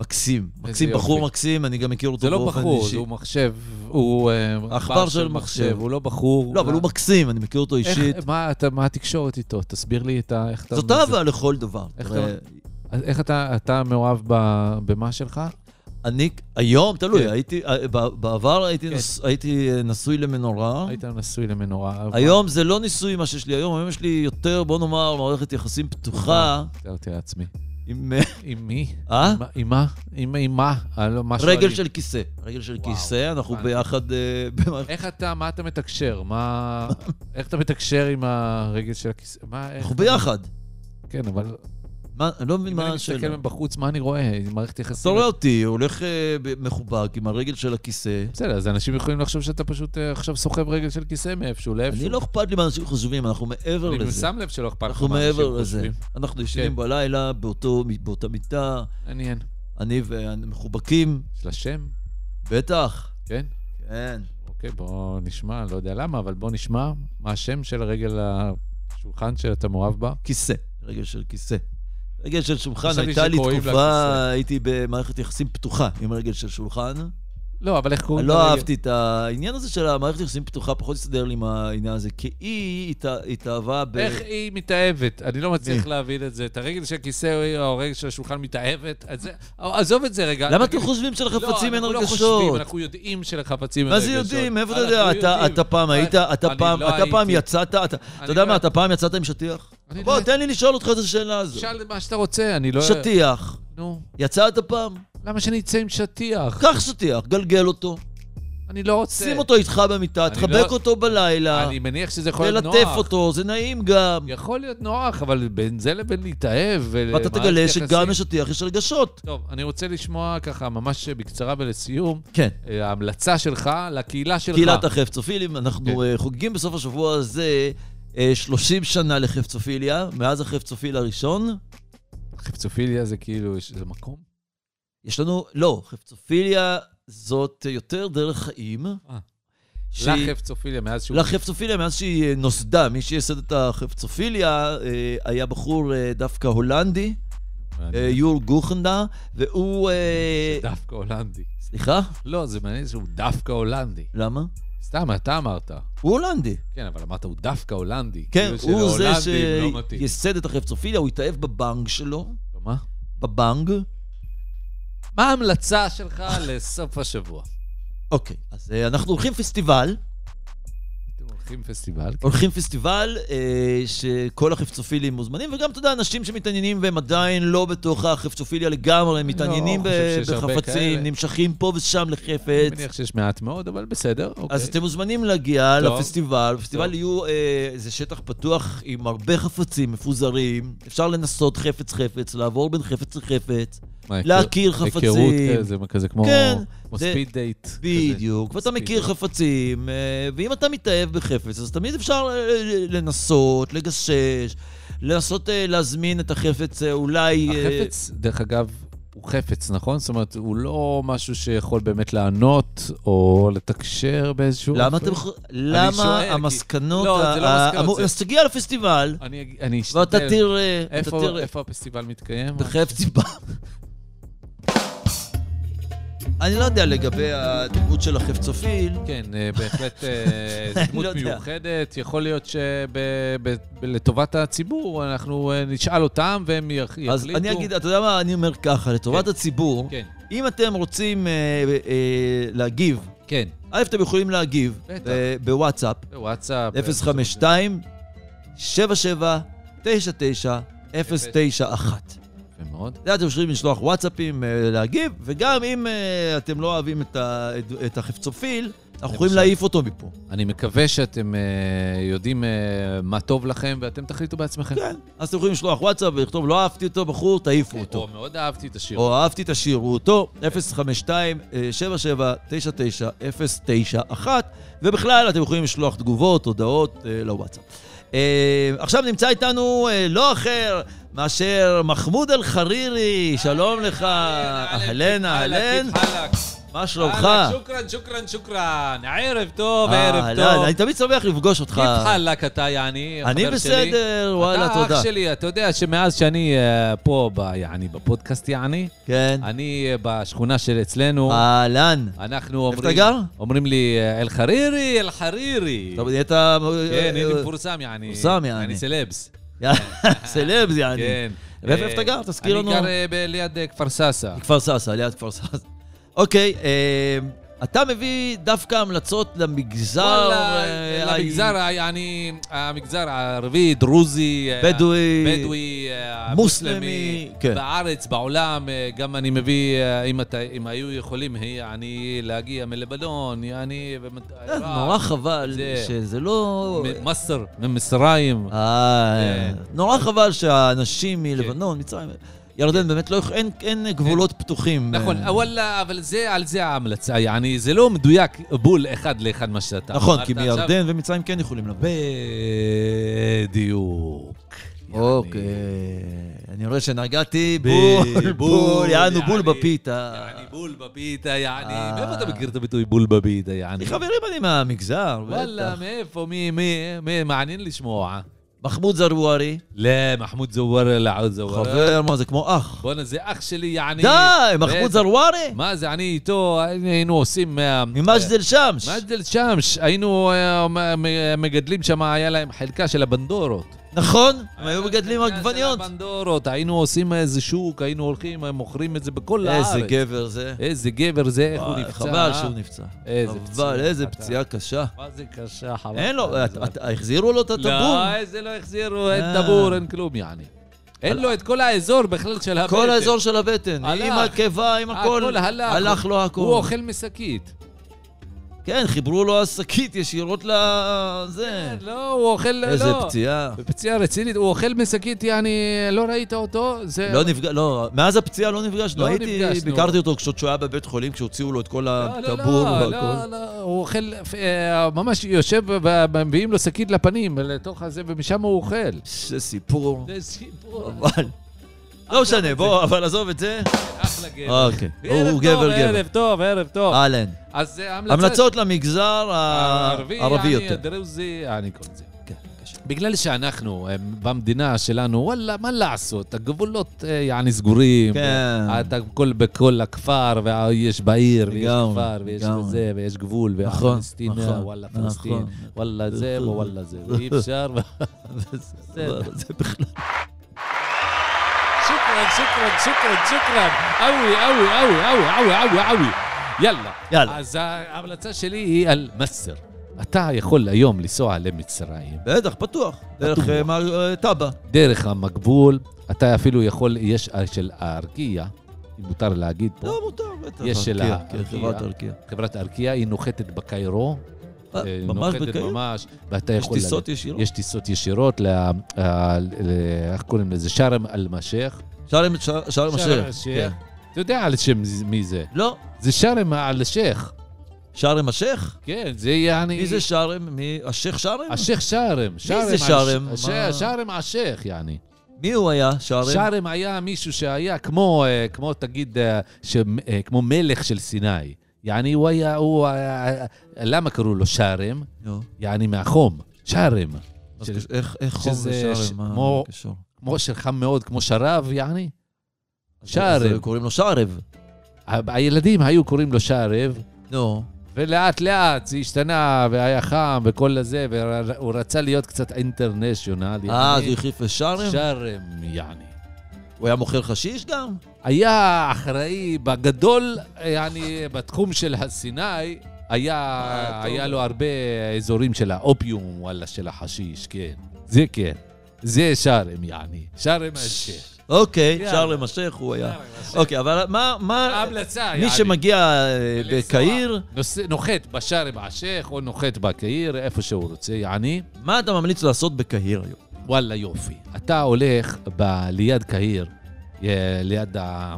[SPEAKER 2] מקסים.
[SPEAKER 3] איזה
[SPEAKER 2] מקסים, בחור
[SPEAKER 3] יופי.
[SPEAKER 2] מקסים, אני גם מכיר אותו
[SPEAKER 3] זה לא
[SPEAKER 2] באופן
[SPEAKER 3] בחור,
[SPEAKER 2] אישי.
[SPEAKER 3] הוא מחשב, הוא... אה,
[SPEAKER 2] עכבר
[SPEAKER 3] בר
[SPEAKER 2] של מחשב.
[SPEAKER 3] הוא לא בחור.
[SPEAKER 2] לא, אבל הוא מקסים, אני מכיר אותו
[SPEAKER 3] איך-
[SPEAKER 2] אישית.
[SPEAKER 3] מה אתה- מה התקשורת איתו? תסביר לי את ה... איך אתה...
[SPEAKER 2] זאת
[SPEAKER 3] זה-
[SPEAKER 2] אהבה לכל דבר.
[SPEAKER 3] איך
[SPEAKER 2] תראה,
[SPEAKER 3] אתה- אז איך אתה אתה מאוהב ב- במה שלך?
[SPEAKER 2] אני היום, תלוי,
[SPEAKER 3] כן.
[SPEAKER 2] הייתי, אה, ב- בעבר הייתי
[SPEAKER 3] כן.
[SPEAKER 2] נש- הייתי אה, נשוי למנורה.
[SPEAKER 3] היית נשוי למנורה.
[SPEAKER 2] היום זה לא ניסוי מה שיש לי היום, היום יש לי יותר, בוא נאמר, מערכת יחסים פתוחה
[SPEAKER 3] תיארתי לעצמי.
[SPEAKER 2] עם...
[SPEAKER 3] *laughs*
[SPEAKER 2] אה,
[SPEAKER 3] עם מי?
[SPEAKER 2] אה?
[SPEAKER 3] עם- עם מה? עם עם מה? אה, לא, משהו
[SPEAKER 2] רגל
[SPEAKER 3] עליב.
[SPEAKER 2] של כיסא, רגל של
[SPEAKER 3] וואו,
[SPEAKER 2] כיסא, אנחנו
[SPEAKER 3] הבנתי.
[SPEAKER 2] ביחד אה, במערכת...
[SPEAKER 3] איך אתה, מה אתה מתקשר?
[SPEAKER 2] *laughs*
[SPEAKER 3] מה... איך אתה מתקשר עם הרגל של הכיסא? מה... איך-
[SPEAKER 2] אנחנו ביחד.
[SPEAKER 3] כן, אבל
[SPEAKER 2] מה, אני לא מבין
[SPEAKER 3] אם
[SPEAKER 2] מה
[SPEAKER 3] אני
[SPEAKER 2] השאלה.
[SPEAKER 3] מסתכל מבחוץ, מה אני רואה? מערכת
[SPEAKER 2] אתה לא
[SPEAKER 3] יחסים...
[SPEAKER 2] רואה אותי, הולך אה, ב- מחובק עם הרגל של הכיסא.
[SPEAKER 3] בסדר, אז אנשים יכולים לחשוב שאתה פשוט אה, עכשיו סוחב רגל של כיסא מאיפשהו, לאיפשהו.
[SPEAKER 2] אני לא אכפת לי מה אנשים חושבים, אנחנו מעבר
[SPEAKER 3] אני
[SPEAKER 2] לזה.
[SPEAKER 3] שם לב שלא אכפת לך
[SPEAKER 2] אנחנו
[SPEAKER 3] מה אנשים
[SPEAKER 2] מעבר לזה.
[SPEAKER 3] חושבים.
[SPEAKER 2] אנחנו
[SPEAKER 3] כן.
[SPEAKER 2] ישנים בלילה באותו- באותה מיטה,
[SPEAKER 3] מעניין.
[SPEAKER 2] אני ומחובקים,
[SPEAKER 3] של השם,
[SPEAKER 2] בטח.
[SPEAKER 3] כן?
[SPEAKER 2] כן.
[SPEAKER 3] אוקיי, בוא נשמע, לא יודע למה, אבל בוא נשמע מה השם של הרגל השולחן שאתה מאוהב בה.
[SPEAKER 2] כיסא, רגל של כיסא. רגל של שולחן,
[SPEAKER 3] חשבתי
[SPEAKER 2] הייתה לי
[SPEAKER 3] שקוראים לה
[SPEAKER 2] תקופה,
[SPEAKER 3] כיסא.
[SPEAKER 2] הייתי במערכת יחסים פתוחה עם רגל של שולחן.
[SPEAKER 3] לא, אבל איך קוראים
[SPEAKER 2] אני לא
[SPEAKER 3] לרגל?
[SPEAKER 2] אהבתי את העניין הזה של המערכת יחסים פתוחה, פחות הסתדר לי עם העניין הזה, כי היא הת- התאהבה ב...
[SPEAKER 3] איך היא מתאהבת? אני לא מצליח להבין את זה. את הרגל של הכיסא או הרגל של השולחן מתאהבת? אז זה- עזוב את זה רגע.
[SPEAKER 2] למה אתם
[SPEAKER 3] תגיד-
[SPEAKER 2] חושבים שלחפצים אין
[SPEAKER 3] לא, אנחנו לא חושבים,
[SPEAKER 2] רגשות?
[SPEAKER 3] אנחנו יודעים שלחפצים אין
[SPEAKER 2] מה זה
[SPEAKER 3] רגשות.
[SPEAKER 2] יודעים? מאיפה אתה
[SPEAKER 3] אנחנו
[SPEAKER 2] יודע? אתה-
[SPEAKER 3] יודעים.
[SPEAKER 2] אתה פעם היית, אתה
[SPEAKER 3] אני
[SPEAKER 2] פעם
[SPEAKER 3] לא
[SPEAKER 2] אתה פעם
[SPEAKER 3] הייתי.
[SPEAKER 2] יצאת, אתה אתה
[SPEAKER 3] אני
[SPEAKER 2] יודע
[SPEAKER 3] לא
[SPEAKER 2] מה,
[SPEAKER 3] הייתי.
[SPEAKER 2] אתה פעם יצאת עם שטיח?
[SPEAKER 3] אני
[SPEAKER 2] בוא,
[SPEAKER 3] לא-
[SPEAKER 2] תן לי לשאול אותך את השאלה הזו.
[SPEAKER 3] שאל מה שאתה רוצה, אני לא...
[SPEAKER 2] שטיח,
[SPEAKER 3] נו,
[SPEAKER 2] יצאת פעם?
[SPEAKER 3] למה שאני אצא עם שטיח?
[SPEAKER 2] קח שטיח, גלגל אותו,
[SPEAKER 3] אני לא רוצה.
[SPEAKER 2] שים אותו איתך במיטה,
[SPEAKER 3] אני
[SPEAKER 2] תחבק
[SPEAKER 3] לא-
[SPEAKER 2] אותו בלילה,
[SPEAKER 3] אני מניח שזה יכול להיות נוח.
[SPEAKER 2] תלטף אותו, זה נעים גם.
[SPEAKER 3] יכול להיות נוח, אבל בין זה לבין להתאהב
[SPEAKER 2] ואתה
[SPEAKER 3] ולמערכת
[SPEAKER 2] תגלה שגם
[SPEAKER 3] יחסים-
[SPEAKER 2] לשטיח יש רגשות.
[SPEAKER 3] טוב, אני רוצה לשמוע ככה, ממש בקצרה ולסיום,
[SPEAKER 2] כן.
[SPEAKER 3] אה, ההמלצה שלך לקהילה שלך.
[SPEAKER 2] קהילת החפצופילים,
[SPEAKER 3] כן.
[SPEAKER 2] אנחנו אה, חוגגים בסוף השבוע הזה אה, 30 שנה לחפצופיליה, מאז החפצופיל הראשון.
[SPEAKER 3] חפצופיליה זה כאילו, יש- זה מקום?
[SPEAKER 2] יש לנו, לא, חפצופיליה זאת יותר דרך חיים.
[SPEAKER 3] אה.
[SPEAKER 2] שהיא-
[SPEAKER 3] לחפצופיליה, מאז שהוא...
[SPEAKER 2] לחפצופיליה, מאז שהיא אה, נוסדה, מי שייסד את החפצופיליה אה, היה בחור אה, דווקא הולנדי, אה,
[SPEAKER 3] מעניין.
[SPEAKER 2] יור גוכנדה, והוא... אה,
[SPEAKER 3] דווקא הולנדי.
[SPEAKER 2] סליחה?
[SPEAKER 3] לא, זה מעניין שהוא דווקא הולנדי.
[SPEAKER 2] למה?
[SPEAKER 3] סתם, סתם, אתה אמרת.
[SPEAKER 2] הוא הולנדי.
[SPEAKER 3] כן, אבל אמרת, הוא דווקא הולנדי.
[SPEAKER 2] כן,
[SPEAKER 3] כאילו
[SPEAKER 2] הוא זה
[SPEAKER 3] שלהולנדים לא מתאים.
[SPEAKER 2] שייסד את החפצופיליה, הוא התאהב בבנג שלו,
[SPEAKER 3] מה?
[SPEAKER 2] בבנג.
[SPEAKER 3] מה ההמלצה שלך לסוף השבוע?
[SPEAKER 2] אוקיי, אז אה, אנחנו הולכים פסטיבל,
[SPEAKER 3] אתם הולכים פסטיבל?
[SPEAKER 2] הולכים פסטיבל אה, שכל החפצופילים מוזמנים, וגם, אתה יודע, אנשים שמתעניינים והם עדיין לא בתוך החפצופיליה לגמרי, הם מתעניינים
[SPEAKER 3] לא, חושב
[SPEAKER 2] ב-
[SPEAKER 3] שיש הרבה
[SPEAKER 2] בחפצים,
[SPEAKER 3] כאלה.
[SPEAKER 2] נמשכים פה ושם
[SPEAKER 3] אני
[SPEAKER 2] לחפץ.
[SPEAKER 3] מניח שיש מעט מאוד, אבל בסדר, אוקיי.
[SPEAKER 2] אה, אז אתם מוזמנים להגיע
[SPEAKER 3] טוב.
[SPEAKER 2] לפסטיבל. בפסטיבל
[SPEAKER 3] טוב.
[SPEAKER 2] יהיו, אה, זה שטח פתוח עם הרבה חפצים מפוזרים, אפשר לנסות חפץ-חפץ, לעבור בין חפץ לחפץ,
[SPEAKER 3] מה, היכר-
[SPEAKER 2] להכיר
[SPEAKER 3] היכרות,
[SPEAKER 2] חפצים.
[SPEAKER 3] אה, זה כזה כמו
[SPEAKER 2] כן,
[SPEAKER 3] כמו
[SPEAKER 2] זה-
[SPEAKER 3] ספיד דייט.
[SPEAKER 2] בדיוק, ואתה
[SPEAKER 3] מספיק.
[SPEAKER 2] מכיר חפצים, אה, ואם אתה מתאהב בחפץ, אז תמיד אפשר אה, לנסות, לגשש, לנסות אה, להזמין את החפץ אה, אולי... אה,
[SPEAKER 3] החפץ, דרך אגב, הוא חפץ, נכון? זאת אומרת, הוא לא משהו שיכול באמת לענות או לתקשר באיזשהו...
[SPEAKER 2] למה
[SPEAKER 3] אופן.
[SPEAKER 2] אתם... חו- למה
[SPEAKER 3] לא שואל, כי-
[SPEAKER 2] המסקנות...
[SPEAKER 3] לא, זה לא
[SPEAKER 2] ה-
[SPEAKER 3] מסקנות,
[SPEAKER 2] המו-
[SPEAKER 3] זה-
[SPEAKER 2] אז תגיע לפסטיבל,
[SPEAKER 3] אני אג- אני אשתדל.
[SPEAKER 2] ואתה תראה... אתה
[SPEAKER 3] איפה-
[SPEAKER 2] תראה-
[SPEAKER 3] איפה הפסטיבל מתקיים?
[SPEAKER 2] בחפץ טיפה. אני לא יודע לגבי הדמות של החפצופיל.
[SPEAKER 3] כן, אה, בהחלט אה,
[SPEAKER 2] *laughs*
[SPEAKER 3] זו
[SPEAKER 2] אני
[SPEAKER 3] דמות
[SPEAKER 2] לא יודע.
[SPEAKER 3] מיוחדת. יכול להיות שלטובת הציבור אנחנו אה, נשאל אותם והם יח- יחליטו.
[SPEAKER 2] אז אני אגיד, אתה יודע מה, אני אומר ככה, לטובת
[SPEAKER 3] כן.
[SPEAKER 2] הציבור,
[SPEAKER 3] כן,
[SPEAKER 2] אם אתם רוצים אה, אה, להגיב,
[SPEAKER 3] כן,
[SPEAKER 2] א', אתם יכולים להגיב
[SPEAKER 3] בטח.
[SPEAKER 2] אה, בוואטסאפ,
[SPEAKER 3] בוואטסאפ. אה,
[SPEAKER 2] 052 77 99 091
[SPEAKER 3] יפה מאוד.
[SPEAKER 2] זה אתם יכולים לשלוח וואטסאפים, אה, להגיב, וגם אם אה, אתם לא אוהבים את ה- את- את החפצופיל, אנחנו יכולים
[SPEAKER 3] למשל.
[SPEAKER 2] להעיף אותו מפה.
[SPEAKER 3] אני מקווה שאתם אה, יודעים אה, מה טוב לכם ואתם תחליטו בעצמכם. כן.
[SPEAKER 2] אז אתם יכולים לשלוח וואטסאפ ולכתוב, לא אהבתי אותו, בחור, תעיפו
[SPEAKER 3] או
[SPEAKER 2] אותו.
[SPEAKER 3] מאוד אהבתי את השיר.
[SPEAKER 2] או אהבתי, תשאירו אותו, 052-77-99-091, ובכלל, אתם יכולים לשלוח תגובות, הודעות אה, לוואטסאפ. אה, עכשיו נמצא איתנו אה, לא אחר מאשר מחמוד אל-חרירי, שלום לך,
[SPEAKER 3] אה,
[SPEAKER 2] אהלן, אהלן, מה שלומך? אה,
[SPEAKER 3] שוכרן, שוכרן, שוכרן. ערב טוב, ערב
[SPEAKER 2] אהלן,
[SPEAKER 3] טוב.
[SPEAKER 2] אני תמיד שמח לפגוש אותך.
[SPEAKER 3] כיף חלק אתה, יעני,
[SPEAKER 2] אני
[SPEAKER 3] חבר שלי.
[SPEAKER 2] בסדר, וואלה,
[SPEAKER 3] אתה
[SPEAKER 2] תודה.
[SPEAKER 3] אח שלי, אתה יודע שמאז שאני אה, פה, ב- יעני, בפודקאסט, יעני,
[SPEAKER 2] כן,
[SPEAKER 3] אני אה, בשכונה של אצלנו,
[SPEAKER 2] אהלן.
[SPEAKER 3] אנחנו
[SPEAKER 2] איפה
[SPEAKER 3] אומרים...
[SPEAKER 2] אתה גר?
[SPEAKER 3] אומרים לי, אה, אל-חרירי, אל-חרירי.
[SPEAKER 2] אתה נהיית...
[SPEAKER 3] כן, הנה מפורסם, יעני.
[SPEAKER 2] מפורסם, אה, יעני.
[SPEAKER 3] אני סלבס.
[SPEAKER 2] *laughs* סלבס, יעני.
[SPEAKER 3] כן.
[SPEAKER 2] ואיפה
[SPEAKER 3] אה,
[SPEAKER 2] אתה גר? תזכיר לנו.
[SPEAKER 3] אני גר אה, ב- ליד אה, כפר סאסא.
[SPEAKER 2] כפר סבא, ליד כפר סבא. אוקיי, אה, אתה מביא דווקא המלצות למגזר... אה,
[SPEAKER 3] וואלה,
[SPEAKER 2] ה-
[SPEAKER 3] למגזר, ה- יעני, המגזר הערבי, דרוזי, אה,
[SPEAKER 2] בדואי.
[SPEAKER 3] בדואי, אה,
[SPEAKER 2] מוסלמי,
[SPEAKER 3] מוסלמי,
[SPEAKER 2] כן.
[SPEAKER 3] בארץ, בעולם, אה, גם אני מביא, אה, אם אתה- אם היו יכולים, אה, אני להגיע מלבנון, יעני, ומת-
[SPEAKER 2] אה,
[SPEAKER 3] עיראק,
[SPEAKER 2] נורא חבל
[SPEAKER 3] זה-
[SPEAKER 2] שזה לא...
[SPEAKER 3] ממסר, ממצרים.
[SPEAKER 2] אה,
[SPEAKER 3] כן.
[SPEAKER 2] נורא חבל שהאנשים מלבנון, מצרים, ירדן, באמת לא... אין- אין גבולות פתוחים.
[SPEAKER 3] כן. נכון,
[SPEAKER 2] אה,
[SPEAKER 3] וואלה, אבל זה, על זה ההמלצה, יעני, זה לא מדויק בול אחד לאחד מה שאתה
[SPEAKER 2] נכון,
[SPEAKER 3] אמרת
[SPEAKER 2] כי
[SPEAKER 3] עכשיו.
[SPEAKER 2] מירדן ומצרים כן יכולים לבוא.
[SPEAKER 3] בדיוק.
[SPEAKER 2] אוקיי, אני רואה שנגעתי בול, בול, יענו בול בפיתה.
[SPEAKER 3] יעני בול בפיתה, יעני.
[SPEAKER 2] אה.
[SPEAKER 3] מאיפה אתה מכיר את הביטוי בול בפיתה, יעני?
[SPEAKER 2] חברים, אני מהמגזר,
[SPEAKER 3] וואלה,
[SPEAKER 2] בטח.
[SPEAKER 3] מאיפה, מי, מי, מי, מעניין לשמוע.
[SPEAKER 2] מחמוד זרוארי,
[SPEAKER 3] לא, מחמוד זווארה, לעוד זווארה.
[SPEAKER 2] חבר, מה זה כמו אח.
[SPEAKER 3] בואנה, זה אח שלי, יעני.
[SPEAKER 2] די,
[SPEAKER 3] בטח.
[SPEAKER 2] מחמוד זרוארי,
[SPEAKER 3] מה זה, אני איתו, היינו עושים... אה,
[SPEAKER 2] ממג'דל שמש.
[SPEAKER 3] מג'דל שמש, היינו אה, מ- מ- מגדלים שם, היה להם חלקה של הבנדורות.
[SPEAKER 2] נכון, הם היו
[SPEAKER 3] היה
[SPEAKER 2] מגדלים
[SPEAKER 3] חלקה של
[SPEAKER 2] עגבניות.
[SPEAKER 3] הבנדורות, היינו עושים איזה שוק, היינו הולכים, מוכרים את זה בכל הארץ.
[SPEAKER 2] איזה גבר זה.
[SPEAKER 3] איזה גבר זה, איך הוא
[SPEAKER 2] וואי,
[SPEAKER 3] נפצע.
[SPEAKER 2] חבל
[SPEAKER 3] אה?
[SPEAKER 2] שהוא נפצע.
[SPEAKER 3] איזה פציעה.
[SPEAKER 2] אבל איזה
[SPEAKER 3] אתה-
[SPEAKER 2] פציעה קשה.
[SPEAKER 3] מה זה קשה, חבל.
[SPEAKER 2] אין לו,
[SPEAKER 3] אתה-
[SPEAKER 2] את- את- החזירו לו את הטבור.
[SPEAKER 3] לא, איזה לא החזירו, אין
[SPEAKER 2] אה.
[SPEAKER 3] טבור, אין כלום, יעני. אין לו את כל האזור בכלל של הבטן.
[SPEAKER 2] כל האזור של הבטן,
[SPEAKER 3] הלך.
[SPEAKER 2] עם הקיבה, עם הכל.
[SPEAKER 3] הכל הלך.
[SPEAKER 2] הלך לו הכל.
[SPEAKER 3] הוא אוכל משקית.
[SPEAKER 2] כן, חיברו לו השקית ישירות לזה.
[SPEAKER 3] לא, הוא אוכל, לא.
[SPEAKER 2] איזה פציעה.
[SPEAKER 3] פציעה רצינית, הוא אוכל משקית, יעני, לא ראית אותו? זה...
[SPEAKER 2] לא נפגש, לא, מאז הפציעה לא נפגשנו.
[SPEAKER 3] לא
[SPEAKER 2] הייתי,
[SPEAKER 3] נפגשנו.
[SPEAKER 2] ביקרתי אותו כשעוד שהוא היה בבית חולים, כשהוציאו לו את כל
[SPEAKER 3] לא, לא,
[SPEAKER 2] הטבור
[SPEAKER 3] לא,
[SPEAKER 2] והכל.
[SPEAKER 3] לא, לא, הוא אוכל, אה, ממש יושב, ומביאים לו שקית לפנים, לתוך הזה, ומשם הוא אוכל.
[SPEAKER 2] זה סיפור.
[SPEAKER 3] זה סיפור.
[SPEAKER 2] אבל... לא משנה, בוא, אבל עזוב את זה.
[SPEAKER 3] אחלה גבר.
[SPEAKER 2] אוקיי.
[SPEAKER 3] ערב
[SPEAKER 2] הוא
[SPEAKER 3] טוב,
[SPEAKER 2] גבר גבר.
[SPEAKER 3] ערב טוב, ערב טוב.
[SPEAKER 2] אהלן.
[SPEAKER 3] אז אה, המלצה
[SPEAKER 2] המלצות למגזר ה-
[SPEAKER 3] הערבי,
[SPEAKER 2] הערבי
[SPEAKER 3] הערבי
[SPEAKER 2] יותר.
[SPEAKER 3] הדרוזי, אני כל זה.
[SPEAKER 2] כן, בבקשה.
[SPEAKER 3] בגלל שאנחנו, אה, במדינה שלנו, וואלה, מה לעשות? הגבולות, אה, יעני, סגורים.
[SPEAKER 2] כן.
[SPEAKER 3] אתה כל, בכל הכפר, ויש בעיר, ויש
[SPEAKER 2] לגמרי,
[SPEAKER 3] כפר, ויש
[SPEAKER 2] לגמרי.
[SPEAKER 3] זה, ויש גבול,
[SPEAKER 2] נכון,
[SPEAKER 3] ופלסטינה,
[SPEAKER 2] נכון,
[SPEAKER 3] אה, וואלה, פלסטין,
[SPEAKER 2] נכון.
[SPEAKER 3] וואלה זה, וואלה
[SPEAKER 2] *laughs*
[SPEAKER 3] זה, ואי אפשר. ו-
[SPEAKER 2] זה זה בכלל.
[SPEAKER 3] שוכרן, שוכרן, שוכרן, שוכרן. אוי, אוי, אוי, אוי, אוי, אוי, אוי. יאללה.
[SPEAKER 2] יאללה.
[SPEAKER 3] אז ההמלצה שלי היא על מסר. אתה יכול היום לנסוע למצרים.
[SPEAKER 2] בטח, פתוח. דרך אה, מה- אה, טאבה.
[SPEAKER 3] דרך המגבול, אתה אפילו יכול, יש אה, של הארקיע, אם מותר להגיד פה,
[SPEAKER 2] לא, מותר, בטח.
[SPEAKER 3] יש של
[SPEAKER 2] ארקיע,
[SPEAKER 3] ה-
[SPEAKER 2] כן, חברת ארקיע.
[SPEAKER 3] חברת ארקיע, היא נוחתת בקיירו.
[SPEAKER 2] אה,
[SPEAKER 3] אה,
[SPEAKER 2] ממש
[SPEAKER 3] נוחתת
[SPEAKER 2] בקהיר?
[SPEAKER 3] ממש, ואתה
[SPEAKER 2] יש
[SPEAKER 3] יכול...
[SPEAKER 2] טיסות
[SPEAKER 3] ללכת.
[SPEAKER 2] ישירות?
[SPEAKER 3] יש טיסות ישירות ל... אה, ל- איך קוראים לזה? שארם א-משייח.
[SPEAKER 2] שאלם ש- שאלם
[SPEAKER 3] שארם
[SPEAKER 2] השייח.
[SPEAKER 3] א-שייח.
[SPEAKER 2] כן.
[SPEAKER 3] אתה יודע על שם מי זה.
[SPEAKER 2] לא,
[SPEAKER 3] זה שארם א-שייח.
[SPEAKER 2] שאלם השייח?
[SPEAKER 3] כן, זה יעני...
[SPEAKER 2] מי זה שאלם? מי? השייח שאלם?
[SPEAKER 3] השייח שארם. שארם
[SPEAKER 2] זה שארם?
[SPEAKER 3] הש-
[SPEAKER 2] מה?
[SPEAKER 3] שארם א-שייח, יעני.
[SPEAKER 2] מי הוא היה, שאלם?
[SPEAKER 3] שארם היה מישהו שהיה כמו, אה, כמו תגיד, אה, ש- אה, כמו מלך של סיני. יעני, הוא היה, הוא היה... למה קראו לו שארם?
[SPEAKER 2] נו,
[SPEAKER 3] יעני מהחום. שארם.
[SPEAKER 2] אז
[SPEAKER 3] של-
[SPEAKER 2] כש- איך- איך חום
[SPEAKER 3] שזה ש-
[SPEAKER 2] ושאלם? מה
[SPEAKER 3] כמו-
[SPEAKER 2] קשור?
[SPEAKER 3] כמו שחם מאוד, כמו שרב, יעני.
[SPEAKER 2] אז-
[SPEAKER 3] שארם.
[SPEAKER 2] אז קוראים לו שארב.
[SPEAKER 3] ה- הילדים היו קוראים לו שערב,
[SPEAKER 2] נו,
[SPEAKER 3] ולאט לאט זה השתנה, והיה חם וכל הזה, והוא רצה להיות קצת אינטרנשיונל.
[SPEAKER 2] אה, אז
[SPEAKER 3] יעני.
[SPEAKER 2] הוא החליף לשארם?
[SPEAKER 3] שערם, יעני.
[SPEAKER 2] הוא היה מוכר חשיש גם?
[SPEAKER 3] היה אחראי בגדול, יעני, בתחום של הסיני, היה,
[SPEAKER 2] אה, טוב.
[SPEAKER 3] היה לו הרבה אזורים של האופיום, וואלה, של החשיש, כן. זה כן. זה שארם, יעני. שארם א-שייח.
[SPEAKER 2] אוקיי,
[SPEAKER 3] יאללה.
[SPEAKER 2] שארם השייח הוא היה.
[SPEAKER 3] שארם א-שייח.
[SPEAKER 2] אוקיי, אבל מה, מה,
[SPEAKER 3] ההמלצה, יעני.
[SPEAKER 2] מי שמגיע אה,
[SPEAKER 3] לנסוע.
[SPEAKER 2] בקהיר,
[SPEAKER 3] נוס- נוחת בשארם א-שייח, או נוחת בקהיר, איפה שהוא רוצה, יעני.
[SPEAKER 2] מה אתה ממליץ לעשות בקהיר היום?
[SPEAKER 3] וואלה יופי. אתה הולך ב- ליד קהיר, אה, ליד ה...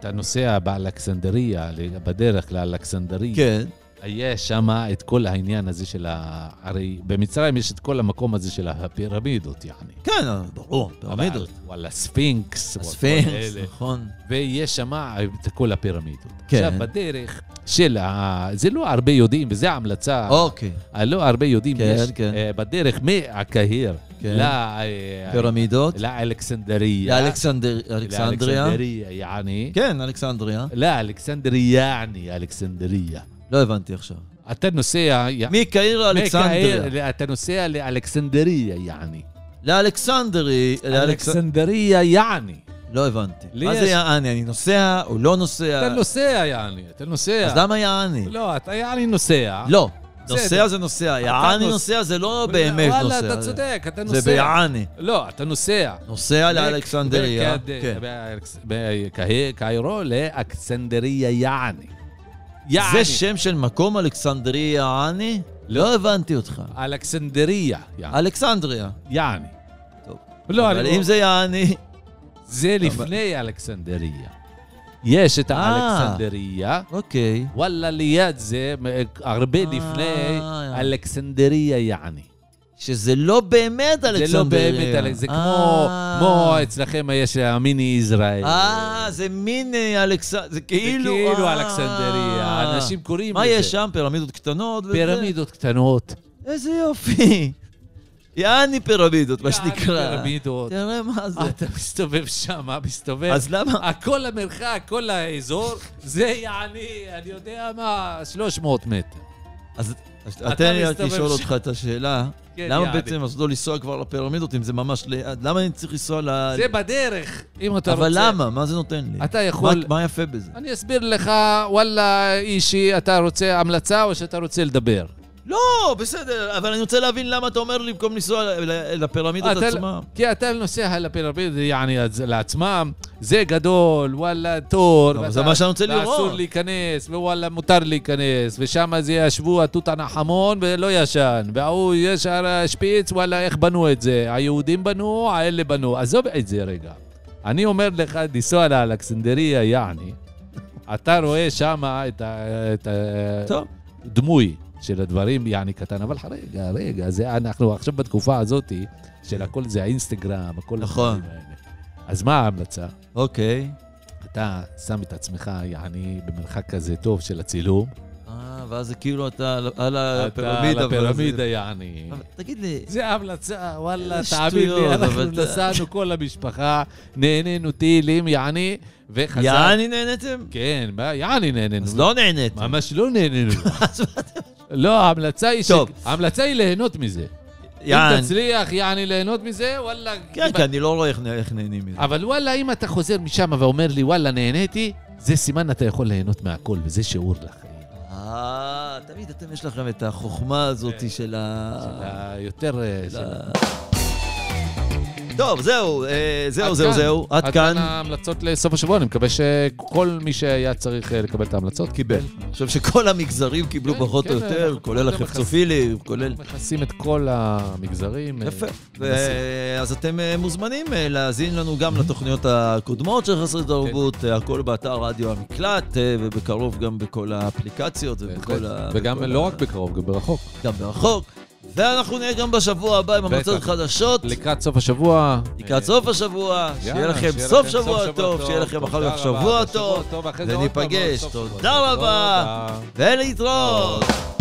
[SPEAKER 3] אתה נוסע באלכסנדריה, ל- בדרך לאלכסנדריה.
[SPEAKER 2] כן.
[SPEAKER 3] יש שם את כל העניין הזה של ה... הרי במצרים יש את כל המקום הזה של הפירמידות, יעני.
[SPEAKER 2] כן, ברור, פירמידות.
[SPEAKER 3] וואלה, ספינקס. וכל
[SPEAKER 2] הספינקס,
[SPEAKER 3] אלה.
[SPEAKER 2] נכון.
[SPEAKER 3] ויש שם את כל הפירמידות.
[SPEAKER 2] כן.
[SPEAKER 3] עכשיו, בדרך של ה... זה לא הרבה יודעים, וזו ההמלצה.
[SPEAKER 2] אוקיי,
[SPEAKER 3] לא הרבה יודעים,
[SPEAKER 2] כן,
[SPEAKER 3] יש
[SPEAKER 2] כן.
[SPEAKER 3] אה, בדרך מהקהיר
[SPEAKER 2] כן.
[SPEAKER 3] ל... אה,
[SPEAKER 2] פירמידות.
[SPEAKER 3] לאלכסנדריה.
[SPEAKER 2] לאלכסנדר- אלכסנדריה.
[SPEAKER 3] לאלכסנדריה, יעני.
[SPEAKER 2] כן, אלכסנדריה.
[SPEAKER 3] לא, אלכסנדריה, יעני, אלכסנדריה.
[SPEAKER 2] לא הבנתי עכשיו.
[SPEAKER 3] אתה נוסע... יא-
[SPEAKER 2] מקהיר לאלכסנדריה.
[SPEAKER 3] מקהיר, אתה נוסע לאלכסנדריה, יעני.
[SPEAKER 2] לאלכסנדרי. לאלכס-
[SPEAKER 3] אלכסנדריה, יעני.
[SPEAKER 2] לא הבנתי.
[SPEAKER 3] לי
[SPEAKER 2] מה זה
[SPEAKER 3] יש-
[SPEAKER 2] יעני? אני נוסע או לא נוסע?
[SPEAKER 3] אתה נוסע, יעני, אתה נוסע.
[SPEAKER 2] אז למה יעני?
[SPEAKER 3] לא, אתה יעני נוסע.
[SPEAKER 2] לא.
[SPEAKER 3] בסדר.
[SPEAKER 2] נוסע זה נוסע. יעני
[SPEAKER 3] נוס-
[SPEAKER 2] נוסע זה לא באמת נוסע.
[SPEAKER 3] וואלה, אתה צודק, אתה נוסע.
[SPEAKER 2] זה ביעני.
[SPEAKER 3] לא, אתה נוסע.
[SPEAKER 2] נוסע לאלכסנדריה.
[SPEAKER 3] בקד-
[SPEAKER 2] כן.
[SPEAKER 3] באלכס- בקהיר- קהירו לאלכסנדריה, יעני. יעני.
[SPEAKER 2] זה שם של מקום אלכסנדריה יעני? לא הבנתי אותך.
[SPEAKER 3] אלכסנדריה, יעני.
[SPEAKER 2] אלכסנדריה.
[SPEAKER 3] יעני.
[SPEAKER 2] טוב.
[SPEAKER 3] אה. לא,
[SPEAKER 2] אבל
[SPEAKER 3] אני-
[SPEAKER 2] אם זה יעני...
[SPEAKER 3] זה לפני אלכסנדריה. יש את האלכסנדריה.
[SPEAKER 2] אוקיי.
[SPEAKER 3] וואלה, ליד זה, הרבה
[SPEAKER 2] אה,
[SPEAKER 3] לפני
[SPEAKER 2] יעני.
[SPEAKER 3] אלכסנדריה, יעני.
[SPEAKER 2] שזה לא באמת
[SPEAKER 3] זה לא
[SPEAKER 2] אלכסנדריה.
[SPEAKER 3] באמת, אלכס- זה כמו,
[SPEAKER 2] אה.
[SPEAKER 3] כמו אצלכם יש המיני ישראל.
[SPEAKER 2] אה, זה מיני אלכסנדריה, זה
[SPEAKER 3] זה
[SPEAKER 2] כאילו...
[SPEAKER 3] כאילו
[SPEAKER 2] אה.
[SPEAKER 3] אלכסנדריה, אנשים קוראים
[SPEAKER 2] מה
[SPEAKER 3] לזה.
[SPEAKER 2] יש שם? פירמידות קטנות? וזה?
[SPEAKER 3] פירמידות קטנות.
[SPEAKER 2] איזה יופי. יעני פירמידות, מה שנקרא.
[SPEAKER 3] פירמידות.
[SPEAKER 2] תראה מה זה.
[SPEAKER 3] אה, אתה מסתובב שם, אה, מסתובב.
[SPEAKER 2] אז למה?
[SPEAKER 3] כל המרחק, כל האזור, זה יעני, אני יודע מה, 300 מטר.
[SPEAKER 2] אז אז
[SPEAKER 3] אתה
[SPEAKER 2] תן לי רק
[SPEAKER 3] מסתובב
[SPEAKER 2] לשאול
[SPEAKER 3] שם.
[SPEAKER 2] אותך את השאלה.
[SPEAKER 3] כן,
[SPEAKER 2] למה
[SPEAKER 3] יעני.
[SPEAKER 2] בעצם אז לא לנסוע כבר לפירמידות אם זה ממש ליד? למה אני צריך לנסוע ל...
[SPEAKER 3] זה בדרך, אם אתה רוצה.
[SPEAKER 2] אבל למה? מה זה נותן לי?
[SPEAKER 3] אתה יכול-
[SPEAKER 2] מה- מה יפה בזה?
[SPEAKER 3] אני אסביר לך, וואלה, אישי, אתה רוצה המלצה או שאתה רוצה לדבר?
[SPEAKER 2] לא, בסדר, אבל אני רוצה להבין למה אתה אומר לי במקום לנסוע ל- ל- לפירמידות
[SPEAKER 3] אה, אתה-
[SPEAKER 2] עצמם.
[SPEAKER 3] כי אתה נוסע לפירמידה, יעני, לעצמם, זה גדול, וואלה, תור.
[SPEAKER 2] אבל
[SPEAKER 3] ואתה-
[SPEAKER 2] זה מה שאני רוצה לראות.
[SPEAKER 3] ואסור להיכנס, ווואלה, מותר להיכנס, ושם זה ישבו התות הנחמון ולא ישן, וההוא יש הר שפיץ, וואלה, איך בנו את זה? היהודים בנו, האלה בנו. עזוב את זה רגע. אני אומר לך, לנסוע לאלכסנדריה, יעני, אתה רואה שם את ה- את ה...
[SPEAKER 2] טוב.
[SPEAKER 3] דמוי של הדברים, יעני קטן, אבל רגע, רגע, זה אנחנו עכשיו בתקופה הזאת של הכל זה האינסטגרם, הכל
[SPEAKER 2] נכון.
[SPEAKER 3] הדברים האלה. אז מה ההמלצה?
[SPEAKER 2] אוקיי.
[SPEAKER 3] אתה שם את עצמך, יעני, במרחק כזה טוב של הצילום,
[SPEAKER 2] אה, ואז זה כאילו אתה על- על הפירמידה.
[SPEAKER 3] הפירמידה,
[SPEAKER 2] אבל זה-
[SPEAKER 3] הפירמידה יעני.
[SPEAKER 2] אבל תגיד לי,
[SPEAKER 3] זה המלצה, וואלה,
[SPEAKER 2] איזה
[SPEAKER 3] תאמין לי,
[SPEAKER 2] שטויות,
[SPEAKER 3] אנחנו
[SPEAKER 2] אבל אתה-
[SPEAKER 3] נסענו כל המשפחה, נהנינו טילים, יעני, וחזר.
[SPEAKER 2] יעני נהנתם?
[SPEAKER 3] כן, מה, יעני נהנינו.
[SPEAKER 2] אז לא נהניתם.
[SPEAKER 3] ממש לא נהנינו.
[SPEAKER 2] *laughs* אז מה אתם-
[SPEAKER 3] לא, ההמלצה היא ש...
[SPEAKER 2] טוב.
[SPEAKER 3] ההמלצה היא ליהנות מזה. אם
[SPEAKER 2] יעני.
[SPEAKER 3] תצליח, יעני, ליהנות מזה, וואלה...
[SPEAKER 2] כן, כי אני לא רואה איך נה- איך נהנים מזה.
[SPEAKER 3] אבל וואלה, אם אתה חוזר משם ואומר לי, וואלה, נהניתי, זה סימן אתה יכול ליהנות מהכל, וזה שיעור לחיים.
[SPEAKER 2] אה, תמיד אתם יש לכם את החוכמה
[SPEAKER 3] כן.
[SPEAKER 2] הזאת של ה...
[SPEAKER 3] אה, יותר...
[SPEAKER 2] לא.
[SPEAKER 3] אה, של-
[SPEAKER 2] טוב, זהו, אה, זהו,
[SPEAKER 3] עד
[SPEAKER 2] זהו,
[SPEAKER 3] כאן.
[SPEAKER 2] זהו, עד כאן.
[SPEAKER 3] ההמלצות לסוף השבוע, אני מקווה שכל מי שהיה צריך אה, לקבל את ההמלצות
[SPEAKER 2] קיבל. אני חושב שכל המגזרים קיבלו
[SPEAKER 3] כן,
[SPEAKER 2] פחות או
[SPEAKER 3] כן,
[SPEAKER 2] יותר,
[SPEAKER 3] אנחנו
[SPEAKER 2] כולל
[SPEAKER 3] קודם
[SPEAKER 2] החפצופילים, כולל...
[SPEAKER 3] מכסים את כל המגזרים. אה,
[SPEAKER 2] יפה.
[SPEAKER 3] מנסים.
[SPEAKER 2] ו- אז אתם אה, מוזמנים אה, להאזין לנו גם לתוכניות הקודמות של חסרי תרבות,
[SPEAKER 3] כן.
[SPEAKER 2] אה, הכל באתר רדיו המקלט, אה, ובקרוב גם בכל האפליקציות ובכל ה...
[SPEAKER 3] וגם
[SPEAKER 2] בכל
[SPEAKER 3] לא
[SPEAKER 2] ה-
[SPEAKER 3] רק בקרוב, גם ברחוק.
[SPEAKER 2] גם מרחוק. ואנחנו נהיה גם בשבוע הבא עם המלצות
[SPEAKER 3] בטח.
[SPEAKER 2] חדשות.
[SPEAKER 3] לקראת סוף השבוע.
[SPEAKER 2] לקראת
[SPEAKER 3] אה,
[SPEAKER 2] סוף השבוע, שיהיה
[SPEAKER 3] יאללה,
[SPEAKER 2] לכם סוף שבוע
[SPEAKER 3] שבוע
[SPEAKER 2] טוב, שיהיה לכם אחר
[SPEAKER 3] תודה
[SPEAKER 2] כך
[SPEAKER 3] רבה,
[SPEAKER 2] שבוע
[SPEAKER 3] ושבוע
[SPEAKER 2] טוב,
[SPEAKER 3] טוב, אחרי זה עוד פעם,
[SPEAKER 2] וניפגש.
[SPEAKER 3] עוד סוף שבוע.
[SPEAKER 2] תודה רבה, ולהתראות.